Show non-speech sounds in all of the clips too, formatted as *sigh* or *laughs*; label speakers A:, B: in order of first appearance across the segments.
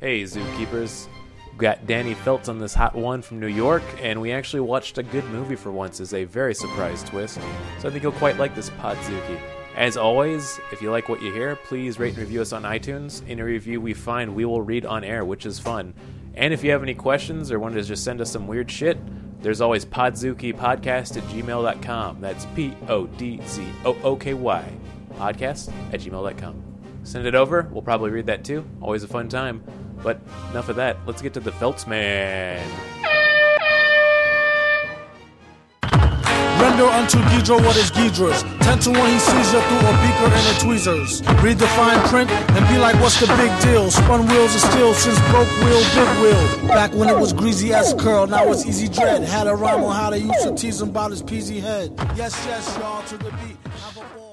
A: Hey, zookeepers. We've Got Danny Phelps on this hot one from New York, and we actually watched a good movie for once as a very surprise twist. So I think you'll quite like this Podzuki. As always, if you like what you hear, please rate and review us on iTunes. Any review we find, we will read on air, which is fun. And if you have any questions or want to just send us some weird shit, there's always podzukipodcast at gmail.com. That's P O D Z O O K Y, podcast at gmail.com. Send it over. We'll probably read that too. Always a fun time. But enough of that. Let's get to the Phelps Man.
B: Render unto Ghidra what is Ghidra's. Ten to one, he sees you through a beaker and a tweezers. Read the fine print and be like, what's the big deal? Spun wheels are steel since broke wheel, big wheel. Back when it was greasy ass curl, now it's easy dread. Had a rhyme on how they used to tease him about his peasy head. Yes, yes, y'all, to the beat. Have a ball.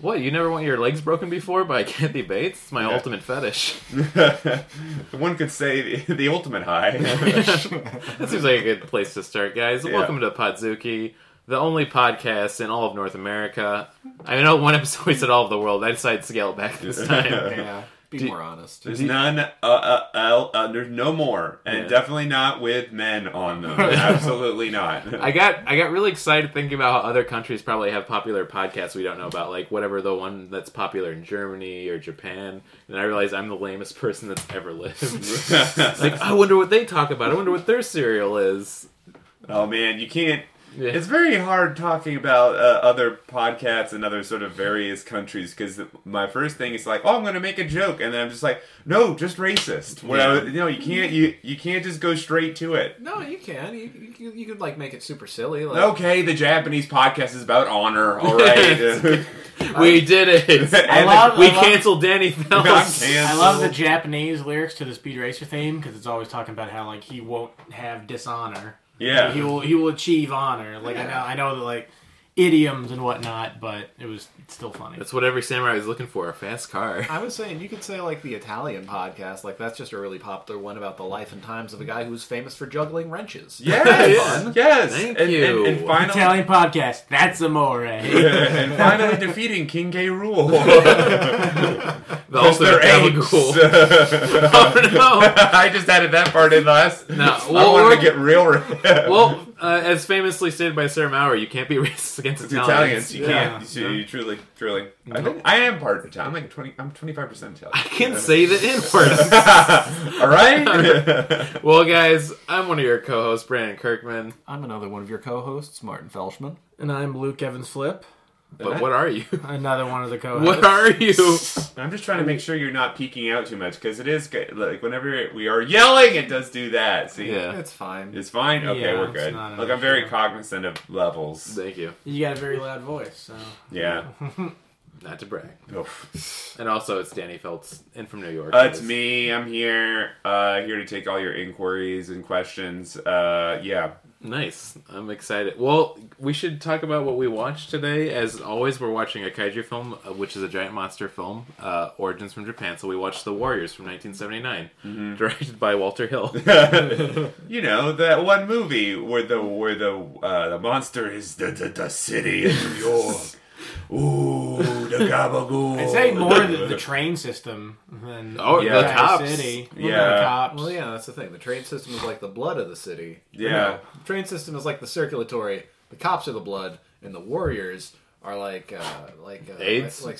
A: What? You never want your legs broken before by *laughs* Kathy Bates? It's my ultimate fetish.
C: *laughs* One could say the, the ultimate high.
A: *laughs* That seems like a good place to start, guys. Welcome to Podzuki, the only podcast in all of North America. I know one episode *laughs* we said all of the world. I decided to scale it back this time.
D: Yeah, be more honest.
C: There's none. Uh, uh, uh, uh, there's no more, and
A: Yeah.
C: definitely not with men
A: *laughs*
C: on them. Absolutely not.
A: I got I got really excited thinking about how other countries probably have popular podcasts we don't know about, like whatever the one that's popular in Germany or Japan. And I realized I'm the lamest *laughs* person that's ever
C: *laughs*
A: lived. It's like I wonder what they talk about. I wonder what their cereal is.
C: *laughs* oh man, you can't.
A: Yeah.
C: It's very hard talking about uh, other podcasts and other sort of various countries because my first thing is like, oh, I'm going to make a joke, and then I'm just like, no, just racist. When I-
A: Yeah.
C: you know, you can't you you can't just go straight to it.
D: No, you can. You, you, can- you could like make it super silly. Like,
C: Okay, the Japanese podcast is about honor.
A: *laughs*
C: All right.
A: we did it.
C: I
E: love-
A: we
E: I love-
A: canceled Danny Phelps.
C: *laughs* I'm
E: I love the Japanese lyrics to the Speed Racer theme because it's always talking about how like he won't have dishonor.
C: Yeah.
E: He will he will achieve honor. Like I know I know that like idioms and whatnot, but it was it's still funny.
A: That's what every samurai is looking for, a fast car.
D: I was saying you could say like the Italian podcast. Like that's just a really popular one about the life and times of a guy who was famous for juggling wrenches.
C: Yes,
D: Fun.
C: yes.
A: Thank
C: and,
A: you.
C: And, and finally,
E: *laughs* Italian podcast. That's amore.
C: and finally defeating King K. Rule. *laughs* Because
A: The ultimate
C: *laughs*
A: cool. *laughs* Oh
C: I just added that part in last.
A: No,
C: I
A: well,
C: wanted
A: we're-
C: to get real.
A: no! Well, uh, as famously stated by Sarah Maurer, you can't be *laughs* racist against
C: *laughs* It's Italians, you
E: Yeah.
C: can't. You, you truly, truly. I, think I am part Italian. I'm like twenty. I'm twenty five percent Italian.
A: I *laughs* can say the N word.
C: *laughs* All right.
A: *laughs* Well, guys, I'm one of your co-hosts, Brandon Kirkman.
D: I'm another one of your co-hosts, Martin Felshman.
E: And I'm Luke Evans Flip,
A: But what are
C: *laughs*
A: you?
E: another one of the co-hosts.
A: What are you?
C: I'm just trying to make sure you're not peeking out too much because it is good. like whenever we are yelling, it does do that. See,
A: Yeah.
D: It's fine.
C: it's fine. Okay,
E: Yeah,
C: we're
E: it's
C: good.
E: not an
C: Look, I'm very
E: issue.
C: cognizant of levels.
A: Thank you.
E: You got a very loud voice. So
C: *laughs* Yeah.
A: Not to brag.
C: Oof.
A: And also, it's Danny Phelps, and from New York.
C: Uh, it's me. I'm here. Uh, here to take all your inquiries and questions. Uh, yeah. *laughs*
A: Nice. I'm excited. Well, we should talk about what we watched today. As always, we're watching a kaiju film, uh, which is a giant monster film, uh, origins from Japan. So we watched The Warriors from 1979,
C: Mm-hmm.
A: directed by Walter
C: *laughs*
A: Hill. *laughs*
C: You know that one movie where the where the uh, the monster is the the, the city of New York. *laughs* Ooh, the gabagool.
E: *laughs* I'd say more the, the train system than
A: Oh, the
E: Kansas
A: cops.
E: City. More
C: Yeah.
E: the cops.
D: Well, yeah, that's the thing. The train system is like the blood of the city.
C: *laughs* Yeah.
D: The train system is like the circulatory. The cops are the blood, and the warriors are like uh, like uh,
A: AIDS?
D: Like,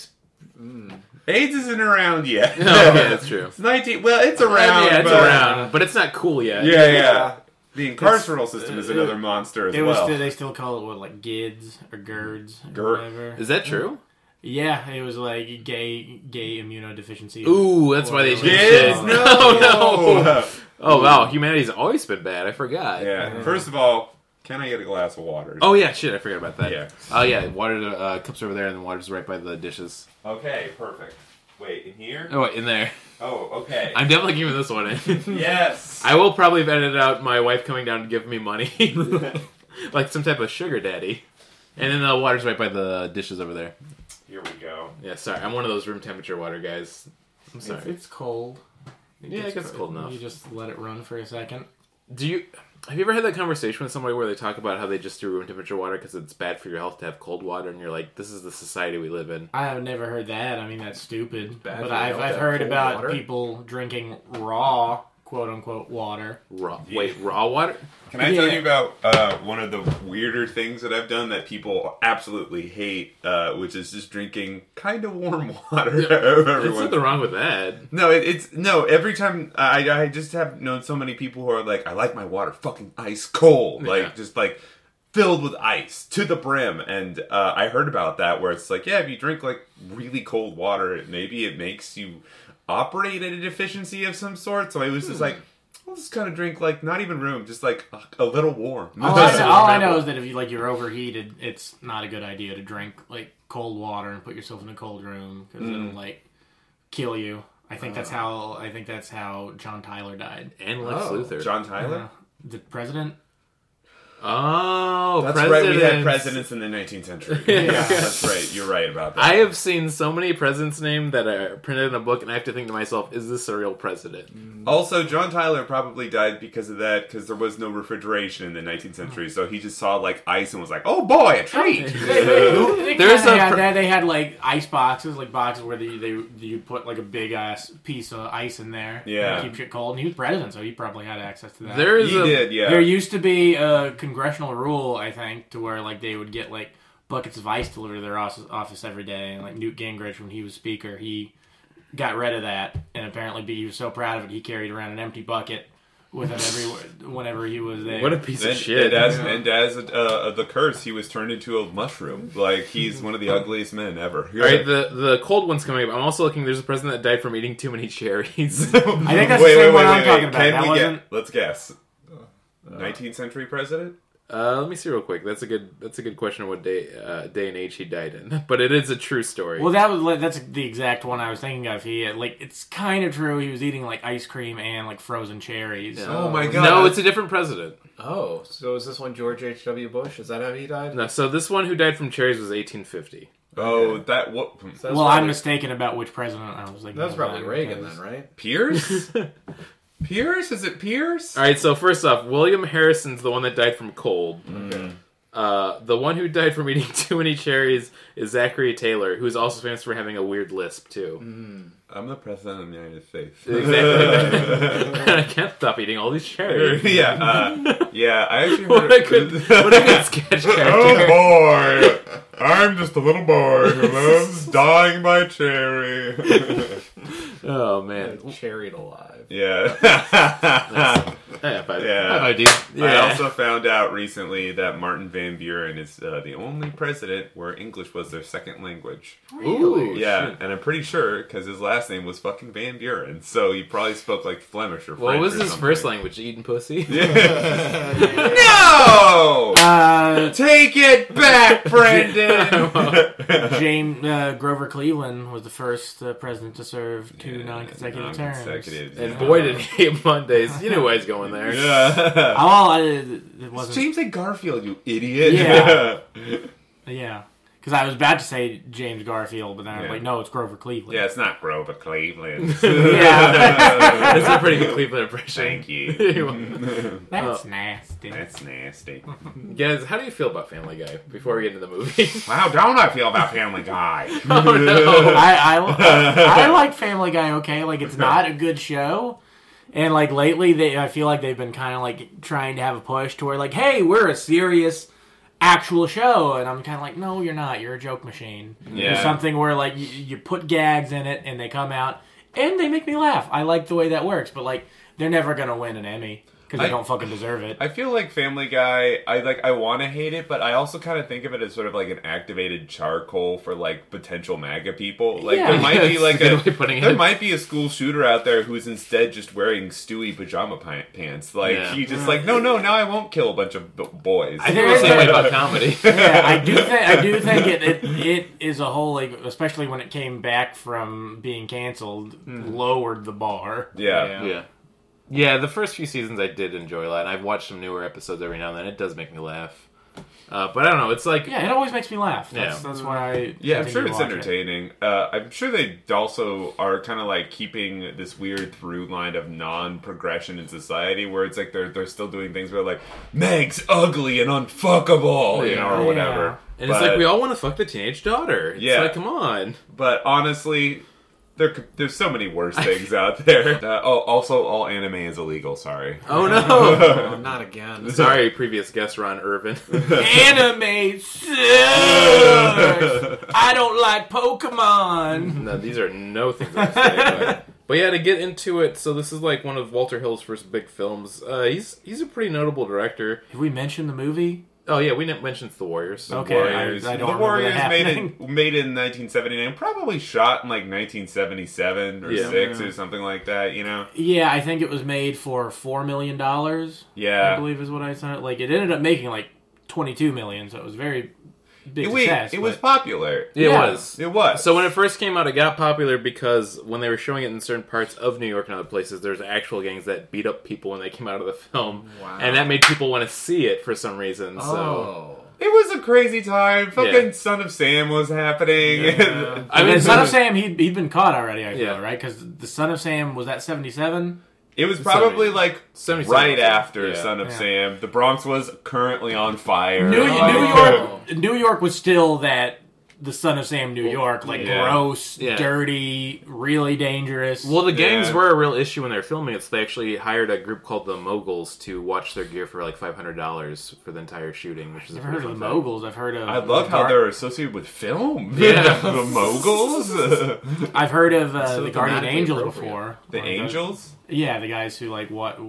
D: like
C: AIDS isn't around *laughs* yet.
A: oh, yeah, that's true.
C: It's nineteen. Well, it's around.
A: yeah, it's
C: but-
A: around, but it's not cool yet.
C: Yeah, yeah. uh, The incarceral system is another monster as
E: It was
C: well.
E: still, they still call it what like gids or girds or
C: Gir-
E: whatever.
A: Is that true?
E: Yeah, it was like gay gay
D: Hmm.
E: immunodeficiency.
A: Ooh, that's why they
E: Or-
A: changed
C: Kids,
A: it.
C: *laughs* no,
A: *laughs* no.
C: *laughs*
A: Oh wow, humanity's always been bad. I forgot.
C: yeah. First of all, can I get a glass of water?
A: Oh yeah, shit, I forgot about that.
C: Yeah.
A: Oh yeah, water uh, cups over there, and the water's right by the dishes.
C: Okay, perfect. Wait, in here?
A: Oh wait, in there.
C: Oh, okay.
A: I'm definitely giving this one in. *laughs*
C: Yes.
A: I will probably have edited out my wife coming down to give me money,
C: *laughs*
F: *laughs*
A: like some type of sugar daddy. And then the water's right by the dishes over there.
C: Here we go.
A: Yeah, sorry, I'm one of those room temperature water guys. I'm sorry.
E: It's cold.
A: yeah, it gets cold enough.
E: You just let it run for a second.
F: Do you have you ever had that conversation with somebody where they talk about how they just do room temperature water because it's bad for your health to have cold water, and you're like, this is the society we live in.
E: I have never heard that. I mean, that's stupid.
D: bad
E: but
D: for
E: I've,
D: health,
E: I've
D: that
E: heard
D: cold
E: about
D: water.
E: people drinking raw, quote
A: *laughs*
E: unquote, water.
F: Raw, wait, raw water?
C: Can I tell
E: Yeah.
C: you about uh, one of the weirder things that I've done that people absolutely hate, uh, which is just drinking kind of warm *laughs* water?
F: There's
C: Everyone-
F: nothing wrong with that.
C: no, it, it's no. Every time I, I just have known so many people who are like, I like my water fucking ice cold,
F: Yeah.
C: like just like filled with ice to the brim. And uh, I heard about that where it's like, yeah, if you drink like really cold water, maybe it makes you operate at a deficiency of some sort. So I was just
F: Hmm.
C: like. I'll just kind of drink like not even room, just like a, a little warm.
E: All, I,
F: This is
E: know, all I
F: incredible.
E: know is that if you like you're overheated, it's not a good idea to drink like cold water and put yourself in a cold room because
A: Hmm.
E: it'll like kill you. I think
A: Oh.
E: that's how I think that's how John Tyler died.
F: And Lex
D: Oh,
F: Luthor.
C: John Tyler.
E: The president.
F: oh,
C: That's
F: presidents.
C: right. We had presidents in the 19th
F: *laughs*
C: century. yeah. that's right. You're right about that.
F: I have seen so many presidents' names that are printed in a book, and I have to think to myself, is this a real president?
C: also, John Tyler probably died because of that, because there was no refrigeration in the 19th century, so he just saw like ice and was like, "Oh boy, a *laughs*
E: *laughs*
F: *laughs*
C: treat."
E: They
F: There's
E: kinda
F: a
E: had
F: pr-
E: that. They had like ice boxes, like boxes where they, they you put like a big ass piece of ice in there.
C: Yeah.
E: and keep shit cold. And he was president, so he probably had access to that.
F: There
C: he
F: is a
C: did, yeah.
E: There used to be a congressional rule, I think, to where like they would get like buckets of ice delivered to their office, office every day. And like Newt Gingrich, when he was speaker, he got rid of that, and apparently he was so proud of it, he carried around an empty bucket with him every whenever he was there.
F: what a piece
C: And,
F: of
C: and
F: shit.
C: as, and as uh, uh, the curse, he was turned into a mushroom. Like he's one of the ugliest men ever.
F: All right, the the cold one's coming up. I'm also looking. There's a president that died from eating too many *laughs*
C: *laughs*
E: *laughs*
F: cherries.
E: I think that's the same one I'm talking about.
C: Can
E: That
C: we
E: wasn't-
C: get? Let's guess. 19th century president.
F: uh, let me see real quick. That's a good. That's a good question. Of what day uh, day and age he died in? *laughs* But it is a true story.
E: Well, that was like, that's the exact one I was thinking of. He had, like it's kind of true. He was eating like ice cream and like frozen cherries.
D: Oh my
C: God.
F: no, it's a different president.
D: Oh, so is this one George H. W. Bush? Is that how he died?
F: No, so this one who died from cherries was 1850.
C: Oh, that what?
D: That's
E: well, I'm
D: probably,
E: mistaken about which president I was thinking.
D: That's
E: of
D: probably
E: then,
D: Reagan
E: because-
D: then, right?
C: Pierce?
F: *laughs*
C: Pierce? Is it Pierce?
F: All right, so first off, William Harrison's the one that died from cold.
C: Mm-hmm.
F: Uh, the one who died from eating *laughs* too many cherries is Zachary Taylor, who is also famous for having a weird lisp too.
C: I'm the president of the United States. *laughs*
F: Exactly. *laughs* I can't stop eating all
C: *laughs*
F: these *laughs* cherries.
C: yeah, uh, yeah. I actually
F: *laughs* What
C: heard. *laughs*
F: a good, what a good sketch character.
C: oh boy! I'm just a little boy
F: *laughs*
C: who loves dying by cherry.
F: Oh man.
D: Chariot alive.
C: *laughs* *laughs* yeah.
F: Yeah. Five,
C: Yeah.
F: Five, dude.
C: I
F: yeah.
C: also found out recently that Martin Van Buren is uh, the only president where English was their second language.
F: Ooh,
C: Yeah,
F: shit.
C: and I'm pretty sure because his last name was fucking Van Buren, so he probably spoke like Flemish or French.
F: What was
C: or
F: his
C: something.
F: first language? Eating pussy.
C: *laughs* No!
E: Uh,
C: Take it *laughs* back, Brendan!
D: *laughs*
E: James uh, Grover Cleveland was the first uh, president to serve two non-consecutive terms.
C: Non-consecutive,
F: *laughs* And
C: yeah.
F: boy, did he hate Mondays. You know why he's going there.
C: *laughs* Yeah.
E: Oh, Well, I, it
C: It's
E: wasn't.
C: James A. Garfield, you idiot.
E: Yeah. Yeah, because I was about to say James Garfield, but then I was
C: Yeah.
E: like, no, it's Grover Cleveland.
C: *laughs* yeah, it's not Grover Cleveland.
E: *laughs* yeah,
F: That's a pretty good Cleveland impression.
C: Thank you.
F: *laughs*
E: *laughs*
F: Guys,
D: Oh.
E: that's nasty.
C: That's nasty.
F: how do you feel about Family Guy before we get into
C: *laughs*
F: the movie? *laughs*
C: How don't I feel about Family Guy?
F: oh no.
E: I, I, I like Family Guy okay. Like it's not a good show. And like lately they I feel like they've been kinda like trying to have a push to where like, hey, we're a serious actual show and I'm kinda like, No, you're not, you're a joke machine.
F: Yeah.
E: Or something where like you, you put gags in it and they come out and they make me laugh. I like the way that works, but like they're never gonna win an Emmy because they
C: I-
E: don't fucking deserve it.
C: I feel like Family Guy. I like. I want to hate it, but I also kind of think of it as sort of like an activated charcoal for like potential MAGA people. Like
E: Yeah.
C: there might be
F: That's
C: like
F: a *laughs* good
C: a,
F: way of putting
C: there
F: it.
C: might be a school shooter out there who's instead just wearing Stewie pajama pa- pants. Like
F: Yeah.
C: he just like no, no, now I won't kill a bunch of b- boys.
F: I feel the same way
C: *laughs*
F: about comedy.
E: yeah, I do think I do think it, it it is a whole like especially when it came back from being canceled
C: Mm-hmm.
E: lowered the bar.
C: yeah.
D: Yeah.
F: yeah. Yeah, the first few seasons I did enjoy a lot. and I've watched some newer episodes every now and then. It does make me laugh. Uh, but I don't know. It's like
E: Yeah, it always makes me laugh. That's,
F: Yeah.
E: that's why I.
C: Yeah, I'm
E: continue
C: sure
E: to
C: it's
E: watch it.
C: entertaining. Uh, I'm sure they also are kind of like keeping this weird through line of non-progression in society, where it's like they're they're still doing things where like Meg's ugly and unfuckable, you know,
F: Yeah.
C: or whatever.
F: And it's like we all want to fuck the teenage daughter. It's
C: Yeah.
F: like, come *laughs* on.
C: But honestly, there c- there's so many worse things out *laughs* there. Uh, oh, also, all anime is illegal. Sorry.
F: Oh *laughs* no.
C: *laughs*
D: Oh, not again.
F: Sorry, previous guest Ron Irvin.
C: *laughs*
E: Anime sucks. I don't like
C: Mm-hmm.
E: Pokemon.
F: *laughs* no, these are no things I say. But, *laughs* but yeah, to get into it, so this is like one of Walter Hill's first big films. Uh, he's he's a pretty notable director.
E: Did we mention the movie?
F: Oh yeah, we didn't mention the Warriors.
E: Okay. I-
C: Warriors.
E: I don't
C: the
E: remember
C: Warriors
E: that
C: made in
E: happening.
C: made in 1979, probably shot in like 1977 or
F: Yeah.
C: six or something like that. You know?
E: Yeah, I think it was made for four million dollars. I
C: Yeah.
E: believe is what I saw. Like it ended up making like twenty-two million, so it was very big
C: Wait,
E: success.
C: it was
E: but-
C: popular.
F: It
E: Yeah.
F: was.
C: It was.
F: So when it first came out, it got popular because when they were showing it in certain parts of New York and other places, there's actual gangs that beat up people when they came out of the film,
D: Wow.
F: and that made people want to see it for some reason. So
D: Oh.
C: It was a crazy time. Fucking
F: Yeah.
C: Son of Sam was happening.
F: I
E: I *laughs*
F: mean,
E: mean, Son of
F: so-
E: Sam, he'd, he'd been caught already, I feel,
F: Yeah.
E: right? Because the Son of Sam was that 77?
C: *laughs* it was probably like
F: 77.
C: right after
F: Yeah.
C: Son of
E: Yeah.
C: Sam. The Bronx was currently on fire.
E: New,
C: Like-
E: New
C: Oh.
E: York New York was still that the Son of Sam New York, like
C: Yeah.
E: gross,
F: Yeah.
E: dirty, really dangerous.
F: Well, the gangs
C: Yeah.
F: were a real issue when they were filming it, so they actually hired a group called the Moguls to watch their gear for like five hundred dollars for the entire shooting, which is a
E: I've
F: pretty
E: heard of the
F: fun fact.
E: moguls. I've heard of.
C: I love how
E: Gar-
C: they're associated with film.
F: Yeah.
C: *laughs* the moguls,
E: *laughs*
C: the
E: I've heard of uh,
F: So
E: the Guardian
F: thematically
E: Angels
F: appropriate.
E: before. One of those-
C: angels.
E: Yeah, the guys who like what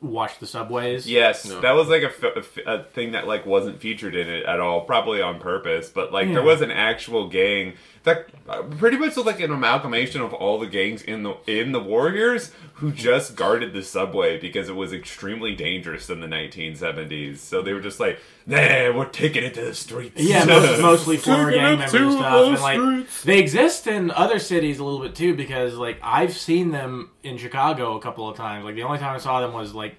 E: watch the subways.
C: Yes,
F: No.
C: that was like a, fi- a fi- a thing that like wasn't featured in it at all, probably on purpose. But like there
E: Yeah.
C: was an actual gang that uh, pretty much looked like an amalgamation of all the gangs in the in the Warriors who just guarded the subway because it was extremely dangerous in the 1970s. So they were just like, nah, we're taking it to the streets. *laughs*
F: *laughs*
E: Yeah, most, mostly former
F: Taking
E: gang
F: it
E: members
F: to
E: and
F: the
E: stuff. And like
F: streets.
E: they exist in other cities a little bit too, because like I've seen them in Chicago a couple of times. Like the only time I saw them was like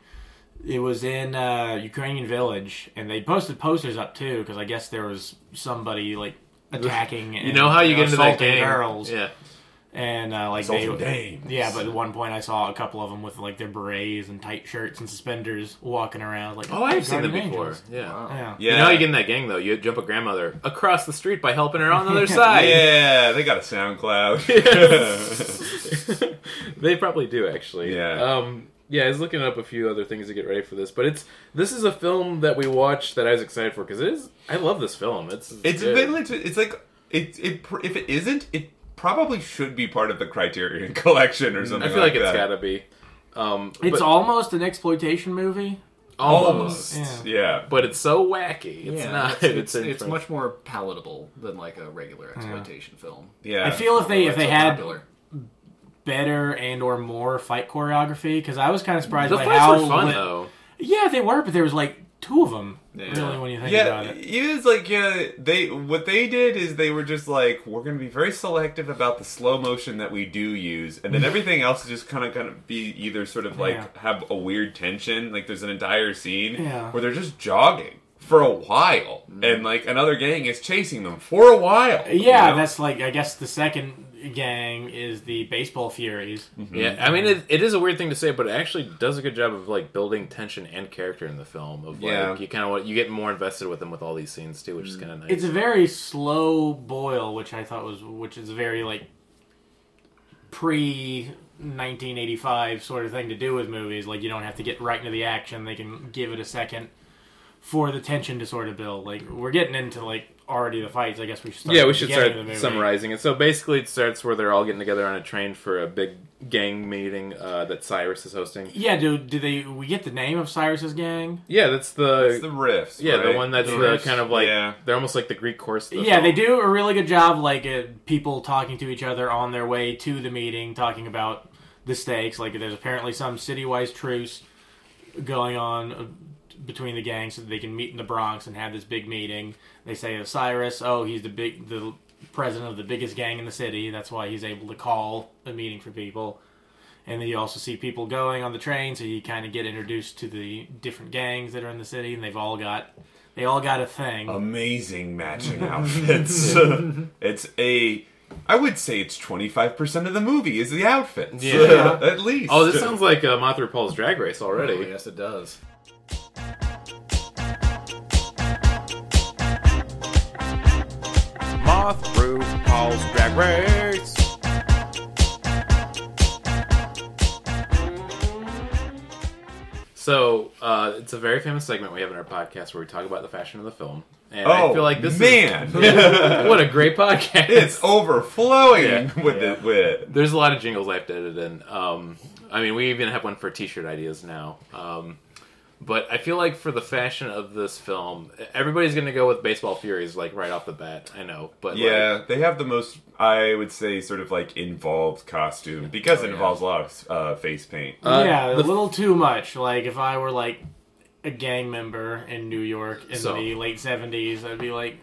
E: it was in uh, Ukrainian Village, and they posted posters up too, because I guess there was somebody
F: *laughs*
E: like attacking. And,
F: You know how you get into that
E: assaulting
F: gang?
E: girls,
F: Yeah.
E: and uh, like
C: Assaulting
E: they.
C: dames.
E: Yeah, but at one point I saw a couple of them with like their berets and tight shirts and suspenders walking around. Like,
F: Oh, I've seen them
E: Guardian
F: before.
E: Angels.
F: Yeah.
E: Yeah.
C: yeah.
F: You know how you get in that gang though? You jump a grandmother across the street by helping her on the *laughs* other side.
C: yeah, they got a SoundCloud.
F: *laughs*
C: *laughs*
E: *laughs*
F: they probably do actually.
C: Yeah.
F: Um, yeah, I was looking up a few other things to get ready for this, but it's this is a film that we watched that I was excited for because it is. I love this film. It's
C: It's
F: good.
C: been lit- it's like it, it pr- if it isn't it probably should be part of the Criterion *laughs* collection or something.
F: Mm, I feel like, it's
C: that.
F: gotta be. Um,
E: It's
F: but-
E: almost an exploitation movie.
C: almost.
E: Almost,
C: Yeah.
F: but it's so wacky. It's
D: Yeah,
F: not.
D: It's, it's,
F: in
D: it's
F: French.
D: much more palatable than like a regular exploitation film.
C: yeah,
E: I feel if they if
D: Although it's
E: they
D: Oh, so
E: had
D: popular.
E: better and or more fight choreography because I was kind of surprised
F: The
E: by
F: fights
E: how
F: were fun
E: lit-
F: though.
E: Yeah, they were, but there was like two of them.
D: Yeah.
E: Really, when you think about
C: Yeah,
E: it.
C: it was like yeah. They what they did is they were just like we're gonna be very selective about the slow motion that we do use, and
E: *laughs*
C: then everything else is just kind of gonna be either sort of like
E: Yeah.
C: have a weird tension. Like there's an entire scene
E: Yeah.
C: where they're just jogging for a while,
F: Mm.
C: and like another gang is chasing them for a while. you
E: Yeah,
C: know?
E: that's like I guess the second gang is the baseball furies.
F: Yeah, I mean, it, it is a weird thing to say, but it actually does a good job of like building tension and character in the film. Of like,
C: Yeah.
F: you kind of you get more invested with them with all these scenes too, which is kind of nice.
E: Mm. It's a very slow boil, which I thought was which is very like pre. 1985 sort of thing to do with movies like you don't have to get right into the action they can give it a second for the tension to sort of build like we're getting into like already the fights i guess we should start
F: yeah, we
E: at the
F: should
E: beginning
F: start
E: of the movie.
F: summarizing it. So basically, it starts where they're all getting together on a train for a big gang meeting uh, that Cyrus is hosting.
E: Yeah, do do they? We get the name of Cyrus's gang.
F: Yeah, that's the,
C: It's the riffs.
F: yeah
C: right?
F: the one that's
E: The
F: the
E: Greeks.
F: kind of like
C: Yeah.
F: they're almost like the Greek chorus. Of the
E: yeah, they do
F: film.
E: a really good job, like uh, people talking to each other on their way to the meeting, talking about the stakes. Like, there's apparently some city-wise truce going on uh, between the gangs so that they can meet in the Bronx and have this big meeting. They say of Cyrus, oh, he's the big the president of the biggest gang in the city. That's why he's able to call a meeting for people. And then you also see people going on the train, so you kind of get introduced to the different gangs that are in the city, and they've all got They all got a thing.
C: amazing matching
F: *laughs*
C: outfits. it's a, I would say it's twenty five percent of the movie is the outfits. *laughs*
F: Yeah.
C: at least.
F: Oh, this sounds like uh, Mothra Paul's Drag Race already.
D: Oh, yes, it does.
A: Moth Brew Paul's Drag Race.
F: So uh, it's a very famous segment we have in our podcast where we talk about the fashion of the film, and
C: Oh,
F: I feel like this *laughs*
C: man,
F: is what a great podcast.
C: it's overflowing *laughs*
F: Yeah.
C: with it. With
F: There's a lot of jingles I've edited in. Um, I mean, we even have one for T-shirt ideas now. Um, but I feel like for the fashion of this film, everybody's going to go with Baseball Furies like right off the bat. I know, but like,
C: yeah, they have the most. I would say sort of like involved costume because it
F: yeah.
C: involves a lot of uh, face paint.
F: uh,
E: yeah, a
F: the-
E: little too much. Like if I were like a gang member in New York in
F: So-
E: the late seventies, I'd be like,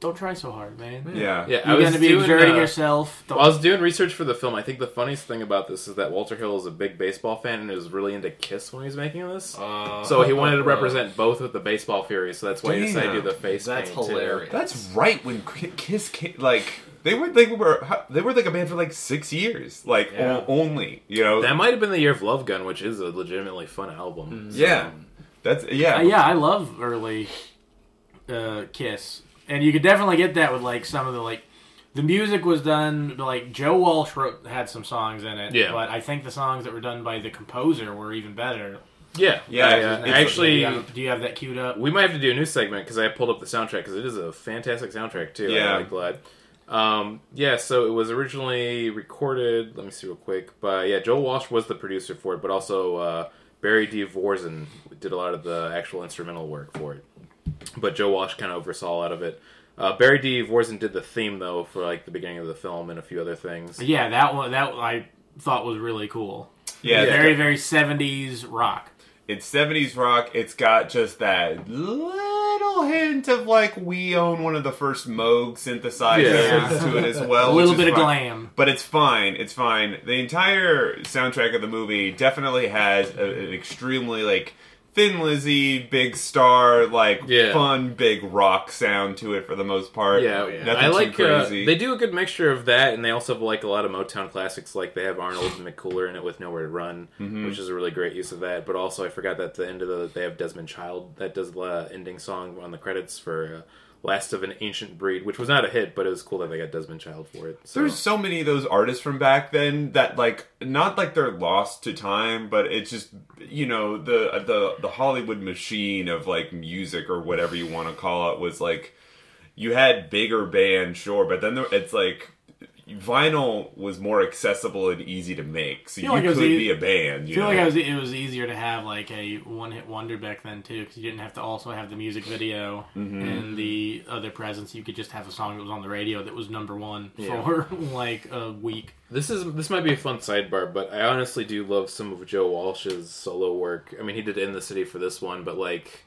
E: "Don't try so hard, man.
C: yeah,
F: yeah, I
E: You're
F: was
E: gonna be
F: doing,
E: exerting
F: uh,
E: yourself." Don't-
F: While I was doing research for the film, I think the funniest thing about this is that Walter Hill is a big baseball fan and was really into Kiss when he was making this.
D: Uh,
F: so he *laughs* wanted to represent both with the baseball fury, so that's why he decided to do the face
D: *laughs* That's
F: paint, too.
D: hilarious.
C: That's right. When K- Kiss came, like they were, they were, they were like a band for like six years, like
D: Yeah.
C: o- only, you know.
F: That might have been the year of Love Gun, which is a legitimately fun album.
C: yeah, that's yeah,
E: Uh, yeah, I love early uh, Kiss, and you could definitely get that with like some of the like the music was done like Joe Walsh wrote, had some songs in it.
F: Yeah.
E: but I think the songs that were done by the composer were even better.
F: Yeah,
C: Yeah,
F: I,
C: it's-
F: uh,
C: it's-
E: do
F: actually,
E: you have, do you have that queued up?
F: we might have to do a new segment because I pulled up the soundtrack because it is a fantastic soundtrack too.
C: Yeah.
F: I'm really glad. Um, yeah, so it was originally recorded. Let me see real quick. But yeah, Joel Walsh was the producer for it, but also uh, Barry D. Vorsen did a lot of the actual instrumental work for it. But Joe Walsh kind of oversaw a lot of it. Uh, Barry D. Vorsen did the theme though for like the beginning of the film and a few other things.
E: Yeah, that one that I thought was really cool.
C: yeah. it's
E: very
C: got-
E: very seventies rock.
C: It's seventies rock. It's got just that little hint of like we own one of the first Moog synthesizers
E: Yeah.
C: *laughs* to it as well.
E: A
C: which
E: little
C: is
E: bit of
C: fine.
E: glam.
C: But it's fine. It's fine. The entire soundtrack of the movie definitely has a, an extremely like Thin Lizzy, big star, like
F: Yeah.
C: fun, big rock sound to it for the most part.
F: Yeah,
C: nothing
F: I like.
C: too crazy.
F: Uh, they do a good mixture of that, and they also have like a lot of Motown classics. Like they have Arnold and McCooler in it with "Nowhere to Run,"
C: Mm-hmm.
F: which is a really great use of that. But also, I forgot that at the end of the they have Desmond Child that does the ending song on the credits for uh, "Last of an Ancient Breed," which was not a hit, but it was cool that they got Desmond Child for it. So.
C: There's so many of those artists from back then that like not like they're lost to time, but it's just you know the the the Hollywood machine of like music or whatever you want to call it was like you had bigger bands, sure, but then there, it's like vinyl was more accessible and easy to make, so you
E: Feel like it
C: could
E: was ea-
C: be a band.
E: I
C: You
E: feel
C: know?
E: like I was, it was easier to have like a one hit wonder back then too, because you didn't have to also have the music video
F: Mm-hmm.
E: and the other presence. You could just have a song that was on the radio that was number one
F: Yeah.
E: for *laughs* like a week.
F: This is this might be a fun sidebar, but I honestly do love some of Joe Walsh's solo work. I mean, he did "In the City" for this one, but like,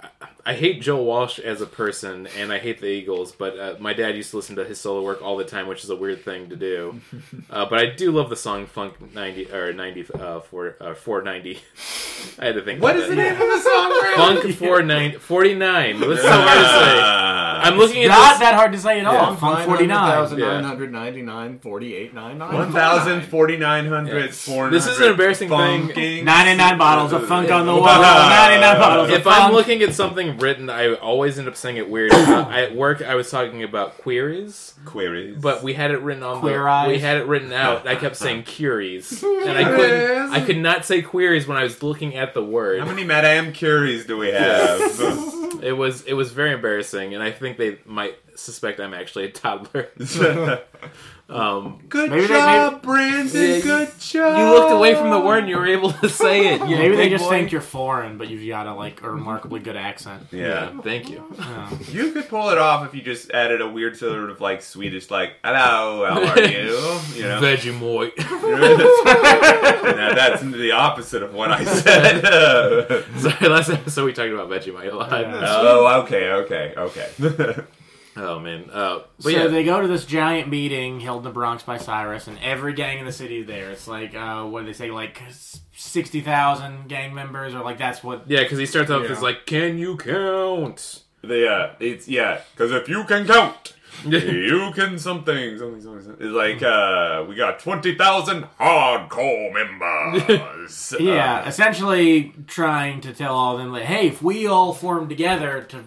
F: I, I hate Joe Walsh as a person, and I hate the Eagles. But uh, my dad used to listen to his solo work all the time, which is a weird thing
C: *laughs*
F: to do. uh, but I do love the song "Funk 90" or "90 uh, for uh, 490." *laughs* I had to think.
C: what
F: about
C: is the
F: that.
C: name of the
E: *laughs*
C: song? Brad?
F: Funk 49
C: *laughs*
F: 49. This is so hard to say.
C: Ah.
F: I'm looking at
E: Not
F: this.
E: that hard to say at all.
D: One
E: I'm from forty nine.
F: Yeah.
D: 999, 4899.
C: 1,049,499.
F: This is an embarrassing thing.
C: Funking
E: Ninety nine bottles of funk on the wall.
F: *laughs*
C: Ah.
E: Ninety nine bottles of
F: if I'm
E: funk.
F: looking at something written, I always end up saying it weird. uh, I, at work, I was talking about queries,
C: queries.
F: but we had it written on
E: Queer
F: the,
E: eyes.
F: we had it written out. I kept *laughs* saying curies, and I couldn't. I could not say queries when I was looking at the word.
C: How many Madame Curies do we have?
F: It was it was very embarrassing, and I think they might suspect I'm actually a toddler. *laughs* Um,
C: Good
E: Maybe they-
C: job, Brandon.
F: Yeah, you-
C: Good job.
F: *laughs* you looked away from the word, and you were able to say it. you
E: Maybe they
F: big
E: just
F: boy.
E: think you're foreign, but you've got a like a remarkably good accent.
C: Yeah.
F: *laughs* Yeah, thank you.
E: Yeah.
C: You could pull it off if you just added a weird sort of like Swedish, like, hello, how are you? You
F: *laughs*
C: know? *laughs*
F: Vegemoid.
C: now that's the opposite of what I
F: *laughs*
C: said. *laughs*
F: Sorry, last episode we talked about Vegemite a lot.
E: Yeah.
C: oh, okay, *laughs* okay, okay.
F: Oh man. Uh, but
E: so
F: yeah,
E: they go to this giant meeting held in the Bronx by Cyrus, and every gang in the city is there. It's like, uh, what do they say, like sixty thousand gang members, or like that's what.
F: yeah, because he starts off
E: Yeah.
F: as like, "Can you count?"
C: They, uh, it's yeah, because if you can
E: *laughs*
C: count, you can something, something, something. something. It's like uh, we got twenty thousand hardcore members.
E: *laughs* Yeah,
C: Uh,
E: essentially trying to tell all of them, like, hey, if we all formed together to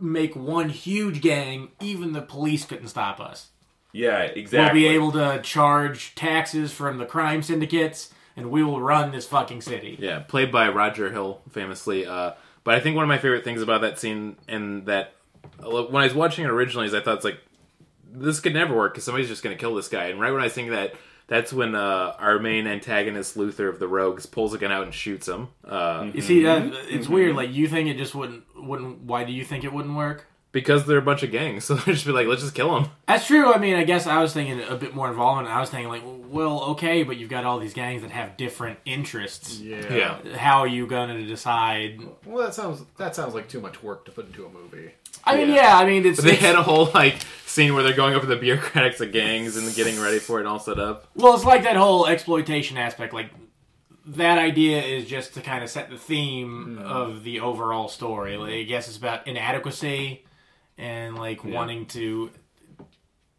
E: make one huge gang, even the police couldn't stop us.
C: yeah, exactly.
E: We'll be able to charge taxes from the crime syndicates, and we will run this fucking city.
F: Yeah, played by Roger Hill famously. Uh, but I think one of my favorite things about that scene and that uh, when I was watching it originally is I thought it's like this could never work because somebody's just going to kill this guy. And right when I was thinking that, that's when uh, our main antagonist Luther of the Rogues pulls a gun out and shoots him. Uh,
E: You see, that it's weird. Like, you think it just wouldn't wouldn't. Why do you think it wouldn't work?
F: Because they're a bunch of gangs, *laughs* so they just be like, let's just kill him.
E: That's true. I mean, I guess I was thinking a bit more involvement. I was thinking like, well, okay, but you've got all these gangs that have different interests.
D: Yeah.
E: How are you going to decide?
D: Well, that sounds that sounds like too much work to put into a movie.
E: I mean,
F: Yeah.
E: yeah. I mean, it's,
F: *laughs* They
E: it's-
F: had a whole like scene where they're going over the bureaucratics of gangs and getting ready for it all set up.
E: well, it's like that whole exploitation aspect. Like that idea is just to kind of set the theme
F: Mm-hmm.
E: of the overall story. Like, I guess it's about inadequacy and like wanting to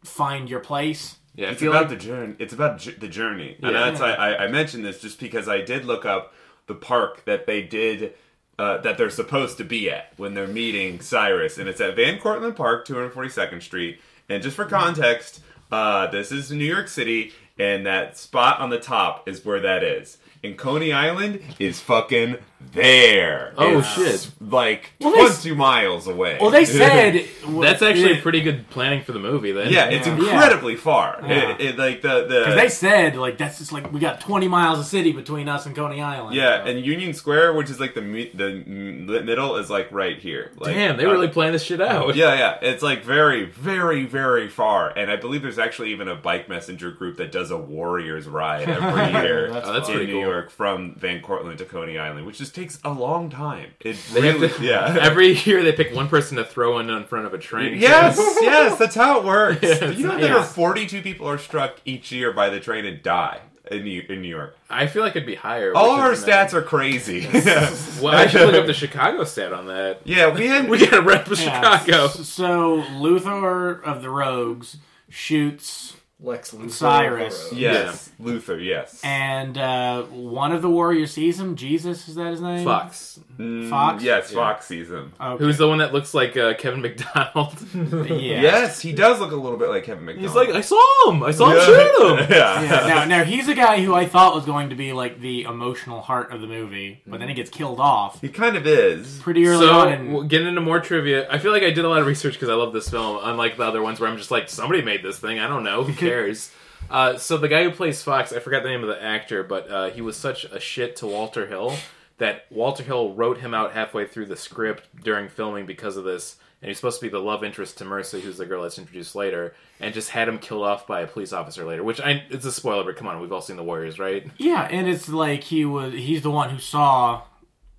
E: find your place.
F: Yeah, I
C: It's
F: feel
C: about
F: like-
C: the journey. It's about j- the journey,
F: Yeah.
C: and that's I, I, I mentioned this just because I did look up the park that they did uh, that they're supposed to be at when they're meeting Cyrus, and it's at Van Cortlandt Park, 242nd Street. And just for context, uh, this is New York City, and that spot on the top is where that is. And Coney Island is fucking there.
F: Oh,
C: It's
F: shit.
C: Like
E: Well, they s-
C: twenty miles away.
E: Well, they said
F: *laughs* that's actually pretty good planning for the movie. Then
C: Yeah, it's
E: Yeah.
C: incredibly far.
E: Yeah.
C: It, it, like the the
E: Because they said like that's just like we got 20 miles of city between us and Coney Island.
C: Yeah, and Union Square, which is like the mi- the m- the middle, is like right here. Like,
F: Damn, they
C: uh,
F: really plan this shit *laughs* out.
C: Yeah, yeah, it's like very, very, very far, and I believe there's actually even a bike messenger group that does a Warriors
F: *laughs*
C: ride every year
D: That's
F: Oh, that's
C: in
F: pretty
C: New
F: cool.
C: York from Van Cortlandt to Coney Island, which just takes a long time. It
F: They have
C: really, *laughs*
F: to-
C: yeah.
F: *laughs* Every year they pick one person to throw in in front of a train.
C: Yes, yes, that's how it
F: *laughs*
C: works.
F: Yes,
C: But you know
F: yes.
C: there are 42 people are struck each year by the train and die in New, in New York.
F: I feel like it'd be higher.
C: All
F: which
C: of our
F: is mad.
C: stats are crazy.
F: *laughs* Well, I should
C: *laughs*
F: look up the Chicago stat on that.
C: yeah, *laughs* we had
F: *laughs* We gotta rep for
E: Yeah.
F: Chicago.
E: S- So Luthor of the Rogues shoots,
D: Lex Luthor.
E: Cyrus.
D: Yeah.
C: Yes, Luther. Yes,
E: and uh, one of the warriors sees him. Jesus, is that his name?
F: Fox,
C: Mm,
E: Fox?
C: Yes,
F: Yeah.
C: Fox sees him.
E: Okay.
F: who's the one that looks like uh,
C: *laughs*
F: Kevin McDonald.
E: *laughs* yeah.
C: Yes, he does look a little bit like Kevin McDonald.
F: He's like, I saw him. I saw him shoot
C: *laughs*
F: him.
C: Yeah.
E: Yeah, now, now he's a guy who I thought was going to be like the emotional heart of the movie, but then he gets killed off
C: He kind of is.
E: pretty early
F: So,
E: on. in-
F: w- getting into more trivia, I feel like I did a lot of research because I love this film, unlike the other ones where I'm just like, somebody made this thing. I don't
E: *laughs*
F: know. Who cares? uh, so, the guy who plays Fox, I forgot the name of the actor, but uh, he was such a shit to Walter Hill that Walter Hill wrote him out halfway through the script during filming because of this. And he's supposed to be the love interest to Mercy, who's the girl that's introduced later, and just had him killed off by a police officer later. Which I, it's a spoiler, but come on, we've all seen The Warriors, right?
E: yeah, and it's like he was—he's the one who saw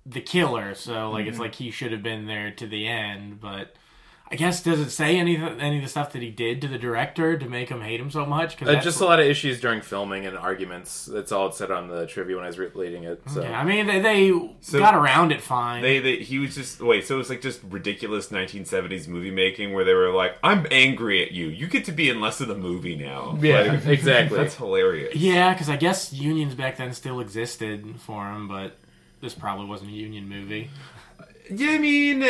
E: the killer, so like it's like he should have been there to the end. But I guess does it say any any of the stuff that he did to the director to make him hate him so much? Because
F: Uh, just a lot of issues during filming and arguments. That's all it said on the trivia when I was re- reading it. So.
E: Yeah, I mean they, they
C: So-
E: got around it fine.
C: They, they, he was just wait. So it was like just ridiculous 1970s movie making where they were like, "I'm angry at you. You get to be in less of the movie now."
F: Yeah,
C: Like, *laughs*
F: exactly.
C: that's hilarious.
E: yeah, because I guess unions back then still existed for him, but this probably wasn't a union movie.
C: Yeah, I mean,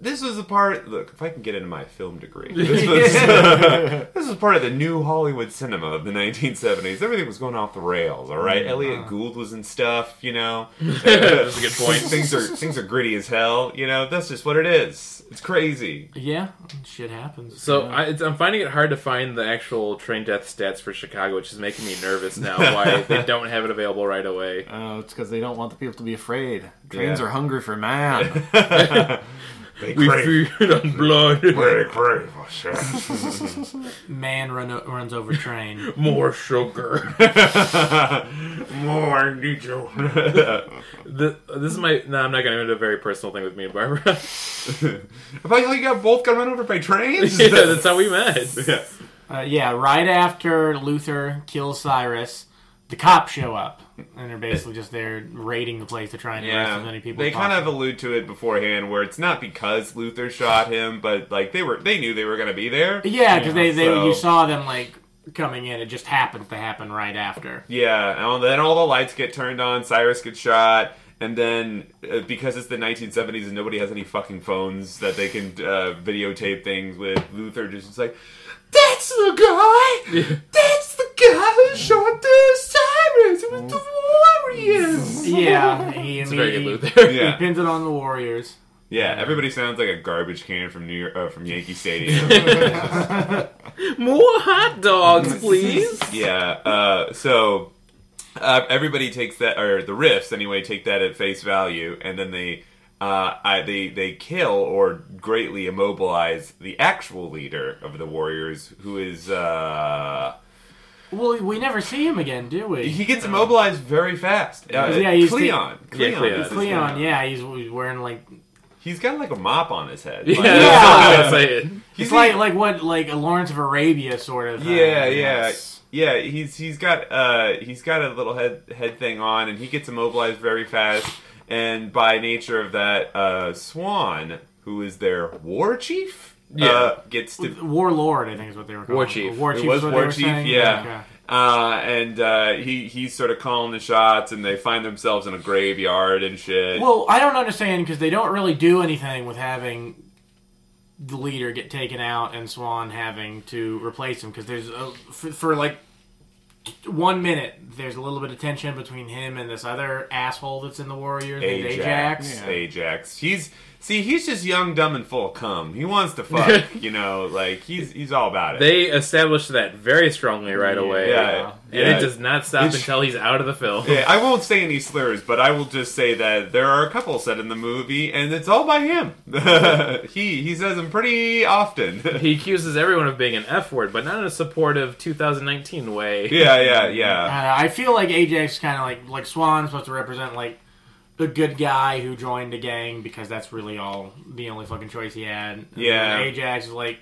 C: this was a part. Look, if I can get into my film
F: *laughs*
C: degree, this was *laughs* this was part of the new Hollywood cinema of the 1970s. Everything was going off the rails. All
F: Mm-hmm.
C: right, Elliot
E: Uh-huh.
C: Gould was in stuff. You
F: *laughs*
C: know,
F: That's a good
C: *laughs*
F: point.
C: things are things are gritty as hell. You know, that's just what it is. It's crazy.
E: Yeah, shit happens.
F: So I, it's, I'm finding it hard to find the actual train death stats for Chicago, which is making me
C: *laughs*
F: nervous now. Why they don't have it available right away?
C: Uh,
D: Oh, it's because they don't want the people to be afraid. Trains
C: Yeah.
D: are hungry for man.
C: They
F: We
C: crave. *laughs*
F: feed on blood.
C: They crave us, yes.
F: *laughs*
E: Man run, runs over train.
C: *laughs*
F: More sugar.
C: More
F: *laughs*
C: neutral.
F: Th this is my. No, I'm not going to into a very personal thing with me and
C: *laughs*
F: Barbara. *laughs*
C: I thought you got both got run over by trains.
F: *laughs* yeah, that's how we met.
C: Yeah.
E: Uh, yeah, right after Luther kills Cyrus, the cops show up and they're basically just there raiding the place to try and arrest as many people.
C: They
E: as
C: kind of
E: possible.
C: allude to it beforehand, where it's not because Luther shot him, but like they were, they knew they were going to be there.
E: yeah, because they, they
C: so-
E: you saw them like coming in. It just happened to happen
C: *laughs*
E: right after.
C: Yeah, and all- then all the lights get turned on, Cyrus gets shot, and then uh, because it's the 1970s and nobody has any fucking phones that they can uh, videotape things with, Luther just is like, That's the guy! That's the guy who shot the Cyrus! It was the Warriors!
E: Yeah, he
F: It's a very good
E: immediately
F: loop
E: *laughs*
F: there.
E: he
C: Yeah,
E: pins it on the Warriors.
C: yeah. Everybody sounds like a garbage can from New York, uh, from Yankee
E: *laughs*
C: Stadium.
F: More hot dogs, please.
C: yeah. Uh, so uh, everybody takes that, or the riffs anyway, take that at face value, and then they uh, I, they they kill or greatly immobilize the actual leader of the Warriors, who is uh,
E: Well, we never see him again, do we?
C: he gets immobilized very fast. Uh,
E: Oh. Yeah, he's
C: Cleon. Cleon.
F: Yeah, Cleon.
C: is his
E: Cleon,
C: name.
E: yeah, he's, he's wearing like
C: He's got like a mop on his head.
F: *laughs* Yeah,
C: Like,
F: that's all I'm gonna say it.
E: he's like like what like a Lawrence of Arabia sort of. uh,
C: Yeah, yeah,
E: yes.
C: yeah. He's he's got uh he's got a little head head thing on, and he gets immobilized very fast. And by nature of that, uh, Swan, who is their war chief,
F: Yeah.
C: uh, gets to
E: Warlord, I think is what they were calling.
F: War
E: him.
F: chief.
E: War
C: it
E: chief.
C: was
E: is what they
C: war
E: were
C: chief,
E: saying?
C: yeah.
E: Okay.
C: Uh, and uh, he he's sort of calling the shots, and they find themselves in a graveyard and shit.
E: Well, I don't understand because they don't really do anything with having the leader get taken out and Swan having to replace him because there's a, for, for like one minute there's a little bit of tension between him and this other asshole that's in the Warriors, named Ajax.
C: Ajax, Ajax. He's see, he's just young, dumb, and full of cum. He wants
E: *laughs*
C: to fuck, you know, like he's he's all about it.
F: They established that very strongly right away.
C: yeah,
F: And
C: yeah.
F: it does not stop
C: It's-
F: until he's out of the film.
C: Yeah, I won't say any slurs, but I will just say that there are a couple said in the movie, and it's all by him. *laughs* he he says them pretty often. *laughs*
F: He accuses everyone of being an F word, but not in a supportive 2019 way.
C: yeah, yeah, yeah.
E: Uh, I feel like Ajax kind of like like Swan's supposed to represent like the good guy who joined a gang because that's really all the only fucking choice he had. And
C: Yeah.
E: Ajax is like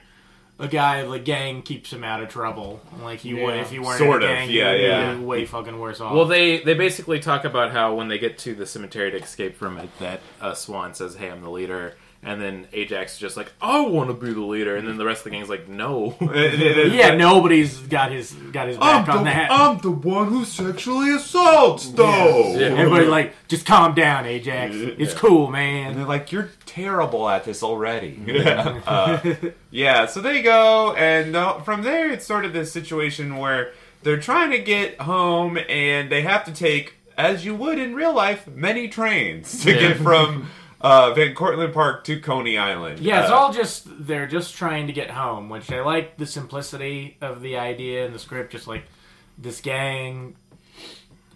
E: a guy the gang keeps him out of trouble. Like he would if he weren't
C: Sort
E: in
C: of,
E: a gang,
C: yeah,
E: he would
C: yeah.
E: be way fucking worse off.
F: Well, they, they basically talk about how when they get to the cemetery to escape from it, that uh, Swan says, "Hey, I'm the leader," and then Ajax is just like, "I want to be the leader," and then the rest of the gang's like, "No."
E: yeah, nobody's got his got his
C: I'm
E: back on
C: the,
E: that.
C: I'm the one who sexually assaults, though.
F: Yeah. Yeah.
E: Everybody's like, just calm down, Ajax. It's cool, man.
C: And they're like, "You're terrible at this
E: *laughs*
C: already." *laughs* Yeah. Uh, yeah. So they go, and uh, from there, it's sort of this situation where they're trying to get home, and they have to take, as you would in real life, many trains to
F: Yeah.
C: get
E: *laughs*
C: from uh, Van Cortlandt Park to Coney Island.
E: Yeah, it's
C: Uh,
E: all just they're just trying to get home, which I like the simplicity of the idea and the script, just like this gang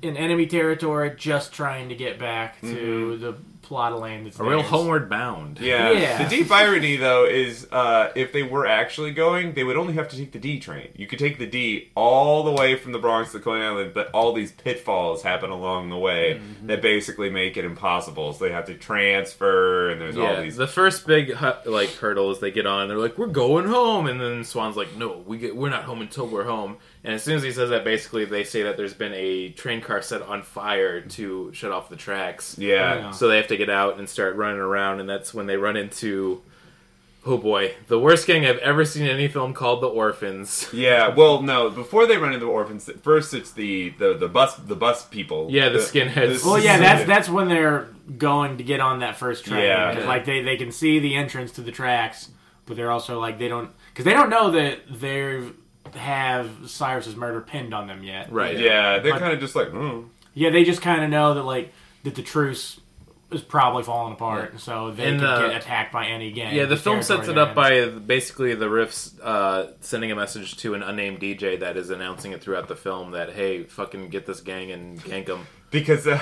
E: in enemy territory, just trying to get back to the plot of land. That's
F: A *laughs* real
E: theirs.
F: homeward bound.
C: Yeah.
E: Yeah.
C: The deep irony, though, is uh, if they were actually going, they would only have to take the D train. You could take the D all the way from the Bronx to Coney Island, but all these pitfalls happen along the way
F: Mm-hmm.
C: that basically make it impossible. So they have to transfer, and there's all
F: Yeah,
C: these.
F: the first big hu- like hurdle is they get on. They're like, "We're going home," and then Swan's like, "No, we get, we're not home until we're home." And as soon as he says that, basically they say that there's been a train car set on fire to shut off the tracks.
C: yeah.
F: So they have to get out and start running around, and that's when they run into, oh boy, the worst gang I've ever seen in any film called the
C: *laughs*
F: Orphans.
C: Yeah, well, no. Before they run into the orphans, first it's the the, the bus the bus people.
F: Yeah, the skinheads.
E: Well, yeah, that's that's when they're going to get on that first train.
C: Yeah.
E: 'cause, like they they can see the entrance to the tracks, but they're also like they don't because they don't know that they have Cyrus's murder pinned on them yet.
F: Right.
C: Yeah, they're
E: But-
C: kind of just like, hmm.
E: Yeah, they just kind of know that like that the truce is probably falling apart, so they
F: And
E: could
F: the-
E: get attacked by any gang.
F: Yeah, the
E: whose
F: film sets it
E: territory
F: up by basically the riffs uh, sending a
C: *laughs*
F: message to an unnamed DJ that is announcing it throughout the film that hey, fucking get this gang and gank them.
C: because uh,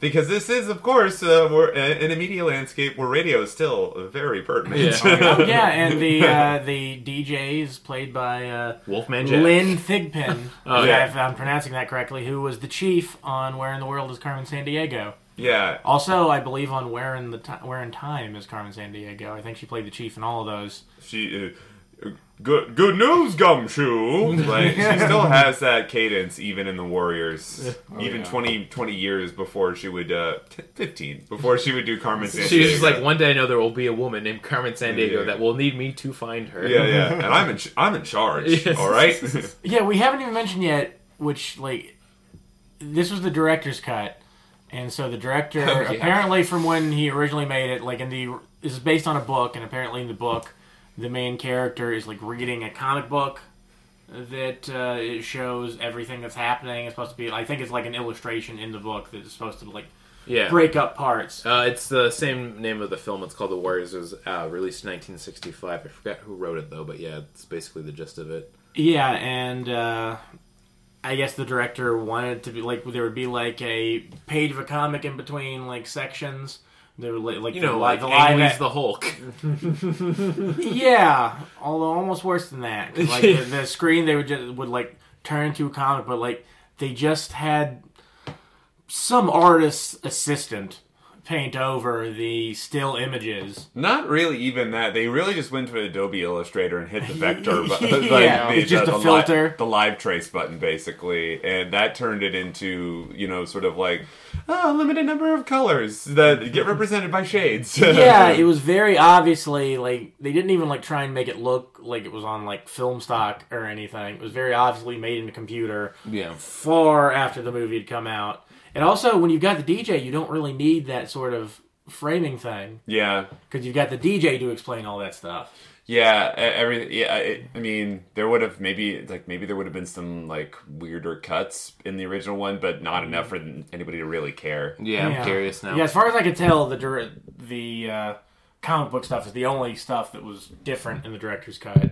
C: because this is, of course, uh, we're, a- in a media landscape where radio is still very pertinent.
E: Oh, yeah, and the
F: *laughs*
E: uh, the DJs played by uh,
F: Wolfman Jack.
E: Lynn Thigpen,
F: *laughs* Oh,
E: if
F: yeah.
E: I- if I'm pronouncing that correctly, who was the chief on Where in the World is Carmen San Diego.
C: *laughs* yeah,
E: Also, I believe on Where in the Ti- Where in Time is Carmen San Diego. I think she played the chief in all of those.
C: she. Uh, Good, good news, Gumshoe.
F: *laughs*
C: Like she still has that cadence, even in the Warriors,
F: Oh,
C: even
E: yeah.
C: twenty twenty 20, 20 years before she would, uh, t- fifteen before she would do Carmen Sandiego.
F: She was just like, one day I know there will be a woman named Carmen San Diego
C: Yeah.
F: that will need me to find her.
C: yeah, yeah, and I'm in, ch- I'm in charge.
F: *laughs* Yes.
C: All right.
E: Yeah, we haven't even mentioned yet, which like this was the director's cut, and so the director
F: yeah.
E: apparently from when he originally made it, like in the this is based on a book, and apparently in the book, the main character is like reading a comic book that uh, it shows everything that's happening. It's supposed to be, I think it's like an illustration in the book that's supposed to like
F: Yeah.
E: break up parts.
F: Uh, it's the same name of the film. It's called The Warriors. It was uh, released in 1965. I forgot who wrote it though, but yeah, it's basically the gist of it.
E: Yeah, and uh, I guess the director wanted to be like there would be like a page of a comic in between like sections. There were like, like
F: You
E: the,
F: know,
E: li-
F: like
E: the live
F: Ang
E: ac-
F: Lee's the
E: *laughs*
F: Hulk.
E: yeah, although almost worse than
F: *laughs*
E: that. 'Cause, Like the, the screen they would just would like turn to a comic, but like they just had some artist's assistant paint over the still images.
C: Not really even that. They really just went to Adobe Illustrator and hit the
E: *laughs*
C: vector *laughs* button.
E: Yeah, it's just a filter.
C: the live trace button, basically. And that turned it into, you know, sort of like, oh, limited number of colors that get represented by shades.
E: *laughs* yeah, it was very obviously like they didn't even like try and make it look like it was on like film stock or anything. It was very obviously made in a computer
F: Yeah.
E: far after the movie had come out. And also, when you've got the DJ, you don't really need that sort of framing thing
C: *laughs* yeah.
E: because you've got the DJ to explain all that stuff.
C: Yeah, e- every yeah. It, I mean, there would have maybe like maybe there would have been some like weirder cuts in the original one, but not
E: Mm.
C: enough for anybody to really care.
F: Yeah, I'm curious now.
E: Yeah, as far as I could tell, the dir- the uh, comic book stuff is the only stuff that was different in the director's cut.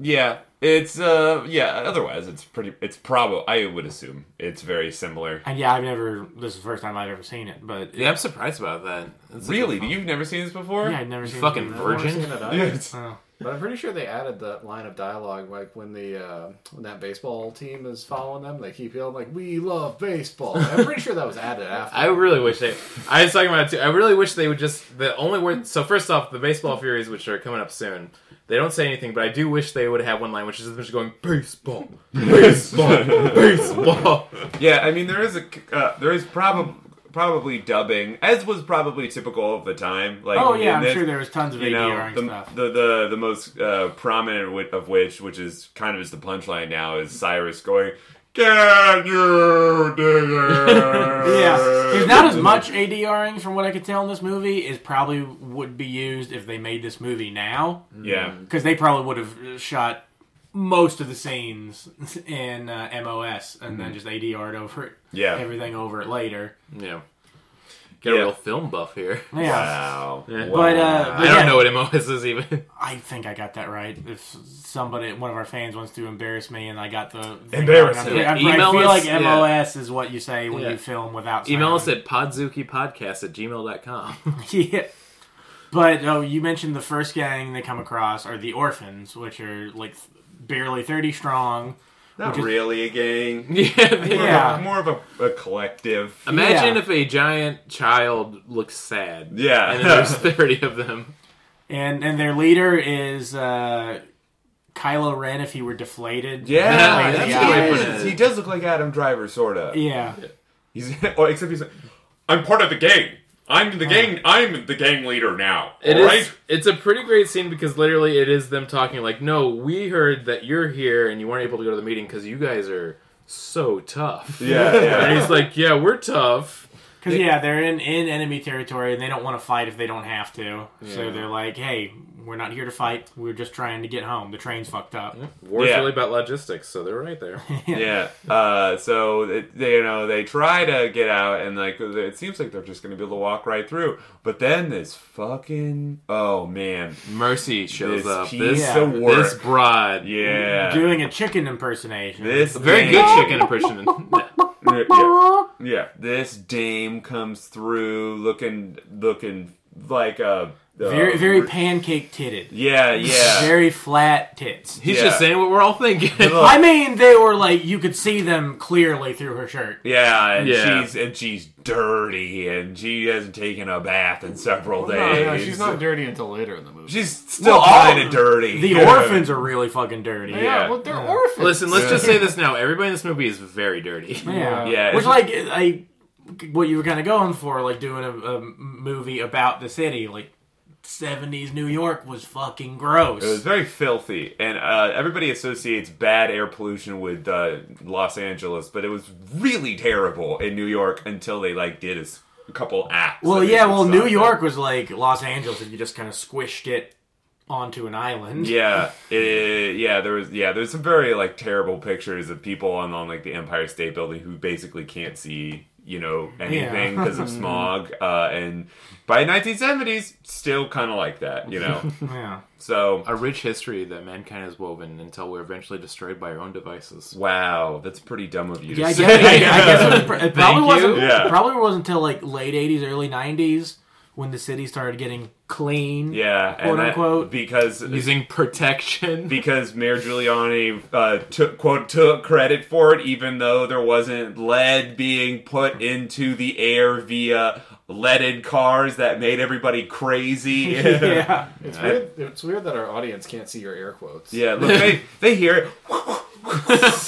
C: Yeah, it's uh yeah. Otherwise, it's pretty. It's probably I would assume it's very similar.
E: And yeah, I've never. This is the first time I've ever seen it, but
F: Yeah, I'm surprised about that. It's such a
C: Really,
F: fun-
C: you've never seen this before?
E: yeah, I've never seen
F: fucking
E: it. Oh.
F: virgin?
D: Seen it either.
C: Yes.
D: But I'm pretty sure they added that line of dialogue, like when the uh, when that baseball team is following them, they keep yelling like "We love baseball." I'm pretty sure that was added
F: *laughs*
D: after.
F: I really wish they. I was talking about it too. I really wish they would just the only word. So first off, the baseball furies, which are coming up soon, they don't say anything, but I do wish they would have one line, which is them just going baseball,
C: *laughs*
F: baseball, baseball.
C: Yeah, I mean there is a uh, there is probably probably dubbing, as was probably typical of the time. Like,
E: Oh yeah,
C: in
E: I'm
C: this-
E: sure there was tons of
C: You
E: ADR
C: know,
E: and
C: the,
E: stuff.
C: the the the most uh, prominent wi- of which, which is kind of is the punchline now, is Cyrus going, "Can you dig it?"
E: *laughs* yeah, there's not as much ADRing from what I could tell in this movie is probably would be used if they made this movie now
C: Yeah,
E: because they probably would have shot most of the scenes in uh, MOS and then just ADR'd over it,
C: Mm-hmm. Yeah.
E: everything over it later.
F: Yeah, get a
C: Yeah.
F: real film
E: *laughs*
F: buff here.
E: Yeah,
C: Wow.
F: Yeah.
E: But, uh,
F: I
E: Yeah.
F: don't know what MOS is even.
E: I think I got that right. If somebody, one of our fans, wants to embarrass me and I got the
C: Embarrass
E: I'm-
C: him.
E: I'm- I
F: Email
E: feel
F: us,
E: like
F: yeah.
E: MOS is what you say when
F: Yeah.
E: you film without.
F: Email
E: sound.
F: us at podzukipodcast at gmail.com.
E: yeah. But oh, you mentioned the first gang they come across are the orphans, which are like th- barely thirty strong.
C: Not
E: Which is-
C: really a gang.
F: *laughs* yeah.
E: *laughs* uh, Yeah.
C: More of a, more of a, a collective.
F: Imagine
E: Yeah.
F: if a giant child looks sad.
C: Yeah.
F: And
C: *laughs*
F: then there's 30 of them.
E: And and their leader is uh, Kylo Ren if he were deflated.
C: Yeah,
F: Yeah,
C: that's
E: yeah.
C: what it
F: Yeah.
C: is. He does look like Adam Driver, sorta.
E: Yeah.
C: He's *laughs* oh, except he's. Like, I'm part of the gang. I'm the gang. I'm the gang leader now.
F: It
C: all
F: is.
C: right?
F: It's a pretty great scene because literally it is them talking like, "No, we heard that you're here and you weren't able to go to the meeting because you guys are so tough."
C: Yeah, *laughs* yeah.
F: And he's like, "Yeah, we're tough."
E: Because yeah, they're in, in enemy territory and they don't want to fight if they don't have to. So
F: Yeah.
E: they're like, "Hey, we're not here to fight. We're just trying to get home. The train's fucked up." *laughs*
F: War's
C: Yeah.
F: really about logistics, so they're right there.
C: yeah. Uh, so it, they, you know, they try to get out, and like it seems like they're just going to be able to walk right through. But then this fucking oh man,
F: *laughs* Mercy shows
C: This
F: up.
C: piece
F: This
E: Yeah.
C: of work.
F: this broad,
C: yeah,
E: Doing a chicken impersonation.
C: this
F: very
C: thing- *laughs*
F: good chicken impression. Yeah.
C: Yeah, yeah. Yeah. This dame comes through looking looking like a
E: Very, very pancake titted.
C: Yeah, yeah.
E: Very flat tits.
F: He's
C: Yeah.
F: just saying what we're all thinking.
C: *laughs* Look,
E: I mean, they were like you could see them clearly through her shirt.
C: yeah, and
F: Yeah.
C: she's and she's dirty and she hasn't taken a bath in several
E: Oh,
D: No,
C: days.
D: no, Oh, she's not dirty until later in the movie.
C: She's still
E: Well, all
C: kind of dirty.
E: The
C: Yeah.
E: orphans are really fucking dirty.
D: yeah,
C: yeah.
D: well, they're orphans.
F: Listen, let's just say this now. Everybody in this movie is very dirty.
E: Yeah.
C: Yeah.
E: Which, like, I, what you were kind of going for, like doing a, a movie about the city, like, 70s New York was fucking gross.
C: It was very filthy, and uh, everybody associates bad air pollution with uh, Los Angeles, but it was really terrible in New York until they like did a, s- a couple acts.
E: well,
C: of it
E: yeah,
C: and
E: well,
C: stuff.
E: New York was like Los Angeles if you just kind of squished it onto an island.
C: Yeah, it, yeah, there was yeah, there's some very like terrible pictures of people on on like the Empire State Building who basically can't see you know anything because
E: *laughs*
C: of smog. Uh, and by 1970s, still kind of like that, you
E: *laughs*
C: know.
E: Yeah.
C: So
F: A rich history that mankind has woven until we're eventually destroyed by our own devices.
C: wow, that's pretty dumb of you. to
E: Yeah, I
C: say.
E: guess,
C: *laughs*
E: I, I guess it, was, pr- it probably
F: you.
E: wasn't.
C: Yeah.
E: Probably wasn't until like late '80s, early '90s when the city started getting clean.
C: Yeah, and
E: Quote,
C: that-
E: unquote.
C: because
F: Using protection.
C: because Mayor Giuliani uh, took quote took credit for it, even though there wasn't lead being put into the air via leaded cars that made everybody crazy.
E: Yeah.
D: it's, weird, it's weird that our audience can't see your air quotes.
C: Yeah, look, they, they hear it. *laughs*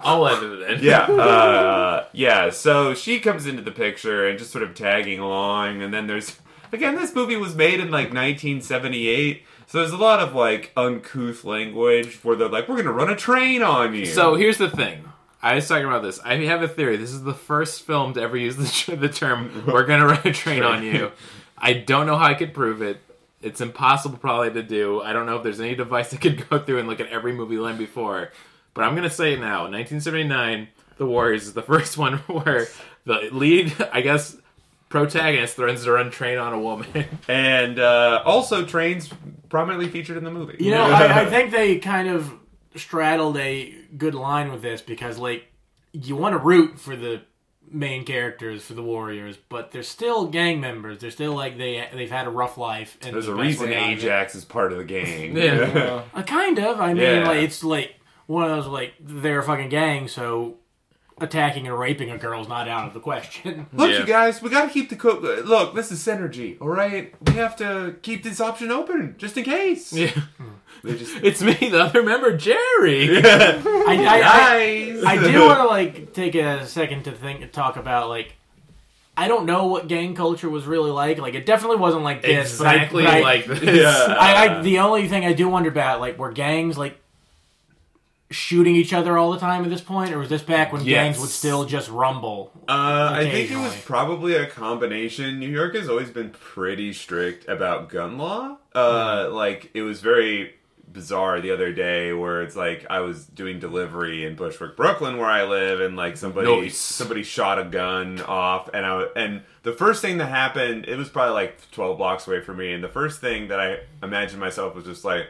F: I'll edit it in.
C: Yeah, uh, yeah. So she comes into the picture and just sort of tagging along, and then there's again this movie was made in like 1978, so there's a lot of like uncouth language where they're like, "We're gonna run a train on you."
F: So here's the thing. I was talking about this. I have a theory. This is the first film to ever use the, the term "we're gonna run a train on you." I don't know how I could prove it. It's impossible, probably, to do. I don't know if there's any device that could go through and look at every movie line before. But I'm gonna say it now. 1979, The Warriors is the first one *laughs* where the lead, I guess, protagonist threatens to run train on a woman. *laughs*
C: and uh, also trains prominently featured in the movie.
E: You *laughs* know,
C: *laughs*
E: I, I think they kind of straddled a good line with this because like you want to root for the main characters for the Warriors, but they're still gang members. They're still like they they've had a rough life. And
C: there's
E: the
C: a
E: best
C: reason
E: way out of it-
C: Ajax is part of the game.
F: Yeah.
E: Uh, kind of. I mean,
C: Yeah.
E: like it's like one of those like they're a fucking gang, so attacking and raping a girl is not out of the question.
C: *laughs*
E: *laughs*
C: Look,
F: Yeah.
C: you guys, we gotta keep the cook. Look, this is synergy, all right. We have to keep this option open just in case.
F: yeah.
C: They just
F: It's me, the other member, Jerry.
E: I, I,
C: guys.
E: *laughs* I, I
F: *laughs*
C: *laughs*
E: do want to like take a second to think talk about like. I don't know what gang culture was really like. Like, it definitely wasn't like this. but I-
F: exactly
E: but I,
F: like uh, this.
C: Yeah.
E: I, I the only thing I do wonder about like were gangs like shooting each other all the time at this point, or was this back when gangs
F: Yes.
E: would still just rumble?
C: Uh, I think it was
E: Occasionally.
C: probably a combination. New York has always been pretty strict about gun law. Uh, Like, it was very bizarre the other day where it's like I was doing delivery in Bushwick, Brooklyn, where I live, and like somebody
F: Nice.
C: somebody shot a gun off, and I wa- and the first thing that happened, it was probably like twelve blocks away from me, and the first thing that I imagined myself was just like.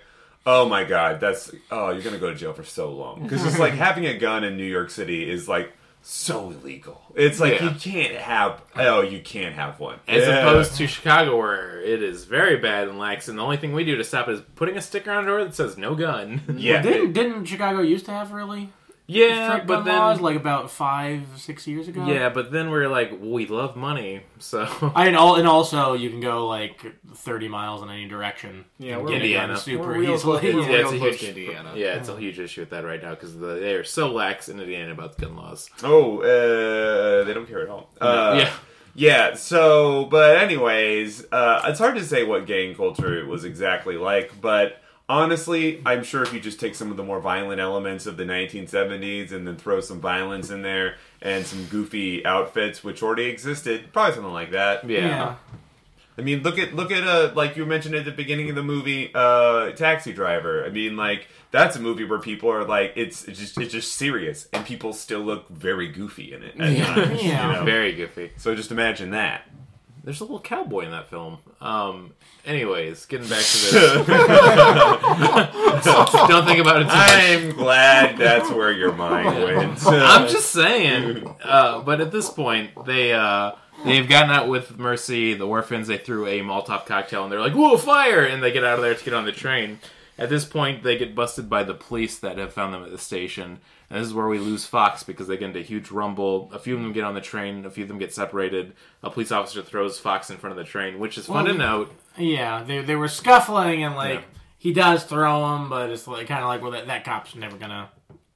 C: Oh my god, that's oh you're gonna go to jail for so long because it's like having a gun in New York City is like so illegal. It's like
F: Yeah.
C: you can't have oh you can't have one
F: As
C: Yeah.
F: opposed to Chicago, where it is very bad and lax, and the only thing we do to stop it is putting a sticker on a door that says "no gun."
C: yeah
E: Didn't didn't Chicago used to have really
F: *laughs* yeah,
E: strict
F: but
E: gun
F: then
E: laws Mm-hmm. like uh, about five six years ago?
F: yeah, but then we're like, we love money,
E: *laughs*
F: so
E: I and, all, and also you can go like thirty miles in any direction.
D: Yeah,
E: and
D: we're
E: get a gun
F: Indiana.
E: super
D: We're real
E: easily.
D: close.
F: yeah, *laughs* it's a
D: Real
F: huge
D: close to Indiana.
F: yeah, it's a huge issue with that right now because the, they are so lax in Indiana about gun laws.
C: oh uh, they don't care at all uh,
E: *laughs*
F: yeah,
C: yeah so but anyways uh, it's hard to say what gang culture was exactly like but honestly I'm sure if you just take some of the more violent elements of the 1970s and then throw some violence in there and some goofy outfits which already existed probably something like that
F: yeah,
E: Yeah.
C: I mean, look at look at uh like you mentioned at the beginning of the movie, uh, Taxi Driver. I mean, like that's a movie where people are like, it's, it's just it's just serious, and people still look very goofy in it. At
F: Yeah.
C: times, you
E: Yeah.
C: know?
F: very goofy. *laughs*
C: So just imagine that.
F: There's a little cowboy in that film. Um, anyways, getting back to
C: *laughs*
F: this. *laughs* Don't think about it too much.
C: I'm glad that's where your
F: *laughs*
C: mind went. *laughs*
F: I'm just saying. Uh, but at this point, they uh, they've gotten out with Mercy, the orphans. They threw a Molotov cocktail, and they're like, "Whoa, fire!" And they get out of there to get on the train. At this point, they get busted by the police that have found them at the station. And this is where we lose Fox because they get into a huge rumble. A few of them get on the train. A few of them get separated. A police officer throws Fox in front of the train, which is fun
E: Well,
F: to
E: we-
F: note.
E: Yeah, they they were scuffling and like
F: Yeah.
E: he does throw him, but it's like kind of like well that, that cop's never gonna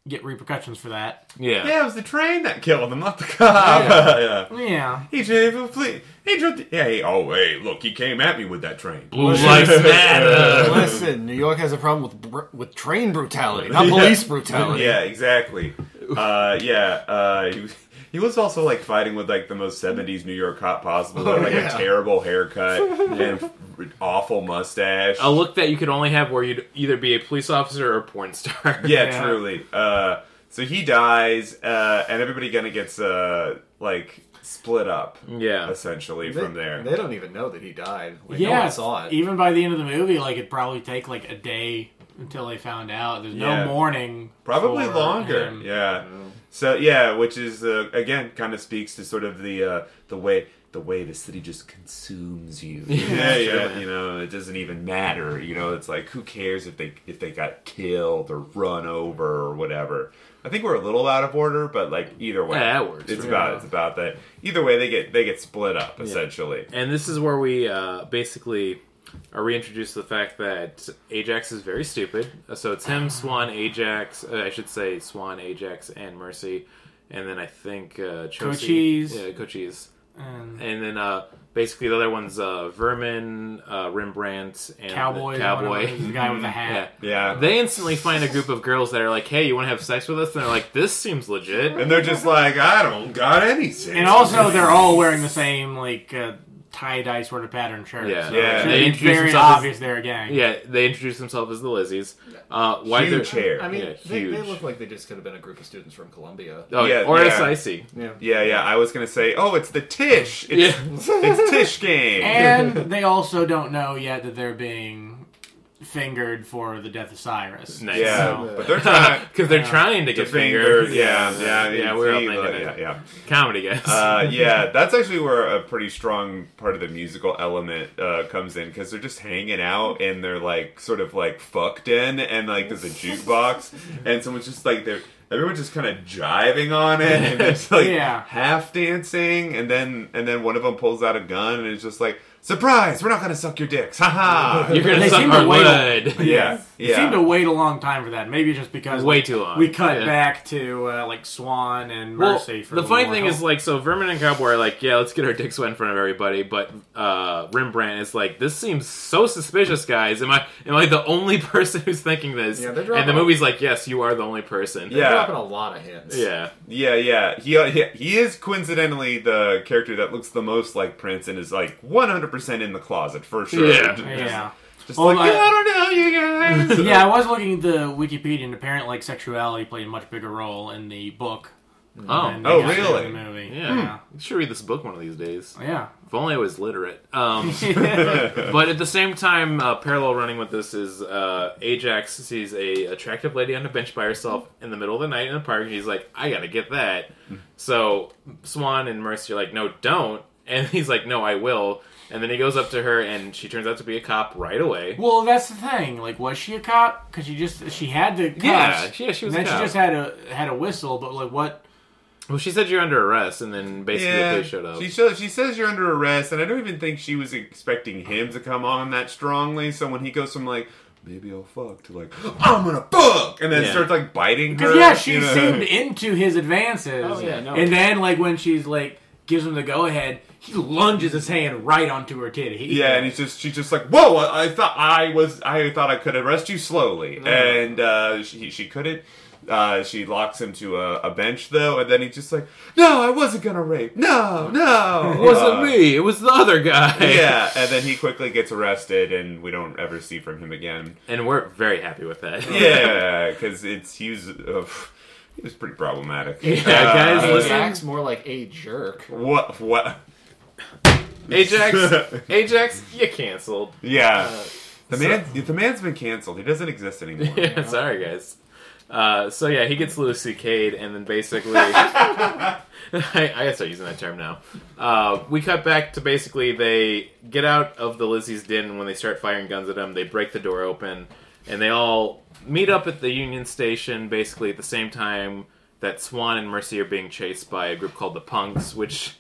E: get repercussions for that.
F: Yeah.
C: Yeah, it was the train that killed him, not the cop. *laughs* Yeah.
E: Yeah,
C: He drove, please. He drove. Yeah, he, oh, hey, look, he came at me with that train.
F: Blue
C: *laughs*
F: lives matter.
G: Listen, New York has a problem with br- with train brutality,
C: *laughs*
G: not police brutality.
C: Yeah, exactly. Uh, yeah, uh, he, was- he was also like fighting with like the most '70s New York cop possible, like
G: Oh, yeah.
C: a
G: *laughs*
C: terrible haircut and awful mustache.
F: a look that you could only have where you'd either be a police officer or a porn star.
C: yeah,
F: *laughs*
E: Yeah.
C: truly. Uh, so he dies, uh, and everybody kind of gets uh, like split up,
F: Yeah.
C: essentially
D: They-
C: from there.
D: They don't even know that he died. Like,
E: yeah.
D: no one saw it.
E: Even by the end of the movie, like it'd probably take like a day until they found out. There's
C: Yeah.
E: no mourning.
C: probably
E: for
C: longer
E: him.
C: yeah so yeah which is uh, again kind of speaks to sort of the uh, the way the way the city just consumes you *laughs* yeah yeah you know it doesn't even matter you know it's like who cares if they if they got killed or run over or whatever I think we're a little out of order, but like either way,
F: Yeah, that works.
C: It's
F: Yeah.
C: about it's about that. Either way, they get they get split up essentially.
F: And this is where we uh, basically are reintroduced to the fact that Ajax is very stupid. So it's him, Swan, Ajax. Uh, I should say Swan, Ajax, and Mercy. And then I think uh, Chosy.
E: Cochise.
F: Yeah, Cochise.
E: And
F: And then uh, basically the other one's uh, Vermin, uh, Rembrandt, and the
E: cowboy,
F: Cowboy.
E: the guy with the
F: *laughs* yeah.
E: hat.
C: Yeah,
F: They instantly find a group of girls that are like, "Hey, you want to have sex with us?" And they're like, "This seems legit."
C: *laughs* and they're just like, I don't got anything.
E: And also, they're all wearing the same like uh, tie dye sort of pattern shirt.
F: Yeah.
E: so
C: Yeah.
E: it should
C: They
E: be
F: introduce
E: very
F: themselves as-
E: obvious they're a gang.
F: Yeah, they introduce themselves as the Lizzies. Uh, why
C: huge
F: they're
C: hair.
D: I mean,
F: Yeah,
D: they, they
F: huge.
D: look like they just could have been a group of students from Columbia.
F: oh,
C: Yeah,
F: or
C: yeah.
F: SIC.
D: Yeah.
C: yeah, yeah. I was gonna say, oh, it's the Tish. It's, it's Tish game.
E: *laughs*
F: *laughs*
E: And they also don't know yet that they're being fingered for the death of Cyrus. *laughs*
F: Nice.
C: Yeah,
D: So-
C: but they're trying to
F: because they're trying to
C: get
F: *laughs* get
C: fingers.
F: fingered.
C: Yeah, yeah,
F: yeah.
C: you
F: We're all
C: see,
F: thinking
C: like,
F: it.
C: yeah, yeah.
F: Comedy guys.
C: Uh, yeah, that's actually where a pretty strong part of the musical element uh, comes in because they're just hanging out and they're like sort of like fucked in and like there's a jukebox and someone's just like they're everyone's just kind of jiving on it and it's like
E: Yeah.
C: half dancing and then and then one of them pulls out a gun and it's just like surprise we're not gonna suck your dicks haha
F: You're gonna
E: they
F: suck
E: seem to
F: our
E: wait- *laughs*
F: wood.
C: yeah
E: It seemed to
C: yeah
E: wait a long time for that. Maybe just because
F: Way
E: like,
F: too long.
E: We cut
F: Yeah.
E: back to uh, like Swan and
F: Well,
E: Mercy. for
F: the
E: a
F: funny
E: little
F: thing
E: while.
F: is, like, so Vermin and Cowboy are like, yeah, let's get our dicks wet in front of everybody, but uh, Rembrandt is like, this seems so suspicious, guys. Am I am I the only *laughs* person who's thinking this?
D: Yeah, they're
F: and the
D: dropping-
F: movie's like, yes, you are the only person.
D: They're
C: Yeah.
D: dropping a lot of hints.
F: yeah.
C: Yeah, yeah. He he- he is coincidentally the character that looks the most like Prince and is like 100% in the closet for sure.
F: Yeah.
C: Just,
E: yeah.
C: just
E: Well,
C: like,
E: I-
C: "Yeah, I don't know, you guys.
E: *laughs*
F: *laughs*
E: yeah, I was looking at the Wikipedia, and apparently, like sexuality played a much bigger role in the book.
F: Oh,
E: than they
C: oh,
E: got into
C: really?
E: The movie.
F: yeah. You should read this book one of these days.
E: yeah,
F: If only I was literate. Um,
E: *laughs*
C: Hmm.
F: *laughs*
E: yeah.
F: but at the same time, uh, parallel running with this is uh, Ajax sees a attractive lady on a bench by herself in the middle of the night in a park, and he's like, "I gotta get that." So Swan and Mercy are like, "No, don't," and *laughs* he's like, "No, I will." And then he goes up to her, and she turns out to be a cop right away.
E: Well, that's the thing. Like, was she a cop? Because she just she had the cuffs.
F: Yeah, she- yeah, she was
E: And
F: a
E: then
F: cop.
E: she just had a had a whistle, but like what?
F: Well, she said you're under arrest, and then basically
C: Yeah.
F: they showed up.
C: She, shows, she says you're under arrest, and I don't even think she was expecting him to come on that strongly. So when he goes from like, maybe I'll fuck, to like, I'm gonna fuck, and then
F: Yeah.
C: starts like biting her.
E: Because yeah, she
C: you know? *laughs*
E: seemed into his advances.
D: Oh, yeah, no.
E: And then like when she's like gives him the go ahead, he lunges his hand right onto her titty.
C: Yeah, and he's just she's just like, whoa! I I thought I was I thought I could arrest you slowly,
F: Mm.
C: and uh, she she couldn't. Uh, she locks him to a, a bench though, and then he's just like, no, I wasn't gonna rape. No, no,
F: it wasn't
C: Uh,
F: me. It was the other guy.
C: Yeah, and then he quickly gets arrested, and we don't ever see from him again.
F: and we're very happy with that.
C: Yeah, because it's he was uh, he was pretty problematic.
F: Yeah, guys,
C: Uh,
F: listen.
D: Zach's more like a jerk.
C: what what?
F: *laughs* Ajax, Uh, Ajax, you canceled.
C: *laughs* Yeah. The man, the man's been canceled. He doesn't exist
F: *laughs*
C: anymore.
F: Yeah, sorry guys. Uh, so yeah, he gets Louis C.K.'d, and then
C: *laughs*
F: basically, *laughs* I, I gotta start using that term now. Uh, we cut back to basically they get out of the Lizzie's den and when they start firing guns at him. They break the door open, and they all meet up at the Union Station basically at the same time that Swan and Mercy are being chased by a group called the Punks, which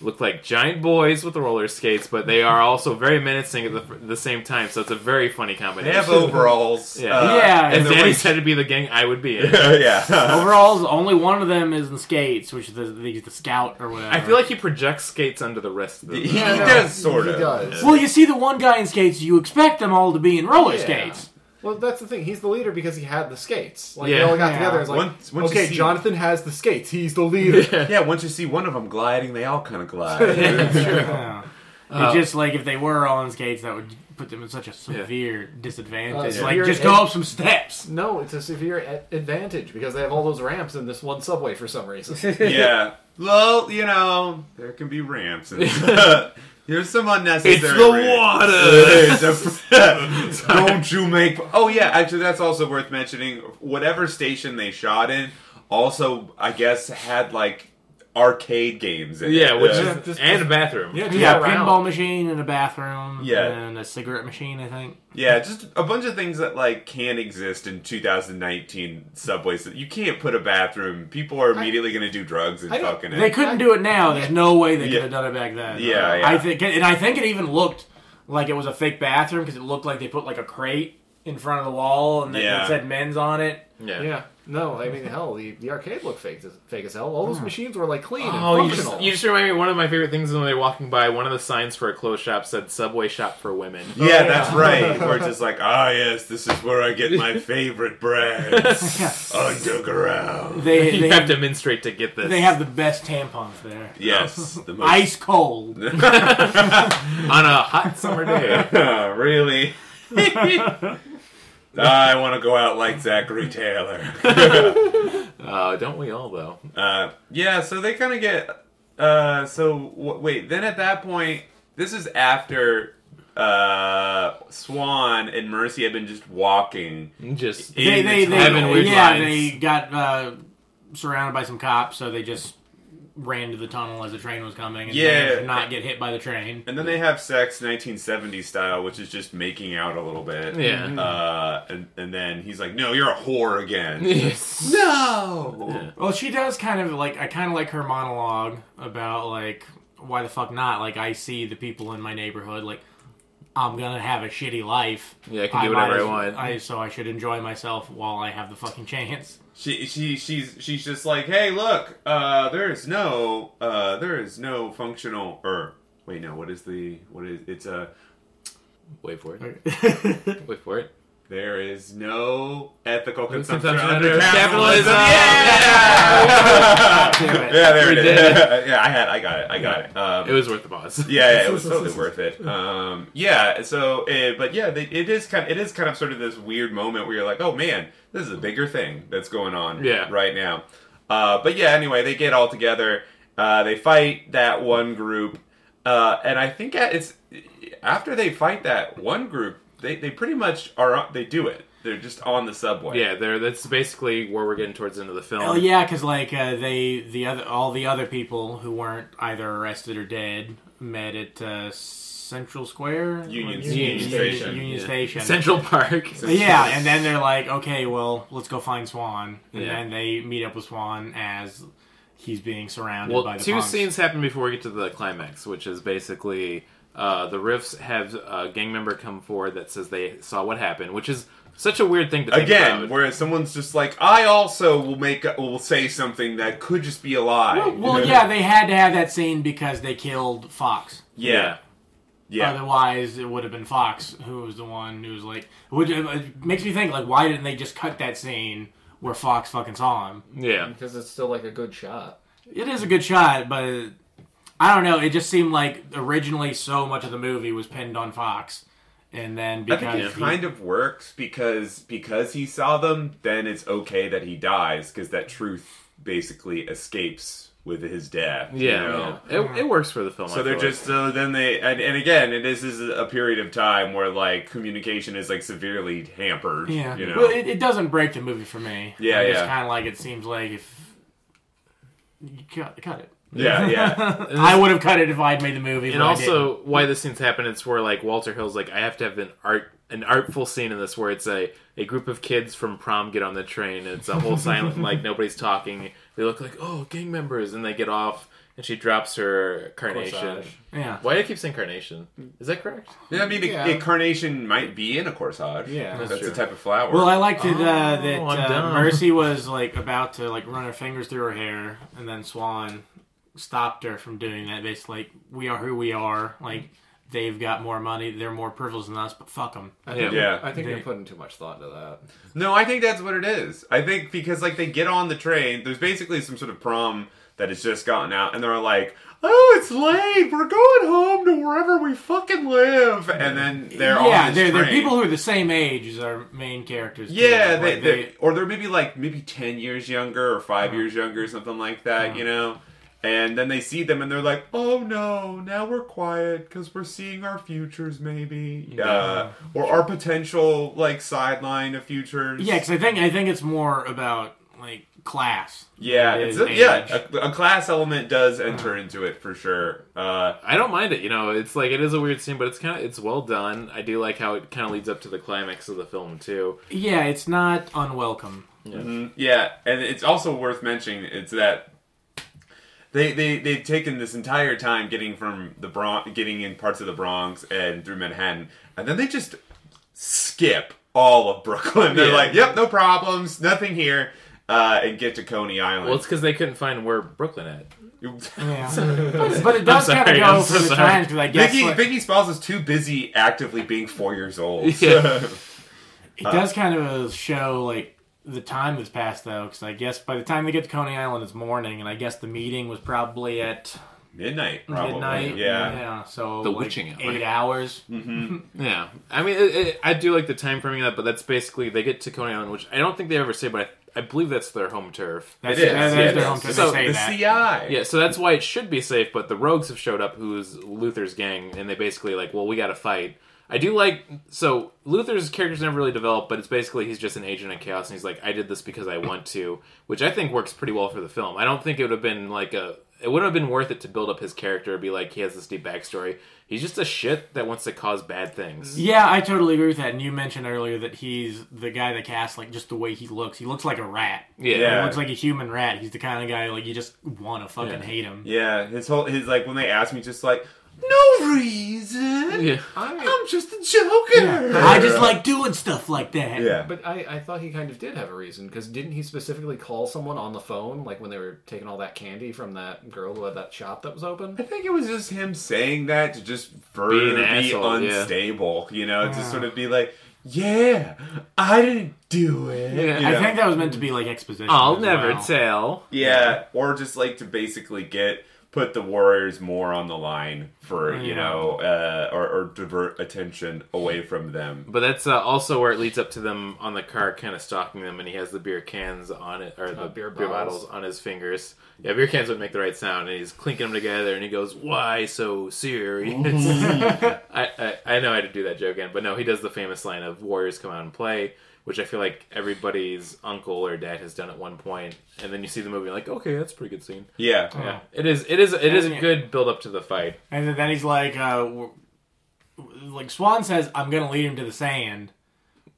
F: look like giant boys with roller skates, but they are also very menacing at the, the same time. So it's a very funny
C: They
F: combination.
C: have overalls. uh,
F: Yeah.
E: Yeah,
C: and
F: If
E: and
C: they're
F: Danny
C: like-
F: said to be the gang, I would be in.
C: *laughs* yeah.
E: *laughs*
F: *laughs*
E: Overalls, only one of them is in skates, which is the, the, the scout or whatever.
F: I feel like he projects skates onto the rest of
C: He,
F: the.
C: he
D: I know.
C: does sort
D: He
C: of.
D: does.
E: Well, you see the one guy in skates, you expect them all to be in roller
D: Yeah. *laughs*
E: skates.
D: Well, that's the thing. He's the leader because he had the skates. Like
F: Yeah.
D: they all got
E: Yeah.
D: together. It's like,
C: Once- once you
D: okay,
C: see-
D: Jonathan has the skates. He's the leader.
C: Yeah, once you see one of them gliding, they all kind of
F: *laughs*
C: glide.
E: Yeah. It's just like if they were all in skates, that would put them in such a severe disadvantage.
D: Uh,
E: Like
D: severe
E: just
D: ed-
E: go up some steps.
D: No, it's a severe a- advantage because they have all those ramps in this one subway for some reason.
C: yeah. Well, you know, there can be ramps.
F: *laughs*
C: And *laughs* Here's some unnecessary. *laughs* ramps.
F: *laughs*
C: water. *laughs* Don't you make? Oh yeah, actually, that's also worth mentioning. Whatever station they shot in, also, I guess, had like arcade games. In
F: Yeah,
C: it.
F: which
C: Uh,
F: is and a bathroom.
D: yeah, just
E: Yeah,
D: go around.
E: pinball machine in a bathroom.
C: Yeah.
E: and a cigarette machine. I think.
C: Yeah, just a bunch of things that like can't exist in 2019 subways. You can't put a bathroom. People are immediately going to do drugs and
D: I don't-
C: fucking.
E: They couldn't do it now. There's no way they
C: Yeah.
E: could have done it back then.
C: Yeah, yeah.
E: I think, and I think it even looked like it was a fake bathroom because it looked like they put like a crate in front of the wall and then
C: Yeah.
E: it said men's on it.
F: Yeah.
D: yeah. No, I mean, hell, the, the arcade looked fake as, fake as hell. All those machines were like clean
F: Oh,
D: and
F: you just,
D: functional.
F: you just remind me. One of my favorite things is when they're walking by. One of the signs for a clothes shop said "Subway Shop for Women."
C: yeah, that's right. Or just like, ah, yes, this is where I get my favorite brands underground.
E: *laughs* They
F: *laughs* You
E: they
F: have
E: have,
F: to menstruate to get this.
E: they have the best tampons there.
C: Yes, the most
E: Ice cold.
F: on a hot
C: *laughs*
F: summer day.
C: really. I want to go out like Zachary Taylor.
F: Uh, don't we all though?
C: Uh, yeah, so they kind of get. Uh, so w- wait, then at that point, this is after uh, Swan and Mercy had been just walking.
F: Just
C: Yeah,
E: they, they,
C: it's
E: they,
F: having weird
E: yeah,
F: lines.
E: they got uh, surrounded by some cops, so they just ran to the tunnel as the train was coming. And
C: Yeah.
E: managed to not get hit by the train.
C: And then they have sex 1970s style, which is just making out a little bit.
F: Yeah.
C: Uh, and, and then he's like, no, you're a whore again.
E: *laughs*
F: yes.
C: no!
E: Well, she does kind of like I kind of like her monologue about like why the fuck not? Like I see the people in my neighborhood, like I'm gonna have a shitty life.
F: Yeah, I can do
E: might
F: whatever I
E: as-
F: want.
E: I so I should enjoy myself while I have the fucking *laughs* chance.
C: she she she's she's just like, hey, look, uh, there is no uh, there is no functional or wait, no, what is the what is it's a
F: Wait for it. Wait for it.
C: There is no ethical consumption,
F: Consumption
C: under
F: under
C: capitalism.
F: capitalism.
C: Yeah, yeah, there it
F: We
C: is.
F: did
C: *laughs* yeah, I had, I got it, I got it. Um,
F: It was worth the pause.
C: yeah, yeah, it was totally worth it. Um, yeah, so, uh, but yeah, they, it is kind, it is kind of sort of this weird moment where you're like, oh man, this is a bigger thing that's going on
F: Yeah.
C: right now. Uh, but yeah, anyway, they get all together. Uh, they fight that one group, uh, and I think at- it's after they fight that one group, they, they pretty much are on- they do it. They're just on the subway.
F: *laughs* Yeah, there. That's basically where we're getting towards the end of the film.
E: Oh yeah, because like uh, they the other all the other people who weren't either arrested or dead met at uh, Central Square,
C: Union-
E: Like,
C: Union Station.
E: Union
F: Yeah.
E: Station.
F: Central Park.
E: yeah, and then they're like, okay, well, let's go find Swan, and
F: Yeah.
E: then they meet up with Swan as he's being surrounded by
F: Well,
E: the
F: two
E: punks.
F: scenes happen before we get to the climax, which is basically uh, the Riffs have a gang member come forward that says they saw what happened, which is such a weird thing to think
C: Again,
F: about.
C: where someone's just like, I also will make will say something that could just be a lie.
E: Oh, Well, yeah, they had to have that scene because they killed Fox.
C: yeah, yeah.
E: Otherwise, it would have been Fox who was the one who was like. Which uh, it makes me think like, why didn't they just cut that scene where Fox fucking saw him?
F: yeah,
D: because it's still like a good shot.
E: It is a good shot, but I don't know. It just seemed like originally so much of the movie was pinned on Fox, and then
C: I
E: because
C: think it
E: he-
C: kind of works because because he saw them, then it's okay that he dies because that truth basically escapes with his dad. you
F: Yeah,
C: know?
F: It, it works for the film. I
C: So they're
F: feel like.
C: just so then they and, and again it is, is a period of time where like communication is like severely hampered.
E: Yeah.
C: you know.
E: Well, it, it doesn't break the movie for me.
C: Yeah,
E: It's
C: yeah.
E: kind of like it seems like if you cut, cut it.
C: yeah,
F: *laughs*
C: yeah,
E: I would have cut it if I'd made the movie.
F: and
E: but I
F: also why this scene's happened it's where like walter hill's like i have to have an art an artful scene in this where it's a a group of kids from prom get on the train and it's a whole silent *laughs* like nobody's talking they look like oh gang members and they get off and she drops her carnation
D: Corsage.
E: didn't. yeah.
F: why do i keep saying carnation is that correct
C: yeah. I mean, a,
D: Yeah.
C: a carnation might be in a corsage.
D: Yeah.
C: that's,
D: That's
C: the
F: true.
C: type of flower.
E: Well, I liked it, uh, that
F: Oh, I'm
E: uh,
F: dumb.
E: Mercy was like about to like run her fingers through her hair, and then Swan stopped her from doing that. Basically, like we are who we are. Like they've got more money, they're more privileged than us, but fuck them.
D: I think,
C: Yeah.
D: I think
E: They-
D: you're putting too much thought into that.
C: No, I think that's what it is. I think because like they get on the train, there's basically some sort of prom that has just gotten out, and they're like, "Oh, it's late. We're going home to wherever we fucking live." And then they're on
E: yeah,
C: this
E: they're, they're
C: train.
E: people who are the same age as our main characters. too.
C: Yeah,
E: Like, Uh-huh.
C: they, they, or they're maybe like maybe ten years younger or five years younger, something like that, you know. And then they see them and they're like, "Oh no, now we're quiet because we're seeing our futures, maybe, uh, or our potential like sideline of futures."
E: yeah, because I think I think it's more about like class.
C: yeah,
E: than it
C: it's
E: is
C: a, yeah.
E: age.
C: A, a class element does enter into it for sure. Uh,
F: I don't mind it, you know. It's like it is a weird scene, but it's kind of it's well done. I do like how it kind of leads up to the climax of the film too.
E: yeah, it's not unwelcome.
C: Mm, Yeah, and it's also worth mentioning it's that they they they've taken this entire time getting from the Bronx, getting in parts of the Bronx and through Manhattan, and then they just skip all of Brooklyn. They're
F: Yeah.
C: like, "Yep, no problems, nothing here," uh, and get to Coney Island.
F: Well, it's because they couldn't find where Brooklyn at. *laughs*
E: Yeah, but, but it does
F: I'm
E: kind of
F: sorry,
E: go
F: I'm
E: for
F: so
E: the
F: sorry.
E: times because I guess
C: Vicky,
E: like-
C: Vicky Spalls is too busy actively being four years old.
F: *laughs* Yeah.
E: It does kind of show like the time that's passed though, because I guess by the time they get to Coney Island, it's morning, and I guess the meeting was probably at
C: *laughs* Midnight, probably.
E: midnight.
C: Yeah. Mm,
E: so
G: The
E: like,
G: witching hour.
E: eight hours.
F: Yeah, I mean, it, it, I do like the time framing of that, but that's basically they get to Coney Island, which I don't think they ever say, but I, I believe that's their home turf.
E: That's,
C: It is,
E: That's
C: yeah, it
E: their
C: is.
E: home turf,
F: So
E: they say
C: The
E: that.
C: CI.
F: Yeah, so that's why it should be safe. But the rogues have showed up, who's Luther's gang, and they basically like, well, we got to fight. I do like so Luther's character's never really developed, but it's basically he's just an agent of chaos, and he's like, I did this because I want to, which I think works pretty well for the film. I don't think it would have been like a. It wouldn't have been worth it to build up his character, be like he has this deep backstory. He's just a shit that wants to cause bad things.
E: Yeah, I totally agree with that. And you mentioned earlier that he's the guy that casts like just the way he looks. He looks like a rat.
C: Yeah.
E: He looks like a human rat. He's the kind of guy like you just want to fucking hate him.
C: Yeah, his whole his like when they asked me, just like no reason.
F: Yeah.
C: I'm just a joker.
E: I just like doing stuff like that.
C: Yeah,
D: But I, I thought he kind of did have a reason because didn't he specifically call someone on the phone like when they were taking all that candy from that girl who had that shop that was open?
C: I think it was just him saying that to just further be,
F: Be an asshole, yeah.
C: unstable. You know, to sort of be like, yeah, I didn't do it.
F: Yeah.
C: you
E: I
C: know?
E: think that was meant to be like exposition.
F: I'll
E: as
F: never
E: well.
F: tell.
C: yeah, or just like to basically get put the warriors more on the line for you
E: Yeah.
C: know, uh, or, or divert attention away from them.
F: But that's uh, also where it leads up to them on the car, kind of stalking them, and he has the beer cans on it or the
D: beer
F: Uh, beer,
D: bottles.
F: bottles. on his fingers. Yeah, beer cans would make the right sound, and he's clinking them together, and he goes, "Why so *laughs* serious?" I, I I know I had to do that joke again, but no, he does the famous line of "Warriors come out and play." Which I feel like everybody's uncle or dad has done at one point, and then you see the movie like, okay, that's a pretty good scene.
C: Yeah,
F: Yeah, it is. It is. It is a good build up to the fight.
E: And then- then he's like, uh, w- like Swan says, "I'm gonna lead him to the sand,"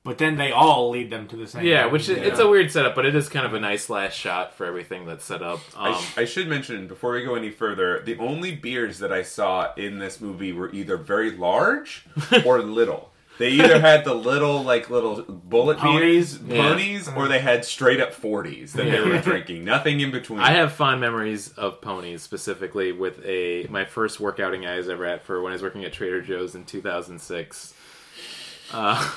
E: but then they all lead them to the sand.
F: Yeah, which is it's a weird setup, but it is kind of a nice last shot for everything that's set up. Um,
C: I, sh- I should mention before we go any further, the only beards that I saw in this movie were either very
F: *laughs*
C: large or little. They either had the little like little bullet
E: Ponies?
C: beers,
F: Yeah.
C: ponies, or they had straight up forties that they were drinking. Nothing in between.
F: I have fond memories of ponies, specifically with a my first workouting I was ever at for when I was working at Trader Joe's in 2006. Uh,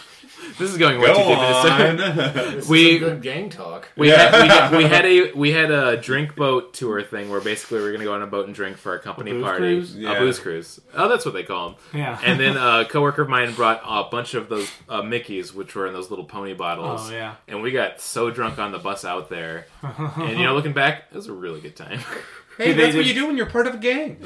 F: *laughs* this is going way
C: go
F: too deep. into this.
C: on.
F: we
D: Some good gang talk.
F: *laughs* we, had, we, had, we had a we had a drink boat tour thing where basically we were going to go on a boat and drink for a company
E: A booze
F: party,
E: cruise?
C: Yeah.
F: a booze cruise. Oh, that's what they call them.
E: Yeah.
F: And then a coworker of mine brought a bunch of those uh, Mickey's, which were in those little pony bottles.
E: Oh, yeah. *laughs*
F: And we got so drunk on the bus out there, and you know, looking back, it was a really good time. *laughs*
C: Hey,
F: they
C: that's what
F: did-
C: you do when you're part of a
F: *laughs*
C: gang.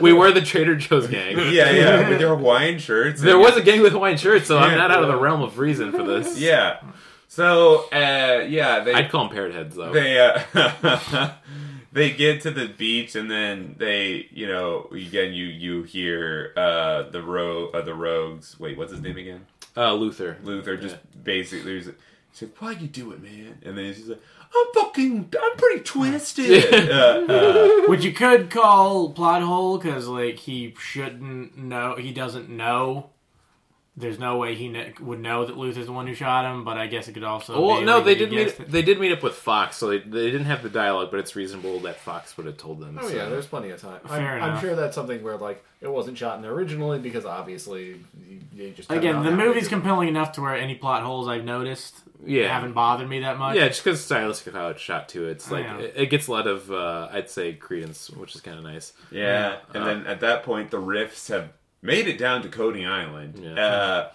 F: we were the Trader Joe's gang.
C: yeah, yeah, with
F: *laughs*
C: your Hawaiian shirts.
F: There
C: and-
F: was a gang with Hawaiian shirts, so I'm
C: Yeah.
F: not out of the realm of reason for this.
C: Yeah. So, uh, yeah, they
F: I'd call them parrot heads though.
C: they uh, *laughs* they get to the beach and then they, you know, again you you hear uh, the ro uh, the rogues. Wait, what's his name again?
F: Uh, Luther.
C: Luther just basically he's like, he's like, "Why you do it, man?" And then he's just like, "I'm fucking, I'm pretty twisted." uh, uh,
E: *laughs* Which you could call plot hole because like he shouldn't know. He doesn't know. There's no way he kn- would know that Luther's the one who shot him. But I guess it could also.
F: Well,
E: be,
F: no,
E: like,
F: they
E: he
F: did meet.
E: guessed it.
F: They did meet up with Fox, so they, they didn't have the dialogue, but it's reasonable that Fox would have told them.
D: Oh
F: so.
D: yeah, there's plenty of time.
E: Fair
D: I'm, I'm
E: enough.
D: sure that's something where like it wasn't shot in originally because obviously you, you just cut it
E: Again,
D: out
E: the
D: that way.
E: movie's compelling enough to where any plot holes I've noticed
F: Yeah.
E: haven't bothered me that much.
F: Yeah, just because stylistic how it's shot too, it's like
E: Oh, Yeah.
F: it, it gets a lot of uh, I'd say credence, which is kind of nice.
C: yeah, and then at that point, the rifts have made it down to Coney Island.
F: Yeah.
C: Uh,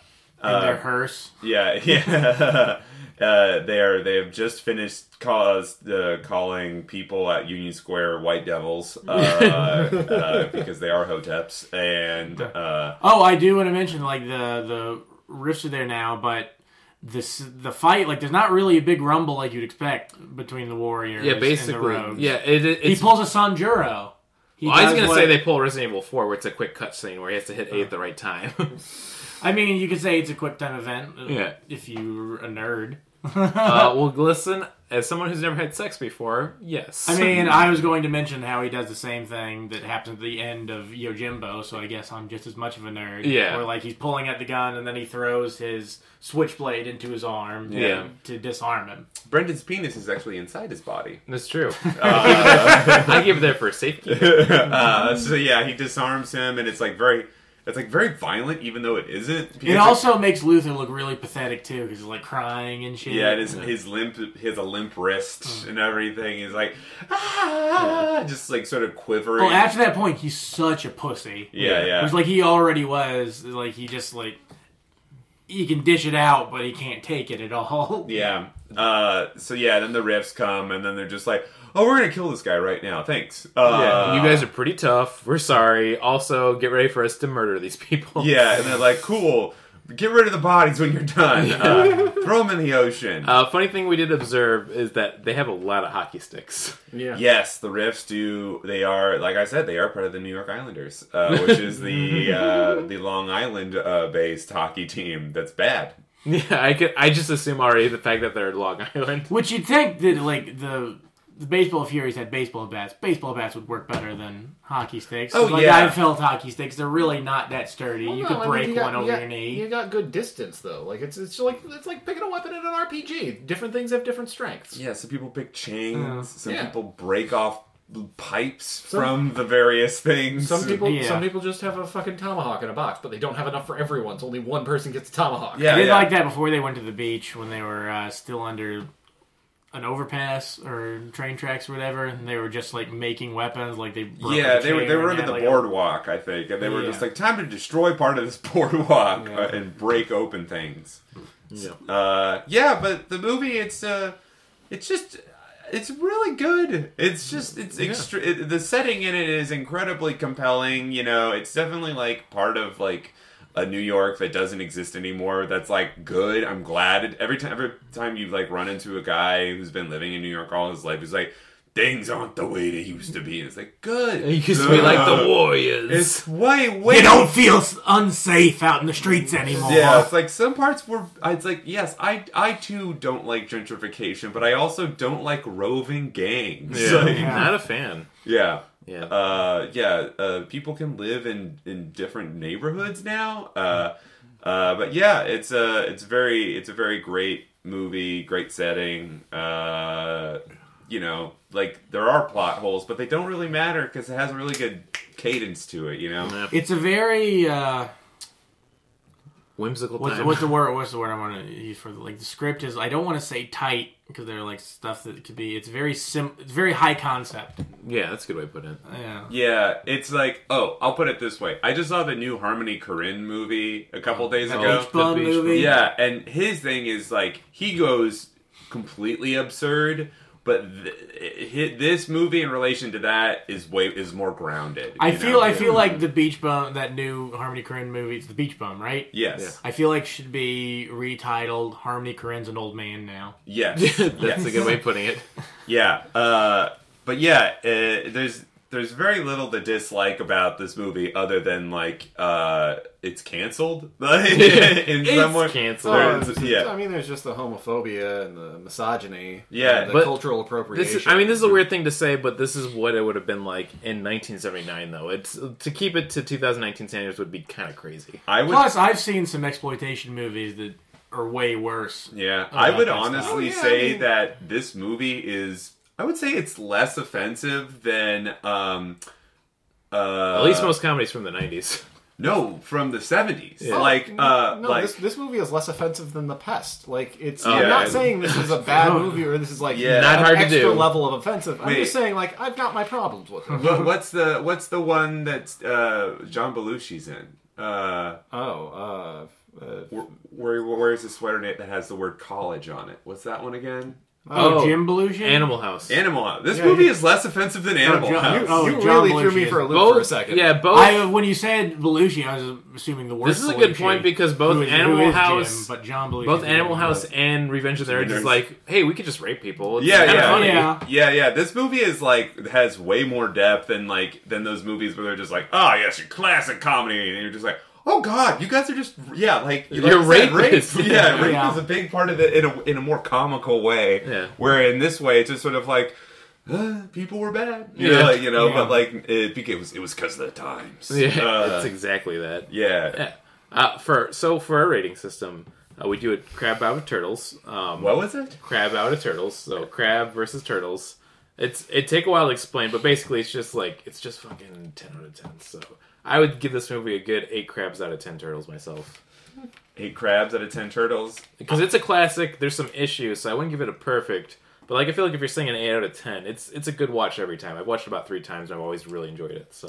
E: And their hearse.
C: Yeah, *laughs* yeah. uh, they are. They have just finished caused uh, calling people at Union Square white devils
E: *laughs*
C: uh, uh, because they are hoteps. And uh,
E: Oh, I do want to mention like the the rifts are there now, but this the fight like there's not really a big rumble like you'd expect between the warriors.
F: Yeah,
E: and the
F: basically.
E: rogues.
F: yeah, it, it,
E: he
F: it's.
E: pulls a Sanjuro. He
F: well, I was
E: does
F: gonna
E: what-
F: say they pull Resident Evil Four, where it's a quick cutscene where he has to hit A at the right time.
E: I mean, you could say it's a quick time event. uh,
F: Yeah.
E: If you're a nerd.
F: uh, well, listen, as someone who's never had sex before, yes.
E: I mean, I was going to mention how he does the same thing that happens at the end of Yojimbo, so I guess I'm just as much of a nerd.
F: Yeah.
E: Where, like, he's pulling at the gun and then he throws his switchblade into his arm
F: Yeah.
E: to disarm him.
C: Brendan's penis is actually inside his body.
F: that's true. Uh, I give it there for safety.
C: *laughs* uh, so yeah, he disarms him, and it's like very, it's like very violent, even though it isn't.
E: It
C: because-
E: also makes Luther look really pathetic, too, because he's, like, crying and shit.
C: Yeah, and his, his limp, his a limp
E: Mm.
C: wrist and everything. He's like, ah, just like sort of quivering.
E: Well, after that point, he's such a pussy.
C: yeah, yeah.
E: It was like he already was. Like, he just, like, he can dish it out, but he can't take it at all.
C: Yeah. Uh, so yeah, then the riffs come, and then they're just like, "Oh, we're gonna kill this guy right now." Thanks. Uh,
F: you guys are pretty tough. We're sorry. Also, get ready for us to murder these people.
C: Yeah, and they're like, "Cool, get rid of the bodies when you're done. Uh, throw them in the ocean."
F: Uh, funny thing we did observe is that they have a lot of hockey sticks.
D: yeah.
C: Yes, the riffs do. They are, like I said, they are part of the New York Islanders, *laughs* uh, which is the uh, the Long Island-based hockey team that's bad.
F: *laughs* Yeah, I could. I just assume already the fact that they're Long Island. *laughs*
E: Which you'd think that like the the baseball furies had baseball bats. Baseball bats would work better than hockey sticks. 'Cause,
C: Oh,
E: like,
C: yeah.
E: I felt hockey sticks. They're really not that sturdy.
D: Well,
E: you
D: no, I
E: could
D: mean,
E: break
D: got-
E: one over
D: got-
E: your knee.
D: You got good distance though. Like it's it's like it's like picking a weapon in an RPG. Different things have different strengths.
C: Yeah, some people pick chains. Some
D: Yeah.
C: people break off pipes from the various things.
D: Some people
E: Yeah.
D: some people just have a fucking tomahawk in a box, but they don't have enough for everyone. So only one person gets a tomahawk.
E: I
C: Yeah,
E: did
C: yeah.
E: like that before they went to the beach when they were uh, still under an overpass or train tracks or whatever, and they were just like making weapons. Like they broke
C: Yeah,
E: a
C: they were
E: chair
C: they were
E: and
C: under
E: had,
C: the
E: like, a-
C: boardwalk, I think, and they were
E: Yeah.
C: just like time to destroy part of this *laughs* boardwalk uh, and break open things.
F: Yeah.
C: Uh, yeah, but the movie, it's uh, it's just. It's really good. It's just it's extra. It, the setting in it is incredibly compelling. You know, it's definitely like part of like a New York that doesn't exist anymore. That's like good. I'm glad it, every time every time you like run into a guy who's been living in New York all his life, he's like things aren't the way they used to be. And it's like good.
F: It used to be like the Warriors.
C: It's way, way.
E: They don't feel s- unsafe out in the streets anymore.
C: Yeah, it's like some parts were. It's like yes, I, I too don't like gentrification, but I also don't like roving gangs.
F: Yeah.
C: *laughs* Like,
F: Not a fan.
C: yeah,
F: Yeah.
C: uh, yeah. Uh, people can live in in different neighborhoods now. Uh, uh, but yeah, it's a it's very it's a very great movie, great setting. Uh, you know, like there are plot holes, but they don't really matter because it has a really good cadence to it. You know.
F: Yeah.
E: It's a very uh,
F: Whimsical
E: What's,
F: time.
E: what's the word? What's the word I want to use for the, like the script is? I don't want to say tight because they're like stuff that could be. It's very sim. It's very high concept.
F: yeah, that's a good way to put *laughs* it.
E: Yeah.
C: Yeah, it's like oh, I'll put it this way. I just saw the new Harmony Korine movie a couple days ago.
E: Beach Bum
F: Oh, The Beach
E: movie.
C: Yeah, and his thing is like he goes completely absurd But th- hi- this movie in relation to that is way is more grounded.
E: I
C: you
E: feel
C: know?
E: I feel like the Beach Bum, that new Harmony Korine movie, it's the Beach Bum, right?
C: yes,
E: I feel like should be retitled Harmony Korine's an old man now. *laughs*
C: yes,
F: That's a good way of putting it.
C: Yeah, uh, but yeah, uh, there's there's very little to dislike about this movie other than like uh, it's canceled *laughs* *laughs* in
F: *laughs*
C: some way.
F: It's canceled.
C: There
D: Oh,
C: is-
D: it's-
C: yeah.
D: I mean, there's just the homophobia and the misogyny.
C: Yeah,
D: and the
F: but
D: cultural
F: This
D: appropriation.
F: is, I mean, this is a weird thing to say, but this is what it would have been like in 1979, though. It's to keep it to 2019 standards would be kind of crazy.
C: I would.
E: Plus, I've seen some exploitation movies that are way worse.
C: yeah, I would
E: that's not-
C: honestly
D: Oh, yeah, I
C: say
D: mean-
C: that this movie is. I would say it's less offensive than. Um, uh,
F: At least most comedies from the 90s.
C: no from the seventies.
F: Yeah.
C: Like uh,
D: Oh, no,
C: like
D: this, this movie is less offensive than The Pest. Like, it's.
C: Oh,
D: I'm
C: yeah.
D: not saying this is a
F: *laughs*
D: bad movie or this is like
C: Yeah.
F: Not
D: an
F: hard to
D: extra
F: do.
D: level of offensive. I'm
C: Wait.
D: just saying, like, I've got my problems
F: *laughs*
D: with it.
C: what, what's the what's the one that's uh, John Belushi's in? Uh,
D: oh, uh, uh,
C: Where, where where's the sweater knit that has the word college on it? What's that one again?
E: Oh,
F: Oh,
E: Jim Belushi?
F: Animal House.
C: Animal House. This movie is less offensive than Animal
E: John-
C: House.
E: oh,
D: you
E: John
D: really threw
E: Belushi
D: me
E: is-
D: for a loop
F: both,
D: for a second.
F: Yeah, both.
E: I, when you said Belushi, I was assuming the worst.
F: This is a good
E: Belushi,
F: point because both
E: who is- who
F: Animal
E: is
F: House-
E: Jim, but John Belushi,
F: both Animal House and Revenge of the Nerds
C: Nerds.
F: is like, hey, we could just rape people. It's
C: yeah,
F: kinda
C: yeah,
F: funny.
E: yeah.
C: yeah, yeah. This movie is like has way more depth than like than those movies where they're just like, oh yes, your classic comedy, and you're just like, oh god, you guys are just yeah, like you
F: You're
C: like you said,
F: rapists.
C: Rape. *laughs* Yeah, rape
E: Yeah.
C: is a big part of it in a in a more comical way.
F: Yeah.
C: Where in this way, it's just sort of like. Uh, people were bad, you
F: Yeah.
C: know, like, you know,
E: Yeah.
C: but like it, beca- it was it was because of the times.
F: *laughs* Yeah,
C: Uh,
F: that's exactly that.
C: yeah.
F: Yeah. Uh, for so for our rating system, uh, we do it crab out of turtles. Um,
C: What was it?
F: crab out of turtles. So crab versus turtles. It's it take a while to explain, but basically it's just like it's just fucking ten out of ten. So I would give this movie a good eight crabs out of ten turtles myself
C: Eight crabs out of ten turtles.
F: because it's a classic. There's some issues, so I wouldn't give it a perfect. But like I feel like if you're saying an eight out of ten, it's it's a good watch every time. I've watched it about three times and I've always really enjoyed it. So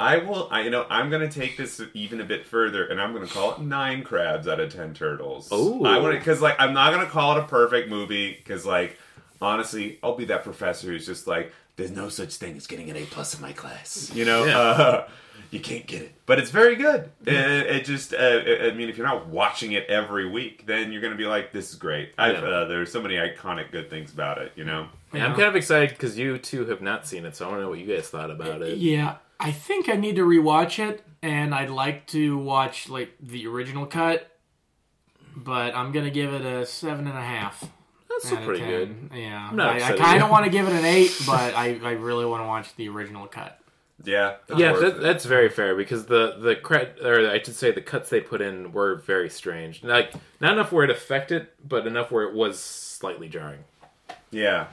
C: I will. I you know I'm gonna take this even a bit further, and I'm gonna call it nine crabs out of ten turtles.
F: Ooh.
C: I want because like I'm not gonna call it a perfect movie because like honestly, I'll be that professor who's just like, there's no such thing as getting an A plus in my class. You know,
F: Yeah. Mm-hmm.
C: uh, you can't get it, but it's very good. It, it just, uh, I I mean, if you're not watching it every week, then you're gonna be like, this is great. I've,
F: Yeah.
C: uh, there's so many iconic good things about it. You know.
F: yeah, I'm kind of excited because you two have not seen it, so I want to know what you guys thought about it.
E: Yeah, I think I need to rewatch it, and I'd like to watch like the original cut, but I'm gonna give it a seven and a half.
F: That's still
E: out of
F: pretty
E: 10.
F: good.
E: Yeah,
F: not
E: I,
F: upset at
E: kind of
F: you.
E: want to give it an *laughs* eight, but I, I really want to watch the original cut.
C: Yeah. that's
F: Yeah,
C: worth
F: that,
C: it.
F: that's very fair because the the cred, or I should say the cuts they put in were very strange. Like not enough where it affected, but enough where it was slightly jarring.
C: yeah.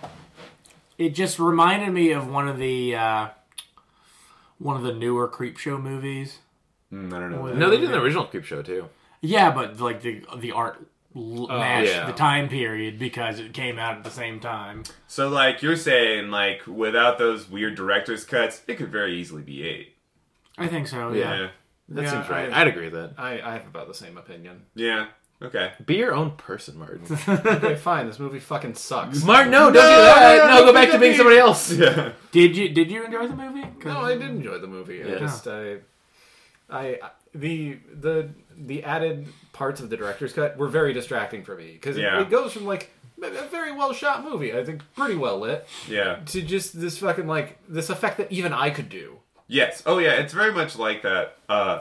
E: It just reminded me of one of the uh, one of the newer creep show movies.
C: Mm, I don't know.
F: No, they did an original creep show too.
E: Yeah, but like the the art l- matched
F: Oh, yeah.
E: the time period because it came out at the same time.
C: So, like, you're saying, like, without those weird director's cuts, it could very easily be eight.
E: I think so. Yeah.
C: Yeah.
F: That
D: Yeah,
F: seems right.
D: I-
F: I'd agree with that.
D: I, I have about the same opinion.
C: Yeah. Okay.
F: Be your own person, *laughs* Martin.
D: Okay, fine. This movie fucking sucks.
F: Martin, no, don't do
C: No,
F: that.
C: no,
F: No,
C: no,
F: go
C: don't
F: back
C: do
F: to
C: that
F: being
C: to
F: somebody else.
C: Yeah.
E: Did you did you enjoy the movie? 'Cause-
D: No, *laughs* I did enjoy the movie. I
F: Yeah.
D: just I, I the the the added parts of the director's cut were very distracting for me because
C: Yeah.
D: it, it goes from like a very well shot movie, I think pretty well lit,
C: Yeah.
D: to just this fucking like this effect that even I could do.
C: Yes. Oh, yeah. It's very much like that. Uh,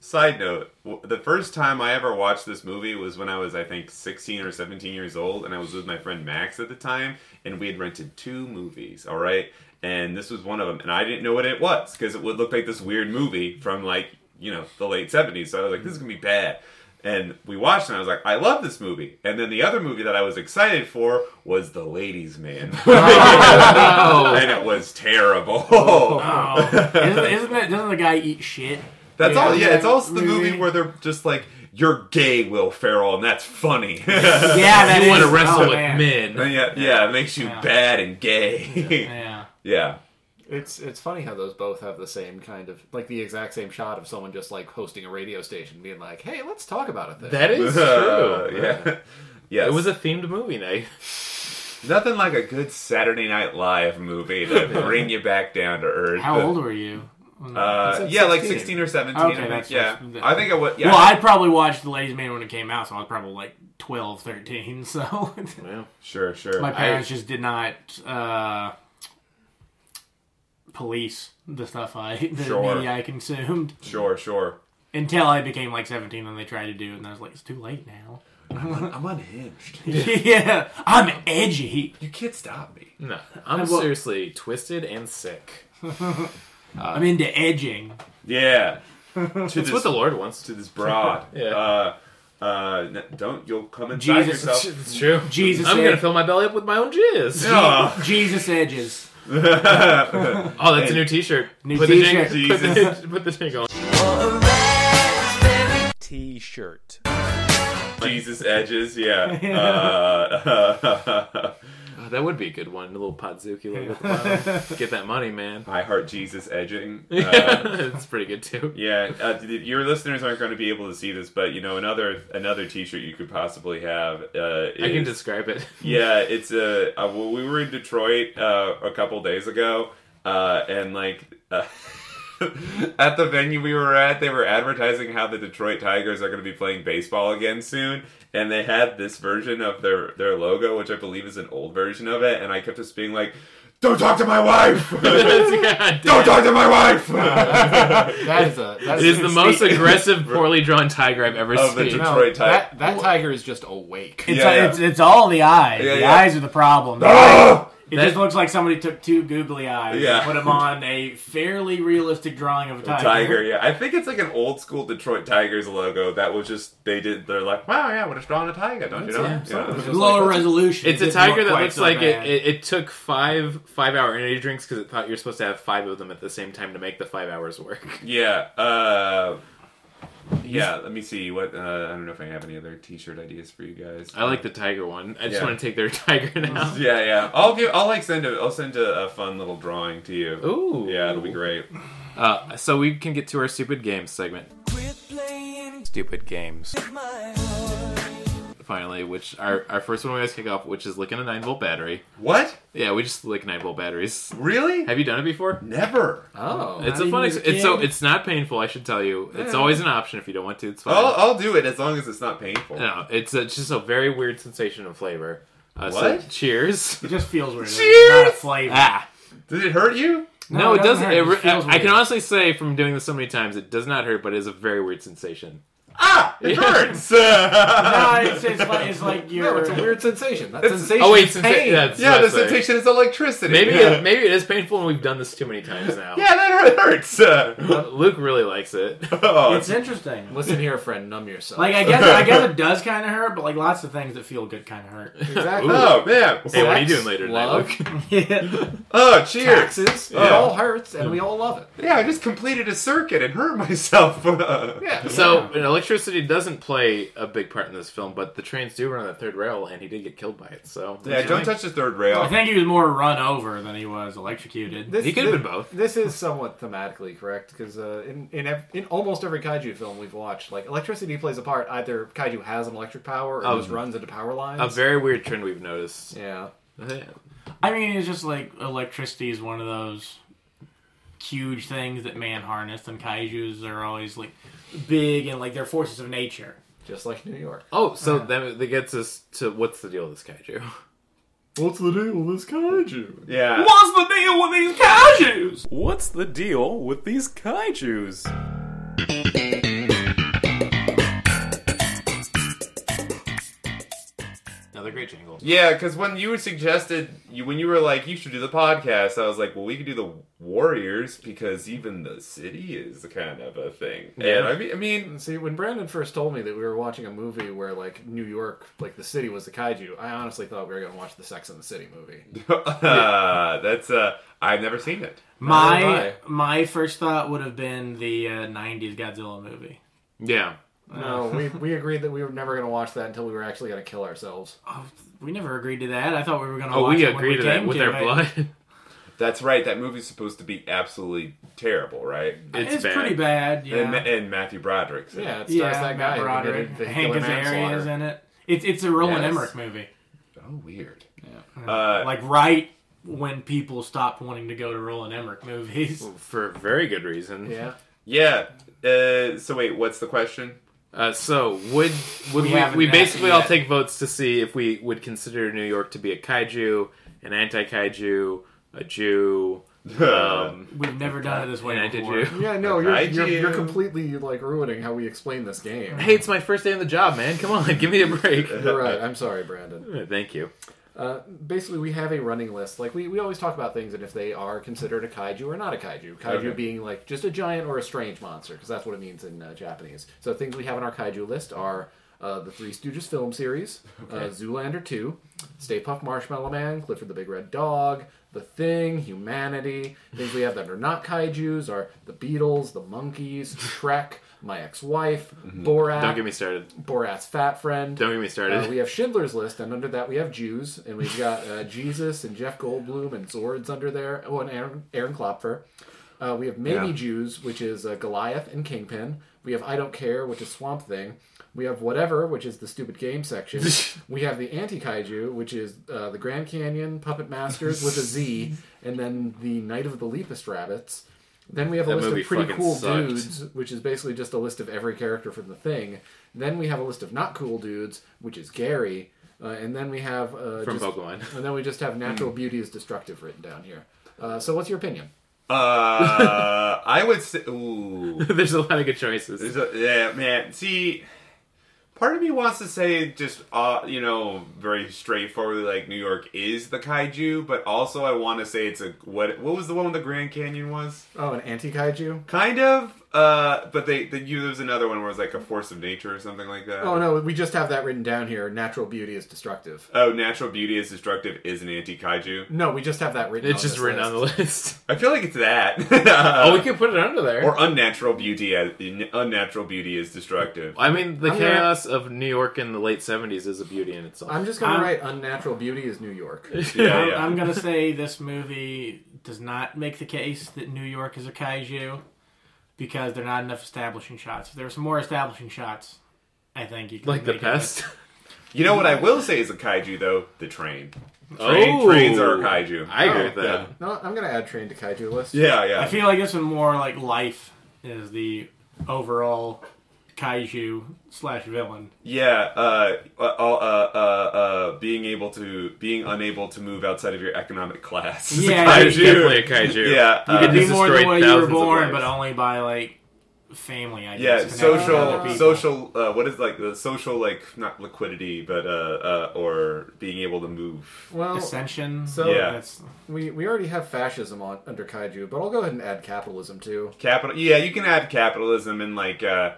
C: side note: w- the first time I ever watched this movie was when I was, I think, sixteen or seventeen years old, and I was with my friend Max at the time, and we had rented two movies. All right, and this was one of them, and I didn't know what it was because it would look like this weird movie from like you know the late seventies. So I was like, this is gonna be bad. And we watched it, and I was like, I love this movie. And then the other movie that I was excited for was The Ladies' Man. *laughs* and it was terrible.
E: Oh, isn't, isn't it? Doesn't the guy eat
F: *laughs*
E: shit?
C: That's
E: Yeah,
C: all. Yeah,
E: yeah,
C: it's also the
E: movie.
C: movie where they're just like, "You're gay, Will Ferrell," and that's funny. *laughs*
E: Yeah,
C: yeah,
E: that
F: You want to
E: is-
F: wrestle
E: oh,
F: with
E: man.
F: men?
C: yeah, yeah, it makes you
E: Yeah.
C: bad and gay.
E: Yeah.
C: *laughs* yeah,
D: It's it's funny how those both have the same kind of like the exact same shot of someone just like hosting a radio station being like, "Hey, let's
C: *laughs*
D: talk about a thing."
F: That is true.
C: Uh, yeah, yeah.
F: It was a themed movie night.
C: *laughs* Nothing like a good Saturday Night Live movie
E: *laughs*
C: to bring you back down to earth.
E: How old were
F: *laughs*
E: you?
C: Uh,
D: It's at
C: yeah, like
D: 16.
C: sixteen or seventeen.
E: Okay,
C: I think.
E: that's-
C: yeah,
E: that's-
C: I think I would. Yeah,
E: Well, I probably watched The Ladies' Man when it came out, so I was probably like 12, 13, *laughs* so
F: Yeah.
C: sure, sure.
E: my parents just did not uh, police the stuff I the
C: Sure.
E: media I consumed
C: Sure, sure.
E: until I became like 17 and they tried to do it and I was like it's too late now.
C: I'm unhinged.
E: *laughs* yeah, I'm edgy.
C: You can't stop me.
F: No, I'm
E: well-
F: seriously twisted and sick.
E: I'm into edging.
C: *laughs* Yeah,
F: It's what the Lord wants
C: to
F: to.
C: this *laughs* broad.
F: Yeah.
C: Uh, uh, n- don't you'll come inside
E: Jesus.
C: yourself.
E: *laughs*
F: It's true.
E: Jesus
F: I'm
E: said-
F: gonna fill my belly up with my own
C: *laughs*
F: jizz.
C: Oh.
E: Jesus edges.
F: Oh, that's a new T-shirt.
E: New
F: put the
E: t-shirt.
F: jing- put the- *laughs* Put the jingle. on.
A: T-shirt.
C: *laughs* Jesus edges. Yeah. Uh, *laughs*
F: Oh, that would be a good one. A little Podzuki logo. at the bottom. Get that money, man.
C: I heart Jesus edging. Uh,
F: *laughs* it's pretty good too.
C: Yeah, uh, th- th- your listeners aren't going to be able to see this, but you know another another T-shirt you could possibly have. Uh, is,
F: I can describe *laughs* it.
C: yeah, it's a. Uh, well, we were in Detroit uh, a couple days ago, uh, and like uh, *laughs* at the venue we were at, they were advertising how the Detroit Tigers are going to be playing baseball again soon, and they had this version of their their logo, which I believe is an old version of it, and I kept just being like, "Don't talk to my wife! Don't
F: God damn.
C: talk to my wife!"
G: That is a that
F: It is the most *laughs* aggressive, poorly drawn tiger I've ever
E: Oh,
C: Of the
F: seen.
C: Detroit- Detroit tiger.
G: That, that tiger is just awake.
E: It's,
C: Yeah, yeah.
E: It's, it's all the eyes.
C: Yeah,
E: the
C: yeah.
E: eyes are the problem.
C: Ah!
E: It
F: That-
E: just looks like somebody took two googly eyes
C: Yeah.
E: and put them on a fairly realistic drawing of a
C: *laughs*
E: tiger.
C: Tiger, yeah. I think it's like an old school Detroit Tigers logo that was just they did. They're like, wow, yeah, we're just drawing a tiger, don't you know?
F: Yeah,
C: Yeah.
E: Lower resolution.
F: It's
E: It
F: a
E: didn't look
F: tiger that
E: quite
F: looks
E: so
F: like it,
E: bad.
F: it, it took five five hour energy drinks because it thought you were supposed to have five of them at the same time to make the five hours work.
C: Yeah. Uh, yeah. Let me see. What uh, I don't know if I have any other T-shirt ideas for you guys.
F: I like the tiger one. I just
C: Yeah.
F: want to take their *laughs* tiger now.
C: Yeah, yeah. I'll give. I'll like send a. I'll send a, a fun little drawing to you.
F: Ooh.
C: Yeah, it'll be great.
F: Uh, so we can get to our stupid games segment. Stupid games. Finally, which our our first one we always kick off, which is licking a nine volt battery.
C: What?
F: Yeah, we just lick nine volt batteries.
C: Really?
F: Have you done it before?
C: Never.
G: Oh.
F: It's a
E: even
F: fun.
E: as
F: Ex-
E: a
F: it's so.
E: kid?
F: It's not painful. I should tell you. It's always an option if you don't want to. It's fine.
C: I'll, I'll do it as long as it's not painful.
F: No, it's, a, it's just a very weird sensation of flavor. Uh, So
C: What?
E: *laughs*
F: cheers.
E: It just feels weird. It's
F: Cheers!
E: not a flavor.
F: Ah.
C: Did it hurt you?
F: No,
E: No, it
F: it
E: doesn't
F: doesn't.
E: hurt,
F: it
E: it
F: re-
E: just feels
F: I, I can
E: weird.
F: honestly say from doing this so many times, it does not hurt, but it is a very weird sensation.
C: Ah, it
F: Yeah. *laughs*
C: hurts.
E: No, *laughs*
C: *laughs*
E: it's, it's like, it's like
D: No,
E: you're.
D: it's a weird sensation. That
C: It's-
D: sensation
F: Oh wait,
D: is
F: sensa-
D: pain.
F: that's-
C: yeah, the
F: that's right.
C: sensation is electricity.
F: Maybe
C: yeah.
F: it, maybe it is painful, and we've done this too many times now.
C: Yeah, that hurts. *laughs* Uh,
F: Luke really likes it.
C: oh,
E: It's interesting.
G: Listen here, friend, numb yourself.
E: Like I guess I
F: *laughs*
E: guess it does kind of hurt, but like lots of things that feel good kind of hurt.
D: Exactly.
C: Oh man!
F: Hey, what are you doing
G: Sex,
F: later
G: love,
F: tonight, Luke?
C: Oh, cheers!
D: Taxes. It
C: Yeah.
D: all hurts, and we all love it.
C: Yeah, I just completed a circuit and hurt myself. *laughs* yeah.
F: So and electricity doesn't play a big part in this film, but the trains do run on the third rail, and he did get killed by it. So
C: Yeah, don't touch the third rail.
A: *laughs*
E: I think he was more run over than he was electrocuted.
D: This,
F: He could have been both.
D: This is somewhat thematically correct because uh, in in, ev- in almost every kaiju film we've watched, like electricity plays a part. Either kaiju has an electric power or
F: Um,
D: just runs into power lines.
F: A very weird trend we've noticed.
D: yeah.
E: I mean, it's just like electricity is one of those huge things that man harnessed, and kaiju's are always like big and like they're forces of nature.
D: Just like New York.
F: Oh, so that, that gets us to what's the deal with this kaiju?
D: What's the deal with this kaiju?
C: yeah.
E: What's the deal with these kaiju's?
A: What's the deal with these kaiju's?
F: Another great jingle.
C: Yeah, because when you suggested, you, when you were like, you should do the podcast, I was like, well, we could do the Warriors because even the city is kind of a thing. And I mean, I mean, *laughs*
D: See, when Brandon first told me that we were watching a movie where like New York, like the city was the kaiju, I honestly thought we were going to watch the Sex and the City movie.
C: uh, that's uh, I've never seen it.
E: My my first thought would have been the uh, '90s Godzilla movie.
F: Yeah.
D: No, we, we agreed that we were never going to watch that until we were actually going to kill ourselves.
E: Oh, we never agreed to that. I thought we were going to.
F: Oh,
E: watch
F: we
E: it when
F: agreed to that
E: came
F: with our
E: it.
F: blood. *laughs*
C: That's right. That movie's supposed to be absolutely terrible, right?
E: It's, pretty bad. Yeah,
C: And, Ma- and Matthew Broderick's. in it.
D: *laughs* Yeah, it stars
E: yeah.
D: that
E: Matt
D: guy who
E: Broderick,
D: committed vehicular
E: Hank Azaria is
D: manslaughter.
E: in it. It's it's a Roland
F: Yes.
E: Emmerich movie.
C: How weird.
E: Yeah.
C: Uh,
E: like right when people stopped wanting to go to Roland Emmerich movies.
F: *laughs* for very good reason.
D: Yeah.
C: Yeah. Uh, so wait, what's the question?
F: Uh, so would
E: We
F: would we?
E: haven't
F: We,
E: met
F: basically all
E: yet.
F: take votes to see if we would consider New York to be a kaiju, an anti-kaiju, a Jew. Um,
E: We've never done it this way
F: and I did
E: before.
F: you.
D: Yeah, no, you're,
C: I
D: you're,
C: do.
D: you're completely like ruining how we explain this game.
F: *laughs*
D: *laughs*
F: Hey, it's my first day on the job, man. Come on, *laughs* give me a break.
D: You're right. I'm sorry, Brandon.
F: Thank you.
D: Uh, basically, we have a running list. Like, we, we always talk about things and if they are considered a kaiju or not a kaiju. Kaiju
C: Okay.
D: being, like, just a giant or a strange monster, because that's what it means in uh, Japanese. So, things we have on our kaiju list are uh, the Three Stooges film series, uh, Zoolander 2, Stay Puft Marshmallow Man, Clifford the Big Red Dog, The Thing, Humanity. Things we have that are not kaijus are The Beatles, The Monkeys, Shrek, My Ex Wife, Borat,
F: Mm-hmm. Don't get me started.
D: Borat's Fat Friend.
F: Don't get me started.
D: Uh, we have Schindler's List, and under that we have Jews, and we've got uh, *laughs* Jesus and Jeff Goldblum and Zords under there. Oh, and Aaron, Aaron Klopfer. Uh, we have Maybe
C: Yeah.
D: Jews, which is uh, Goliath and Kingpin. We have I Don't Care, which is Swamp Thing. We have Whatever, which is the stupid
F: *laughs*
D: game section. we have the Anti Kaiju, which is uh, the Grand Canyon, Puppet Masters with a
F: *laughs*
D: Z, and then the Night of the Lepus Rabbits. Then we have a
F: That
D: list
F: movie
D: of pretty
F: fucking
D: cool
F: sucked.
D: dudes, which is basically just a list of every character from the thing. Then we have a list of not cool dudes, which is Gary, uh, and then we have uh,
F: From
D: just,
F: Pokemon.
D: *laughs* and then we just have natural beauty is destructive written down here. Uh, so, what's your opinion?
C: Uh, I would say. Ooh.
F: *laughs* There's a lot of good choices.
C: There's a- yeah, man. See, part of me wants to say just, uh, you know, very straightforwardly, like New York is the kaiju, but also I want to say it's a what? What was the one with the Grand Canyon was?
D: Oh, an anti kaiju?
C: Kind of. Uh, but they, they you, there was another one where it was like a force of nature or something like that.
D: Oh no, we just have that written down here. Natural beauty is destructive.
C: Oh, natural beauty is destructive is an anti kaiju.
D: No, we just have that written.
F: It's
D: on
F: just
D: this
F: written
D: list.
F: on the list. *laughs*
C: I feel like it's that. *laughs*
F: oh, we could put it under there.
C: or unnatural beauty as unnatural beauty is destructive.
F: I mean, the
D: I'm gonna-
F: chaos of New York in the late '70s is a beauty in itself.
D: I'm just gonna
E: I'm-
D: write unnatural beauty is
F: *laughs*
D: New York.
C: Yeah,
E: I'm,
C: yeah.
E: I'm gonna say this movie does not make the case that New York is a kaiju because there are not enough establishing shots. If there were some more establishing shots, I think you could
F: like the
E: make it a-
F: *laughs* pest.
C: You know what I will say is a kaiju though the train.
F: Oh.
C: Train, Trains are a kaiju.
F: I agree with that.
C: Yeah.
D: no, I'm gonna add train to kaiju list.
C: Yeah, yeah.
E: I feel like this one more like life is the overall kaiju slash villain.
C: Yeah, uh, uh, uh, uh, uh, being able to being unable to move outside of your economic class. is a
E: Yeah,
F: Kaiju.
C: kaiju.
F: Definitely a *laughs* kaiju.
C: Yeah,
E: You
C: uh,
E: could be
F: he's
E: more the
F: destroyed
E: way you were
F: thousands of
E: born,
F: lives.
E: but only by like family. I
C: yeah.
E: guess, connected to other
C: Social,
E: people.
C: social. Uh, what is like the social like not liquidity, but uh, uh, or being able to move.
D: Well,
E: ascension.
D: So-
C: Yeah.
E: that's,
D: we we already have fascism on under kaiju, but I'll go ahead and add capitalism too.
C: Capital. Yeah, you can add capitalism and like. Uh,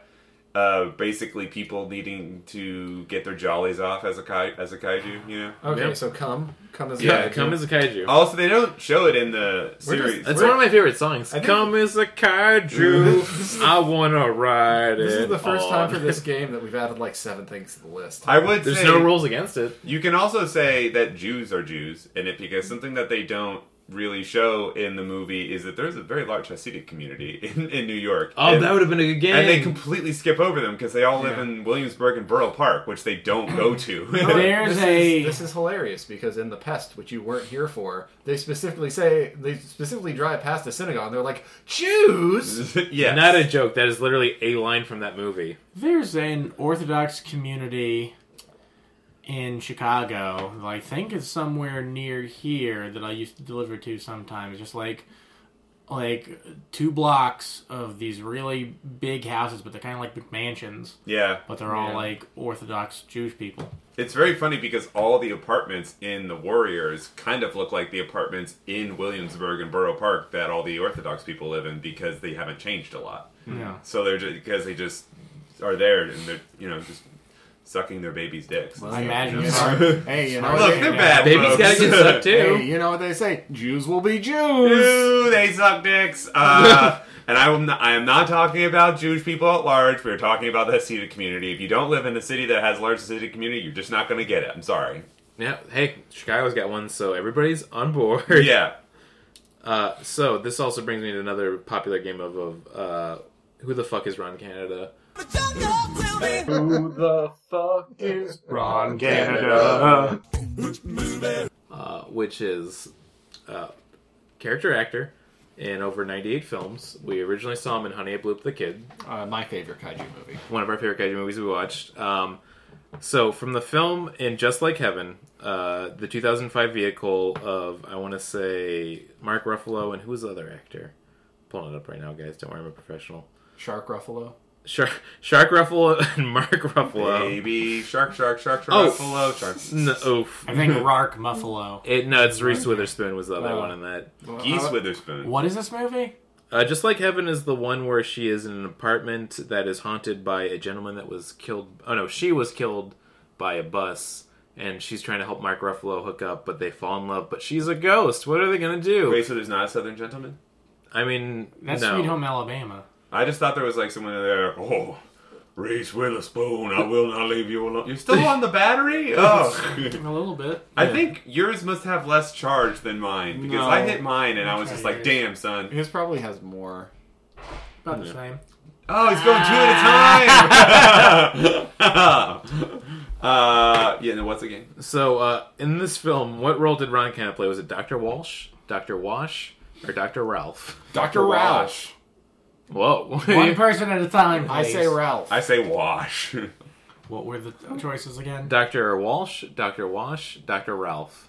C: uh, basically, people needing to get their jollies off as a kai- as a kaiju, you know.
D: Okay,
F: Yep.
D: so come, come as a
F: Yeah,
D: kaiju.
F: come as a kaiju.
C: Also, they don't show it in the
D: We're just-
C: series.
F: That's one of my favorite songs.
C: think-
F: Come as a
D: *laughs*
F: kaiju, I wanna ride
D: This
F: it
D: is the first
F: on.
D: time for this game that we've added like seven things to the list.
C: I would
F: *laughs* There's
C: say
F: no rules against it.
C: You can also say that Jews are Jews in it because something that they don't really show in the movie is that there's a very large Hasidic community *laughs* in, in New York.
F: Oh,
C: and,
F: that would have been a good game.
C: and they completely skip over them because they all live in Williamsburg and Borough Park, which they don't
F: *clears throat*
C: go to.
E: there's
D: this
E: a
D: is, this is hilarious because in the pest, which you weren't here for, they specifically say they specifically drive past the synagogue. and They're like Jews.
C: *laughs* yeah,
F: Not a joke. That is literally a line from that movie.
E: There's an Orthodox community in Chicago that I think is somewhere near here that I used to deliver to sometimes. Just like like two blocks of these really big houses, but they're kind of like big mansions,
C: yeah.
E: but they're all like Orthodox Jewish people.
C: It's very funny because all the apartments in the Warriors kind of look like the apartments in Williamsburg and Borough Park that all the Orthodox people live in because they haven't changed a lot.
F: Hmm.
E: Yeah.
C: So they're just because they just are there and they're you know just sucking their babies' dicks.
E: I imagine
D: Yes.
E: it's
D: *laughs*
E: hard.
D: hey, you know,
C: Look,
D: what
C: they're
D: they,
C: bad.
F: Baby's
C: folks.
F: gotta get sucked
D: hey,
F: too.
D: you know what they say? Jews will be Jews.
C: Ooh, they suck dicks.
F: *laughs*
C: Uh, and I am not, I am not talking about Jewish people at large. We're talking about the Hasidic community. If you don't live in a city that has a large Hasidic community, you're just not going to get it. I'm sorry.
F: Yeah. Hey, Chicago's got one, so everybody's on
D: *laughs*
F: board. *laughs*
C: Yeah.
F: Uh, so this also brings me to another popular game of, of uh, Who the fuck is Ron Canada?
E: Who the fuck is Ron
F: Canada? Uh, which is uh, character actor in over 98 films. We originally saw him in Honey, I Blew Up the Kid,
G: Uh, my favorite kaiju movie.
F: one of our favorite kaiju movies we watched. Um, so from the film in Just Like Heaven, uh, the 2005 vehicle of I want to say Mark Ruffalo and who was the other actor? Pulling it up right now, guys. Don't worry, I'm a professional.
G: Shark Ruffalo.
F: Shark, Shark Ruffalo *laughs* and Mark Ruffalo.
C: Baby shark, shark, shark, shark,
F: Oh.
C: buffalo, shark.
F: No, oof.
E: I think Rark Muffalo.
F: It, no, it's Reese Witherspoon was the other one in that.
C: Geese Witherspoon.
E: What is this movie?
F: Uh, just like Heaven is the one where she is in an apartment that is haunted by a gentleman that was killed. Oh no, she was killed by a bus, and she's trying to help Mark Ruffalo hook up, but they fall in love. But she's a ghost. What are they gonna do?
C: Wait, so there's not a southern gentleman?
F: I mean,
E: That's
F: no.
E: Sweet Home Alabama.
C: I just thought there was like someone in there. Oh, Reese Witherspoon, I will not leave you alone. You're still on the
F: *laughs*
C: battery? Oh.
E: A little bit.
C: I think yours must have less charge than mine because I
E: No.
C: hit mine and I was
E: try
C: just like,
E: yours.
C: damn, son.
G: His probably has more.
E: About
C: *laughs*
E: the same.
C: Oh, he's going two at a time. *laughs* uh, yeah, no, what's the game?
F: So uh, in this film, what role did Ron Canada play? Was it Doctor Walsh, Doctor Wash, or Doctor Ralph?
G: Dr. Roush.
F: Whoa! *laughs*
E: One person at a time.
G: I say
E: please.
G: Ralph.
C: I say wash. *laughs*
E: What were the choices again?
F: Doctor Walsh, Doctor Wash, Doctor Ralph.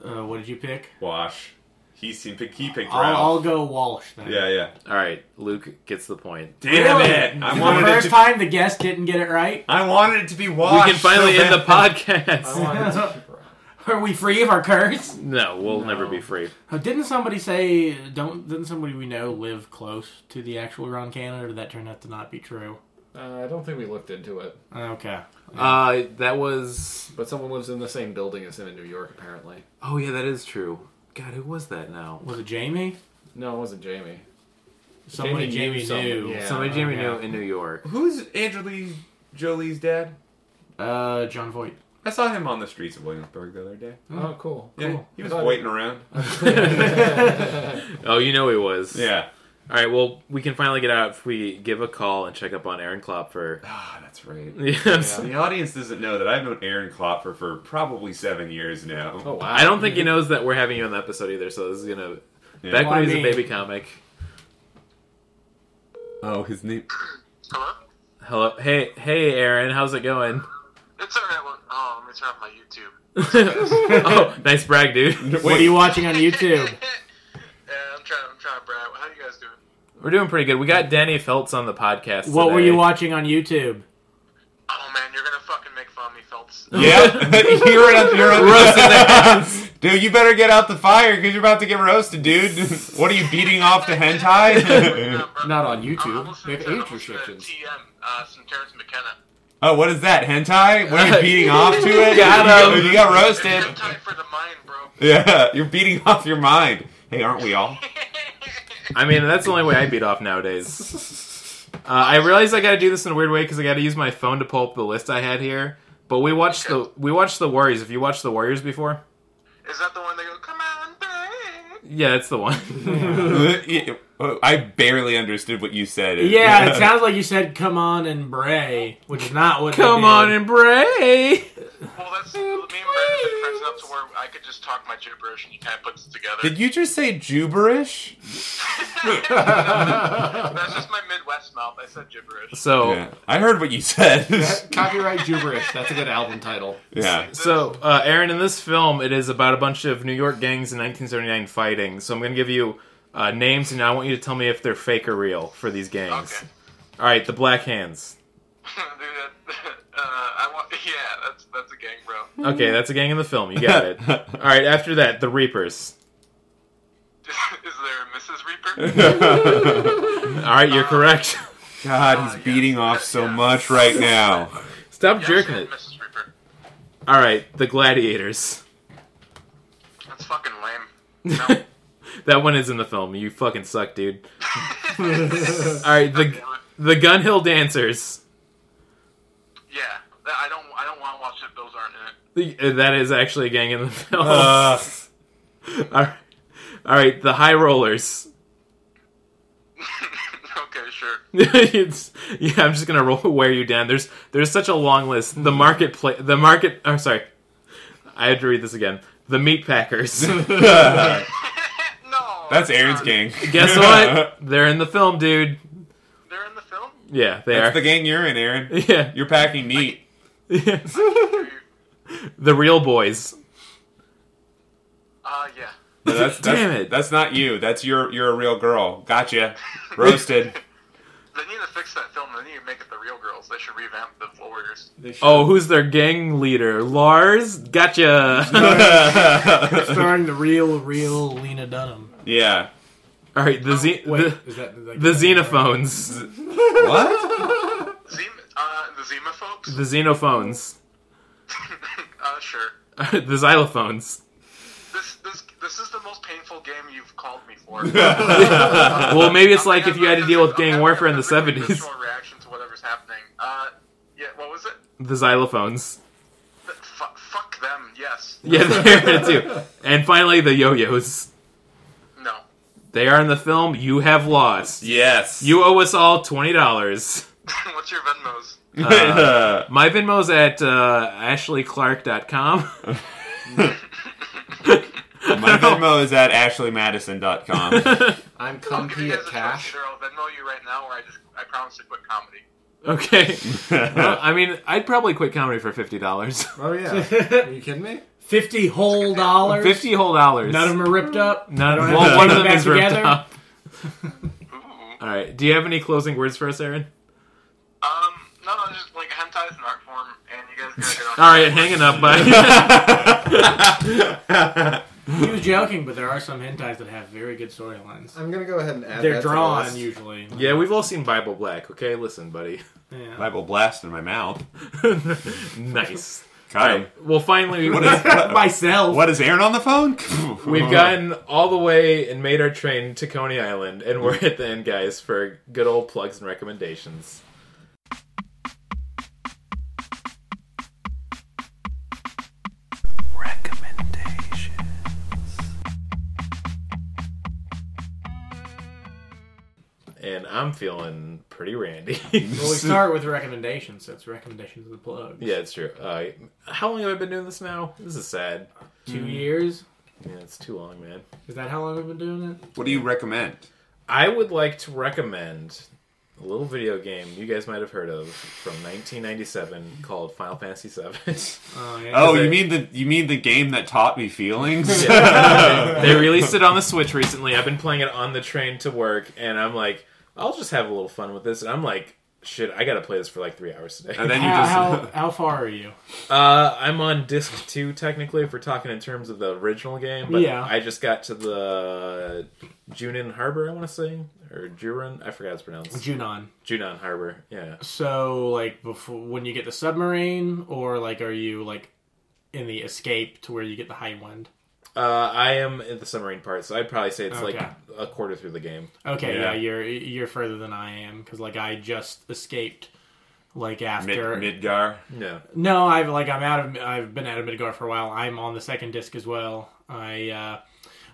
E: Uh, what did you pick?
C: wash. He seemed to keep it
E: I'll, I'll
C: Ralph.
E: go Walsh then.
C: Yeah, yeah.
F: All right, Luke gets the point.
C: Damn
E: Really?
C: it! I
E: The
C: wanted it
E: first
C: to.
E: time the guest didn't get it right. *laughs*
C: I wanted it to be
F: we
C: wash.
F: can finally
C: so
F: end the
C: bad.
F: podcast. *laughs*
E: Are we free of our curse?
F: No, we'll never be free.
E: Oh, didn't somebody say? Don't didn't somebody we know live close to the actual Ron Canada? Or did that turn out to not be true?
D: Uh, I don't think we looked into it,
E: Okay.
F: Uh, that was.
D: but someone lives in the same building as him in New York, apparently.
F: Oh yeah, that is true. God, who was that now?
E: Was it Jamie?
D: No, it wasn't Jamie.
E: Somebody Jamie,
D: Jamie knew
E: knew.
D: somebody. Yeah.
F: Somebody
E: oh,
F: Jamie
E: yeah.
F: knew in
C: *laughs*
F: New York. *laughs*
C: Who's Andrew Lee Jolie's dad?
E: Uh, John Voight.
C: I saw him on the streets of Williamsburg the other day.
D: Oh, cool.
C: Yeah,
E: Cool.
C: he was
F: *laughs*
C: waiting around.
F: Oh, you know he was.
C: Yeah.
F: All right. Well, we can finally get out if we give a call and check up on Aaron *laughs* Klopfer.
C: Ah, that's right.
F: *laughs* Yes.
C: The audience doesn't know that I've known Aaron Klopfer for probably seven years now.
D: Oh, wow.
F: I don't think he knows that we're having you on the episode either. So this is gonna.
C: Yeah.
F: Back
E: Well, I
F: when he was
E: mean-
F: a baby comic.
C: Oh, his name.
H: Hello?
F: Hello. Hey, hey, Aaron. How's it going? *laughs*
H: It's alright. Well, oh, let me turn off my
E: *laughs*
H: YouTube.
F: oh, nice brag, dude.
E: What are you watching
C: *laughs*
E: on YouTube?
H: *laughs* yeah, I'm trying. I'm trying to brag. How you guys doing?
F: We're doing pretty good. We got Danny Feltz on the podcast.
E: what were
F: today.
E: you watching on YouTube?
H: Oh man, you're gonna fucking make fun of me, Phelps.
C: Yeah, you're up, you're
F: Roasting the
C: up. dude, you better get out the fire because you're about to get roasted, dude. what are you beating off to
H: *laughs*
C: hentai? *laughs*
G: Not on
H: I'm, I'm
G: YouTube. They have
H: listening to, I'm
G: age
H: listening to
G: restrictions.
H: TM, uh, some Terrence McKenna.
C: oh, what is that hentai? What are you beating off to it? Oh,
F: Got him.
C: You got
H: It's
C: roasted.
H: hentai for the mind, bro. *laughs*
C: Yeah, you're beating off your mind. Hey, aren't we all?
F: I mean, that's the only way I beat off nowadays. Uh, I realize I got to do this in a weird way because I got to use my phone to pull up the list I had here. But we watched the we watched the Warriors. Have you watched the Warriors before?
H: Is that the one they go, come on, babe?
F: Yeah, that's the one.
C: oh, I barely understood what you said.
E: Yeah, it sounds like you said "come on and bray," which is not what. they
F: *laughs* Come
E: did.
F: on and bray.
H: Well, that's me and Brandon have been friends enough to where I could just talk my gibberish and you kind of puts it together.
C: Did you just say gibberish?
H: that's just my Midwest mouth. I said gibberish.
F: So
C: Yeah, I heard what you said.
G: Copyright gibberish. That's a good album title.
C: *laughs* yeah.
F: so uh, Aaron, in this film, it is about a bunch of New York gangs in 1979 fighting. So I'm going to give you uh, names, and I want you to tell me if they're fake or real for these gangs.
H: Okay.
F: All right, the Black Hands.
H: *laughs* Dude, that, uh, I want, *laughs* yeah, that's that's a gang, bro.
F: Okay, that's a gang in the film. You
C: *laughs*
F: got it. All right, after that, the Reapers.
H: Is there a Mrs.
F: *laughs*
H: Reaper?
F: All right, you're correct.
C: *laughs* God, he's beating off so much right now.
F: Stop
H: Yeah,
F: jerking
H: sure,
F: it.
H: Mrs. Reaper.
F: All right, the gladiators.
H: That's fucking lame. No.
F: That one is in the film. You fucking
C: *laughs*
F: suck, dude. All right, the the Gun Hill dancers.
H: yeah, that- I don't. I don't want to watch it. if Those aren't in it.
F: The- uh, That is actually a gang in the film.
C: Uh.
F: *laughs*
C: *laughs*
F: All right, all right, the high rollers.
H: *laughs* okay, sure.
F: *laughs* it's, yeah, I'm just gonna roll, *laughs* wear you down. There's there's such a long list. The marketplace, the market. I'm sorry, I had to read this again. The meat
C: *laughs*
F: packers.
H: no.
C: That's Aaron's
H: not.
C: gang.
F: Guess what? They're in the film, dude.
H: They're in the film?
F: Yeah,
C: *laughs*
F: they
C: That's
F: are.
C: the gang you're in, Aaron.
F: *laughs* yeah,
C: You're packing meat.
F: the real boys.
H: Uh, yeah.
C: No, that's, that's,
F: *laughs* Damn it.
C: That's not you. That's your. You're a real girl.
F: *laughs*
C: Gotcha. Roasted. *laughs*
H: They need to fix that film. They need to make it the real girls. They should revamp the Warriors.
F: Oh, who's their gang leader? Lars. Gotcha.
E: *laughs* starring the real, real Lena Dunham.
C: yeah.
F: *laughs* All right, the ze-
E: Wait,
F: the,
E: is that like,
F: the xenophones.
C: What?
H: Zem- uh, the Zima folks?
F: The xenophones.
H: *laughs*
F: *laughs*
H: uh, sure.
F: the xylophones.
H: This, this, this is the most painful game you've called me for.
F: *laughs*
H: *laughs*
F: Well, maybe it's
H: I'm
F: like if
H: having
F: you had
H: a-
F: to deal with
H: I'm
F: gang
H: having a
F: warfare in the
H: really
F: '70s.
H: visceral reaction to whatever's happening. Uh, yeah, what was it?
F: *laughs* The xylophones.
H: Th- fu- fuck them, yes.
F: Yeah, *laughs* they're in it too. And finally, the yo-yos.
H: No. *laughs*
F: They are in the film. You have
C: *laughs*
F: lost.
C: Yes. *laughs*
F: You owe us all twenty dollars.
H: What's your Venmos?
F: My Venmo's at uh, ashleyclark.com.
C: My Venmo is at ashleymadison.com.
D: I'm
H: I'll give
D: comfy
H: you guys
D: at
H: a choice.
D: cash.
H: Either I'll Venmo you right now, or I just I promise to quit comedy.
F: *laughs* Okay. *laughs* Well, I mean, I'd probably quit comedy for fifty dollars.
D: Oh yeah. Are you kidding me?
E: *laughs* fifty whole dollars?
F: Fifty whole dollars.
E: None of them are ripped up.
F: None
E: Don't
F: of
E: have
F: well,
E: to
F: one
E: put
F: of
E: it
F: them
E: back
F: is ripped
E: together?
F: up.
H: Ooh.
F: All right. Do you have any closing words for us, Aaron?
H: Um, no, no, just like hentai's an art form, and you guys gotta
F: *laughs*
H: get on.
F: All right, hanging up. Bye.
E: He was joking, but there are some hentais that have very good storylines.
D: I'm gonna go ahead and add
E: They're
D: that to
E: drawn
D: the list.
E: usually.
F: yeah, we've all seen Bible Black. Okay, listen, buddy.
D: *laughs*
E: Yeah.
C: *laughs* Bible blast in my mouth.
F: nice. All
C: Kyle.
F: right. Well, finally,
C: What
F: *laughs*
C: is, what,
E: Myself.
C: what is Aaron on the phone? *laughs*
F: We've gotten all the way and made our train to Coney Island, and we're at the end, guys, for good old plugs and recommendations. And I'm feeling pretty randy. *laughs*
E: Well, we start with recommendations, so it's recommendations of the plug.
F: yeah, it's true. Uh, how long have I been doing this now? This is sad.
E: Two years?
F: Yeah, it's too long, man.
E: Is that how long I've been doing it?
C: What do you recommend?
F: I would like to recommend a little video game you guys might have heard of from 1997 called Final
C: *laughs*
F: Fantasy VII.
E: Oh, yeah.
C: Oh,
F: it-
C: you mean the you mean the game that taught me feelings?
F: they released it on the Switch recently. I've been playing it on the train to work, and I'm like, I'll just have a little fun with this. And I'm like, shit, I gotta play this for like three hours today.
C: and then you
E: how,
C: just
E: how, how far are you?
F: *laughs* Uh, I'm on disc two technically, if we're talking in terms of the original game. But
E: Yeah.
F: I just got to the Junin Harbor, I want to say, or Jurin. I forgot how it's pronounced.
E: Junon.
F: Junon Harbor. Yeah.
E: So, like, before when you get the submarine, or like, are you like in the escape to where you get the high wind?
F: Uh, I am in the submarine part, so I'd probably say it's
E: Okay.
F: like a quarter through the game.
E: Okay,
C: Yeah.
E: yeah, you're you're further than I am because like I just escaped. Like
C: Mid,
E: after
C: Midgar.
F: No.
E: No, I've like I'm out of I've been out of Midgar for a while. I'm on the second disc as well. I uh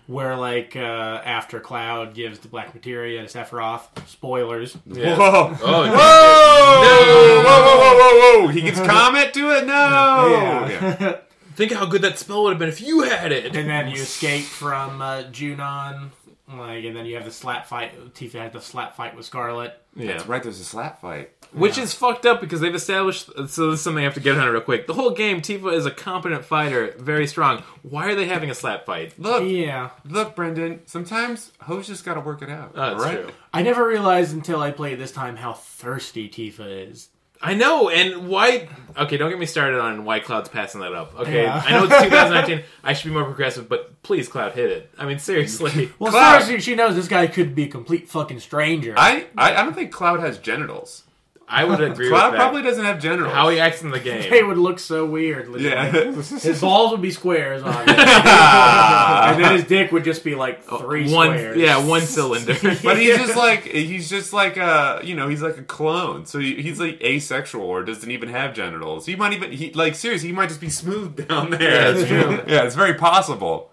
E: where like uh after Cloud gives the Black Materia to Sephiroth. Spoilers.
F: Yeah.
C: Whoa. *laughs*
F: Oh,
C: Whoa! Whoa, whoa, whoa, whoa, whoa! He gives comment to it? No! *laughs* Yeah.
F: *laughs* Think how good that spell would have been if you had it.
E: And then you escape from uh Junon. Like and then you have the slap fight Tifa had the slap fight with Scarlet.
F: yeah.
C: That's right, there's a slap fight.
F: Which is fucked up because they've established. So this is something I have to get on real quick. The whole game, Tifa is a competent fighter, very strong. Why are they having a slap fight?
C: Look,
E: Yeah.
C: look, Brendan, sometimes hoes just gotta work it out.
F: Uh, it's
C: right?
F: true.
E: I never realized until I played this time how thirsty Tifa is.
F: I know, and why? Okay, don't get me started on why Cloud's passing that up. Okay,
E: Yeah.
F: I know it's 2019. *laughs* I should be more progressive, but please, Cloud, hit it. I mean,
D: *laughs*
F: seriously.
E: Well,
C: Cloud.
E: as far as she knows, this guy could be a complete fucking stranger.
C: I, I, I don't think Cloud has genitals.
F: I would agree *laughs*
C: Cloud
F: with that.
C: probably doesn't have genitals.
F: how he acts in the
E: they
F: game.
E: would look so weird.
F: *laughs*
E: legitimately.
C: yeah.
E: His balls would be squares, obviously. and then his dick would just be like three
F: Oh, one,
E: squares.
F: yeah, one cylinder.
C: But he's just like he's just like a you know he's like a clone. So he, he's like asexual or doesn't even have genitals. He might even he like seriously he might just be smooth *laughs* down there.
F: Yeah, that's true.
C: yeah, it's very possible.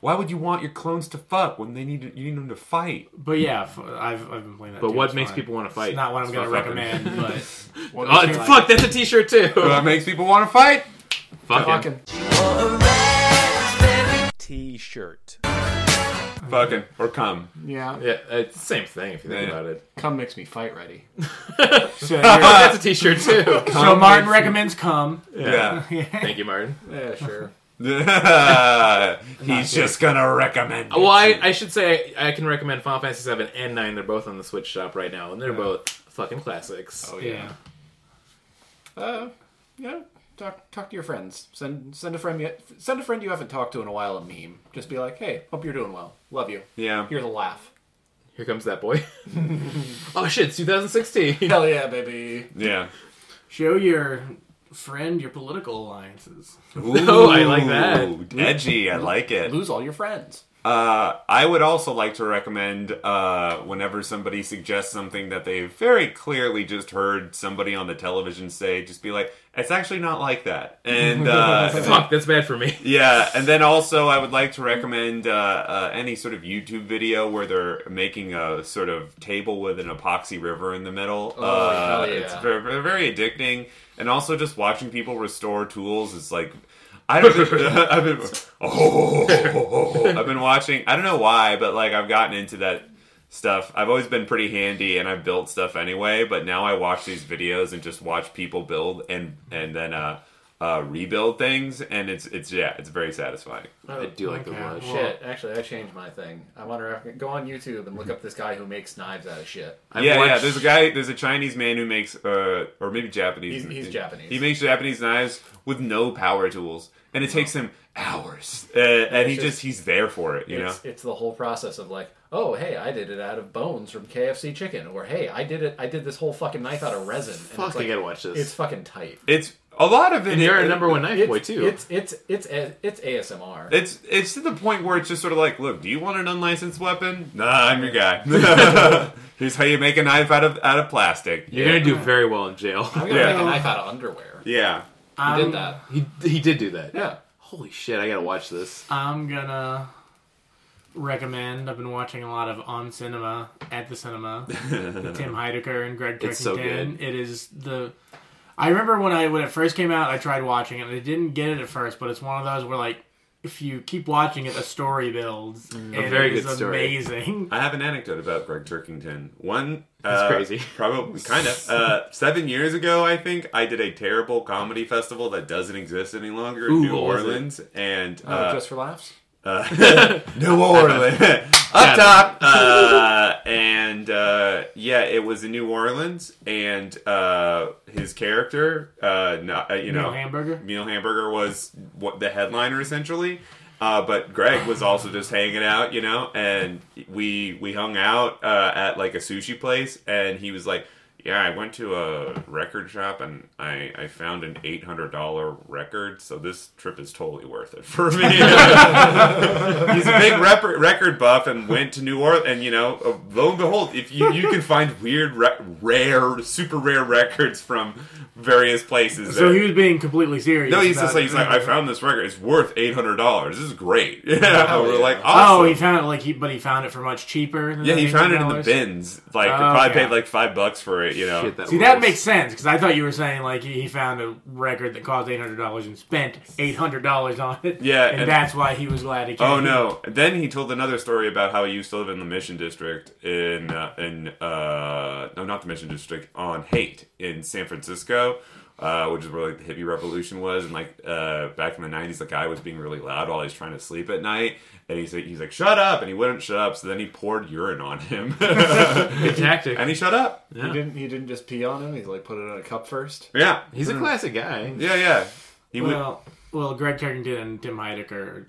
C: Why would you want your clones to fuck when they need you need them to fight?
E: But yeah, f- I've, I've been playing that.
F: But
E: too,
F: what
E: it's
F: makes
E: fine.
F: people want to fight?
E: It's not what I'm
F: It's
E: going to
F: fucking-
E: recommend, but
F: *laughs* Oh, it's- fuck, that's a T-shirt too.
C: *laughs* What makes people want to fight?
F: Fucking.
D: Fucking.
A: T-shirt.
C: Fucking or come.
G: Yeah.
F: Yeah, it's the same thing if you think
C: Yeah.
F: about it.
G: Come makes me fight
F: *laughs*
G: ready.
E: so, you're-
F: That's a T-shirt too.
E: so Martin recommends come. *laughs*
C: Yeah.
F: Thank you, Martin.
D: Yeah, sure.
C: *laughs* He's just gonna recommend. it.
F: Well, I, I should say I, I can recommend Final Fantasy VII and Nine. They're both on the Switch shop right now, and they're both fucking classics.
E: Yeah.
D: Uh, Oh, yeah. Talk, talk to your friends. Send send a friend you send a friend you haven't talked to in a while a meme. Just be like, hey, hope you're doing well. Love you.
C: Yeah.
D: Here's a laugh.
F: Here comes that
D: *laughs*
F: boy. *laughs* oh shit! It's 2016.
D: Hell yeah, baby.
C: Yeah.
E: Show your friend your political alliances.
D: *laughs*
C: Ooh,
F: I like that.
C: Edgy, I like it.
D: Lose all your friends.
C: Uh, I would also like to recommend uh, whenever somebody suggests something that they very clearly just heard somebody on the television say, just be like, "It's actually not like that." And
D: *laughs*
C: uh, *laughs*
F: Fuck, that's bad for me.
C: yeah, and then also I would like to recommend uh, uh, any sort of YouTube video where they're making a sort of table with an epoxy river in the middle. uh,
D: Oh, hell yeah.
C: It's very, very, very addicting, and also just watching people restore tools is like. I don't. *laughs* I've been. Oh, *laughs* I've been watching. I don't know why, but like I've gotten into that stuff. I've always been pretty handy, and I've built stuff anyway. But now I watch these videos and just watch people build and and then uh, uh, rebuild things, and it's it's yeah, it's very satisfying.
F: I do like
E: okay.
F: the watch.
D: Shit, actually, I changed my thing. I want to go on YouTube and look up this guy who makes knives out of shit.
F: I've
C: yeah, yeah.
F: watched-
C: There's a guy. There's a Chinese man who makes, uh, or maybe Japanese.
D: He's- he's Japanese.
C: He makes Japanese knives with no power tools, and it takes him hours. Uh, and he
D: It's
C: just,
D: just-
C: he's there for it, you know.
D: It's, it's the whole process of like, oh hey, I did it out of bones from KFC chicken, or hey, I did it, I did this whole fucking knife out of resin. And
F: Fuck,
D: it's like,
F: I gotta watch this.
D: It's fucking tight.
C: It's a lot of it.
F: and you're
C: it-
F: a number one knife
D: It's,
F: boy too.
D: It's it's it's a- it's ASMR.
C: It's it's to the point where it's just sort of like, look, do you want an unlicensed weapon? Nah, I'm your guy.
F: *laughs*
C: *laughs* Here's how you make a knife out of out of plastic.
F: You're gonna do very well in jail. *laughs*
D: I'm gonna
C: yeah.
D: make a knife out of underwear.
C: Yeah.
D: I
E: I'm,
D: did that.
F: he he did do that.
D: Yeah.
F: Holy shit! I gotta watch this.
E: I'm gonna recommend. I've been watching a lot of on cinema at
C: *laughs*
E: the cinema. with Tim Heidecker and Greg Turkington.
F: It's so good.
E: It is the. I remember when I when it first came out, I tried watching it. and I didn't get it at first, but it's one of those where like if you keep watching it, a story builds.
C: Mm.
E: And
F: A very
E: it is
F: good story.
C: *laughs*
E: Amazing.
C: I have an anecdote about Greg Turkington. One,
F: That's
C: uh,
F: crazy.
C: *laughs* probably kind
F: *laughs*
C: of. Uh, seven years ago, I think I did a terrible comedy festival that doesn't exist any longer in
F: Ooh,
C: New
F: what was it?
C: Orleans, and
D: Oh,
C: uh,
D: just for laughs.
C: uh, *laughs* New Orleans up top, uh, and uh, yeah, it was in New Orleans, and uh, his character, uh, not, uh, you know,
E: Neil Hamburger?
C: Neil Hamburger was what the headliner essentially. Uh, but Greg was also just hanging out, you know, and we we hung out uh, at like a sushi place, and he was like, "Yeah, I went to a record shop and I, I found an eight hundred dollar record, so this trip is totally worth it for me." *laughs* He's a big rep- record buff and went to New Orleans, and you know, uh, lo and behold, if you you can find weird, re- rare, super rare records from various places.
E: So
C: there.
E: he was being completely serious.
C: No, he's
E: about
C: just like
E: it.
C: he's like I found this record. It's worth eight hundred dollars. This is great. *laughs* Yeah,
D: Oh,
C: we're
D: yeah.
C: like
E: Oh,
C: awesome.
E: he found it like he, but he found it for much cheaper. Than
C: yeah, he
E: the
C: found it in the
E: $18.
C: bins. Like
E: Oh,
C: probably
E: yeah.
C: paid like five bucks for it. You know.
F: Shit, that
E: See, that
F: rules.
E: makes sense because I thought you were saying like he he found a record that cost eight hundred dollars and spent eight hundred dollars on it.
C: Yeah,
E: and,
C: and-
E: that's why he was glad he came.
C: Oh no! Then he told another story about how he used to live in the Mission District in uh, in uh, no, not the Mission District on Haight in San Francisco, uh, which is where like the hippie revolution was, and like uh, back in the '90s, the guy was being really loud while he's trying to sleep at night, and he's like, he's like, "Shut up!" and he wouldn't shut up, so then he poured urine on him, *laughs*
F: good tactic.
C: and he shut up.
F: Yeah.
D: He didn't he didn't just pee on him. He's like put it in a cup first.
C: Yeah,
F: He's a classic guy.
C: yeah, yeah. He would.
E: Well, well, Greg Turkington and Tim Heidecker are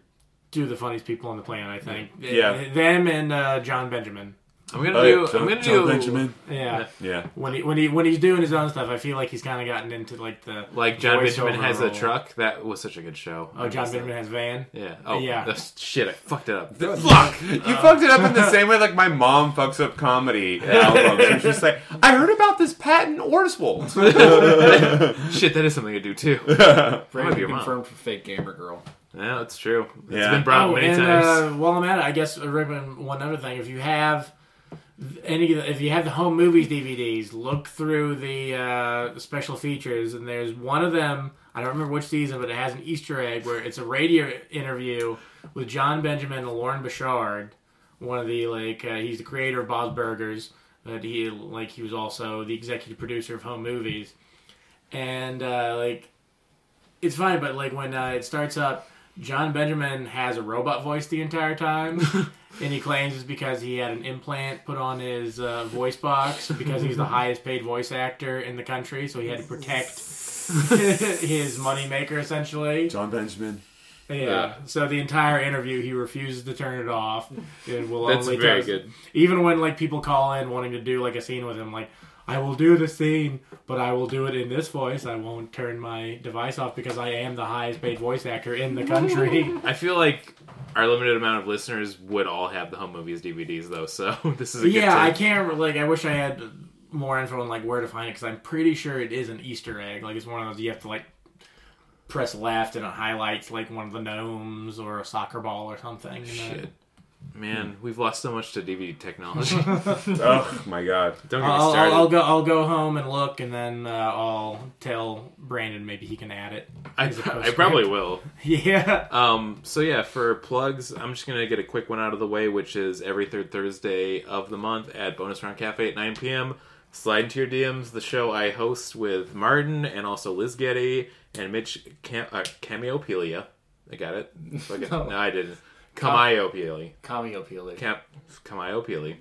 E: two of the funniest people on the planet, I think.
C: Yeah.
E: them and uh, John Benjamin.
F: I'm gonna
C: Oh,
F: do.
C: yeah, John-
F: I'm gonna
C: John
F: do.
C: Benjamin.
E: Yeah.
C: Yeah,
E: When he when he when he's doing his own stuff, I feel like he's kind of gotten into like the
F: Like John
E: voiceover
F: Benjamin has a
E: role.
F: truck. That was such a good show.
E: Oh, John Benjamin has van.
F: Yeah. Oh,
E: Yeah.
F: yeah. That's, shit, I fucked it up.
C: fuck. You
F: Uh,
C: fucked it up in
F: *laughs*
C: the same way like my mom fucks up comedy albums. She's just like, I heard about this Patton Orswald.
F: shit, that is something I do too. *laughs*
D: Brandon
F: your mom.
D: confirmed for fake gamer girl.
F: Yeah, it's true. It's
C: Yeah.
F: been brought up
E: Oh,
F: many
E: and
F: times.
E: uh, while I'm at it, I guess I recommend one other thing. If you have any, if you have the home movies DVDs, look through the uh, special features, and there's one of them. I don't remember which season, but it has an Easter egg where it's a radio interview with John Benjamin and Lauren Bouchard. One of the like, uh, he's the creator of Bob's Burgers, but he like he was also the executive producer of home movies, and uh, like it's funny, but like when uh, it starts up, John Benjamin has a robot voice the entire time, and he claims it's because he had an implant put on his uh, voice box because he's the highest paid voice actor in the country, so he had to protect *laughs* his moneymaker
C: *laughs*
E: essentially.
C: John Benjamin.
E: Yeah. So the entire interview, he refuses to turn it off, and will
F: That's
E: only
F: very
E: tell-
F: good.
E: Even when like people call in wanting to do like a scene with him, like I will do the scene, but I will do it in this voice. I won't turn my device off because I am the highest paid voice actor in the country.
F: *laughs* I feel like our limited amount of listeners would all have the home movies DVDs though, so *laughs* this is a good
E: yeah, I
F: tip.
E: can't. Like I wish I had more info on like where to find it because I'm pretty sure it is an Easter egg. Like it's one of those you have to like press left and it highlights like one of the gnomes or a soccer ball or something. you know?
F: Shit. Man, we've lost so much to DVD
E: *laughs*
F: technology.
C: *laughs*
F: Don't
C: Oh my god.
F: get me
E: I'll,
F: started.
E: I'll, I'll go. I'll go home and look, and then uh, I'll tell Brandon maybe he can add it. *laughs*
F: I,
E: as a
F: pro- I
E: postscript.
F: probably will.
E: Yeah.
F: Um, so yeah, for plugs, I'm just gonna get a quick one out of the way, which is every third Thursday of the month at Bonus Round Cafe at 9 p.m. Slide into your DMs. The show I host with Martin and also Liz Getty and Mitch Cam- uh, Cameopelia. I got it. Fuck it. no. I didn't. Camiopili.
D: Cameo Peely.
F: Camp Camiopili.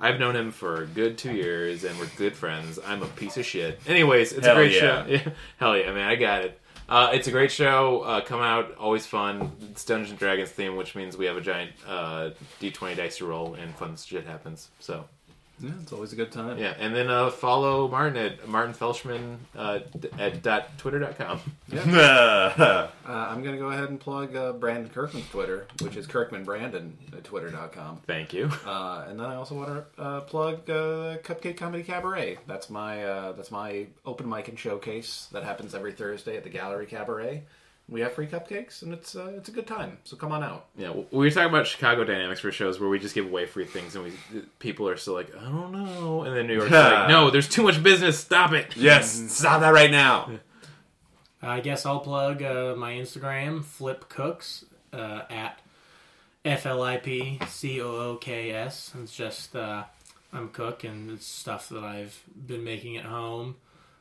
F: I've known him for a good two years, and we're good friends. I'm a piece of shit. Anyways, it's
C: Hell
F: a great
C: yeah.
F: show. *laughs* Hell yeah, man, I got it. Uh, it's a great show. Uh, come out, always fun. It's Dungeons and Dragons theme, which means we have a giant uh, D20 dice to roll, and fun shit happens. So
G: Yeah, it's always a good time.
F: yeah, and then uh, follow Martin at Martin Felshman uh, d- at dot twitter dot com. *laughs*
C: *laughs*
G: Uh, I'm gonna go ahead and plug uh, Brandon Kirkman's Twitter, which is kirkmanbrandon at twitter.com.
F: Thank you.
G: Uh, and then I also want to uh, plug uh, Cupcake Comedy Cabaret. That's my uh, that's my open mic and showcase that happens every Thursday at the Gallery Cabaret. We have free cupcakes, and it's uh, it's a good time. So come on out.
F: Yeah, w- we were talking about Chicago dynamics for shows where we just give away free things and we people are still like, I don't know, and then New York's like, No, there's too much business. Stop it.
C: Yes, stop that right now.
E: I guess I'll plug uh, my Instagram, Flip Cooks, uh, at F L I P C O O K S. It's just, uh, I'm a cook and it's stuff that I've been making at home,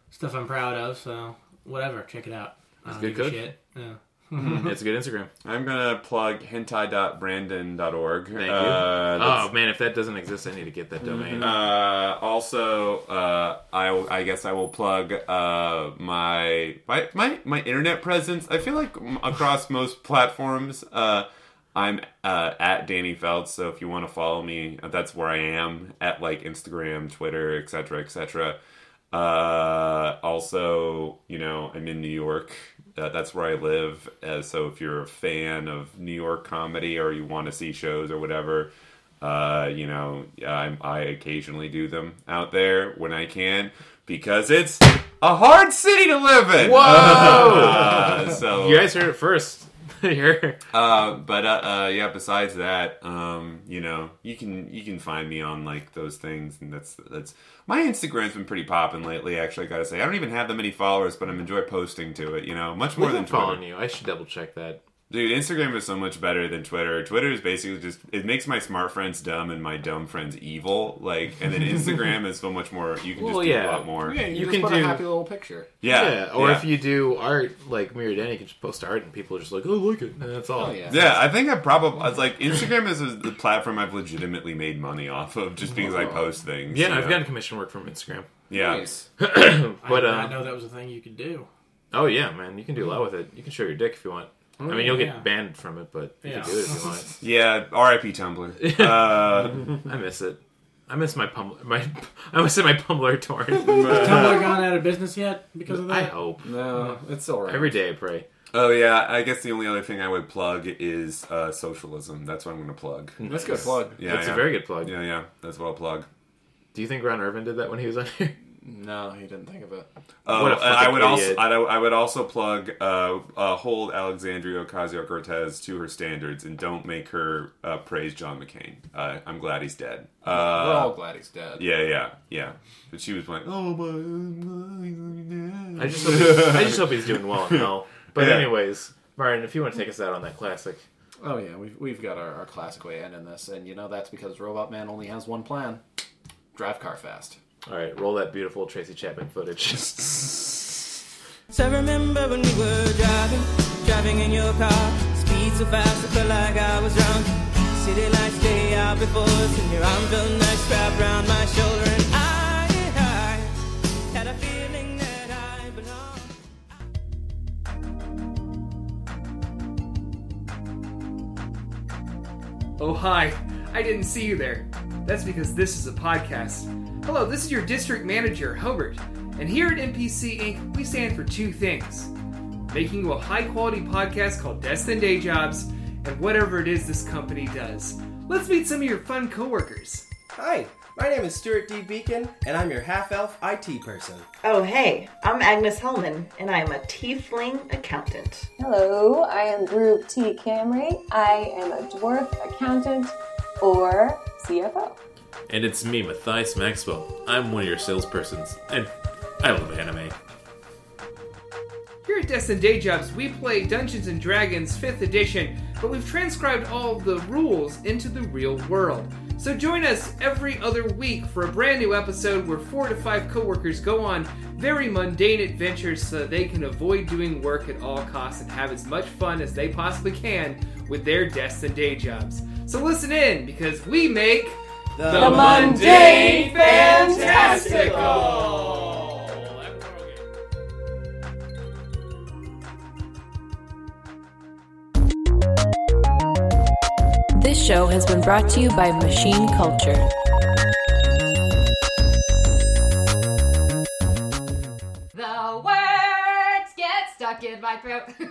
E: stuff I'm proud of, so whatever, check it out. I don't
F: good
E: give a
F: cook.
E: shit. Yeah.
F: it's a good Instagram.
C: I'm gonna plug hentai.brandon.org.
F: Thank you.
C: Uh, that's-
F: oh man, if that doesn't exist, I need to get that domain.
C: Uh, also, uh, I will- I guess I will plug uh, my, my my my internet presence. I feel like m- across most platforms, uh, I'm uh, at Danny Feltz. So if you want to follow me, that's where I am at like Instagram, Twitter, etc., etc. Uh, also, you know, I'm in New York. Uh, that's where I live. Uh, so if you're a fan of New York comedy or you want to see shows or whatever, uh, you know, I, I occasionally do them out there when I can because it's a hard city to live in. *laughs* Whoa! so,
F: you guys heard it first. *laughs* Here.
C: uh, but uh, uh, yeah, besides that, um, you know, you can you can find me on like those things, and that's that's my Instagram's been pretty popping lately. Actually, I gotta say, I don't even have that many followers, but I'm enjoy posting to it. You know, much more
F: We've
C: than
F: been
C: Twitter.
F: following you. I should double check that.
C: Dude, Instagram is so much better than Twitter. Twitter is basically just it makes my smart friends dumb and my dumb friends evil. Like, and then Instagram is so much more. You can just
F: Well,
C: do
F: yeah.
C: a lot more. Yeah,
F: You
G: just
F: can
G: put a
F: do-
G: happy little picture.
C: yeah.
F: Or if you do art like Mira Denny, you can just post art and people are just like, oh, look it. And that's all.
G: Oh yeah.
C: Yeah, I think I probably I was like Instagram is the platform I've legitimately made money off of just because I post things.
F: Yeah,
C: you
F: I've
C: know?
F: gotten commission work from Instagram.
C: yeah.
G: Nice.
F: But,
E: I did not
F: um,
E: know that was a thing you could do.
F: Oh yeah, man, you can do a lot with it. You can show your dick if you want. I mean, you'll
E: yeah.
F: get banned from it, but you
E: Yeah.
F: can do it if you want.
C: Yeah, R.I.P. Tumblr. Uh,
F: I miss it. I miss my Pumblr. My
I: *laughs*
F: I almost said my Pumblr *laughs* torrent.
E: Has Tumblr gone out of business yet because of
F: I
E: that?
F: hope
G: No, it's all right.
F: every day. I pray.
C: oh yeah, I guess the only other thing I would plug is uh, socialism. That's what I'm going to plug.
G: That's a good plug.
C: Yeah,
F: That's
C: yeah.
F: a very good plug.
C: yeah, yeah. That's what I'll plug.
F: *laughs* Do you think Ron Irvin did that when he was on here?
D: No, he didn't think of it.
C: Oh,
I: What a
C: and I
I: fucking
C: would
I: idiot.
C: also I'd- I, would also plug uh, uh, hold Alexandria Ocasio Cortez to her standards and don't make her uh, praise John McCain. Uh, I'm glad he's dead.
D: We're all
G: Oh,
C: Uh,
D: glad he's dead.
C: yeah, yeah, yeah. But uh, she was like, oh my.
I: I just hope he's, I just hope he's doing well in hell. But
C: Yeah.
I: anyways, Martin, if you want to take us out on that classic,
D: Oh yeah, we've we've got our, our classic way in in this, and you know that's because Robot Man only has one plan: drive car fast.
I: all right, roll that beautiful Tracy Chapman footage.
J: So I remember when we were driving, driving in your car. Speed so fast, I felt like I was drunk. City lights day out before us, and your arm felt nice wrapped around my shoulder. And I, I had a feeling that I belonged.
F: *laughs* Oh, hi. I didn't see you there. That's because this is a podcast. Hello, this is your district manager, Hobart. And here at NPC Inc., we stand for two things making you a high quality podcast called Deaths and Day Jobs, and whatever it is this company does. Let's meet some of your fun coworkers.
K: Hi, my name is Stuart D. Beacon, and I'm your half elf IT person.
L: Oh, hey, I'm Agnes Hellman, and I am a tiefling accountant.
H: Hello, I am Group T. Camry. I am a dwarf accountant or CFO.
I: And it's me, Matthias Maxwell. I'm one of your salespersons, and I love anime.
F: Here at Destin Day Jobs, we play Dungeons and Dragons 5th edition, but we've transcribed all the rules into the real world. So join us every other week for a brand new episode where four to five coworkers go on very mundane adventures so that they can avoid doing work at all costs and have as much fun as they possibly can with their Destin Day Jobs. So listen in because we make
K: The,
F: mundane
H: This show has been brought to you by Machine Culture.
L: The words get stuck in my throat. *laughs*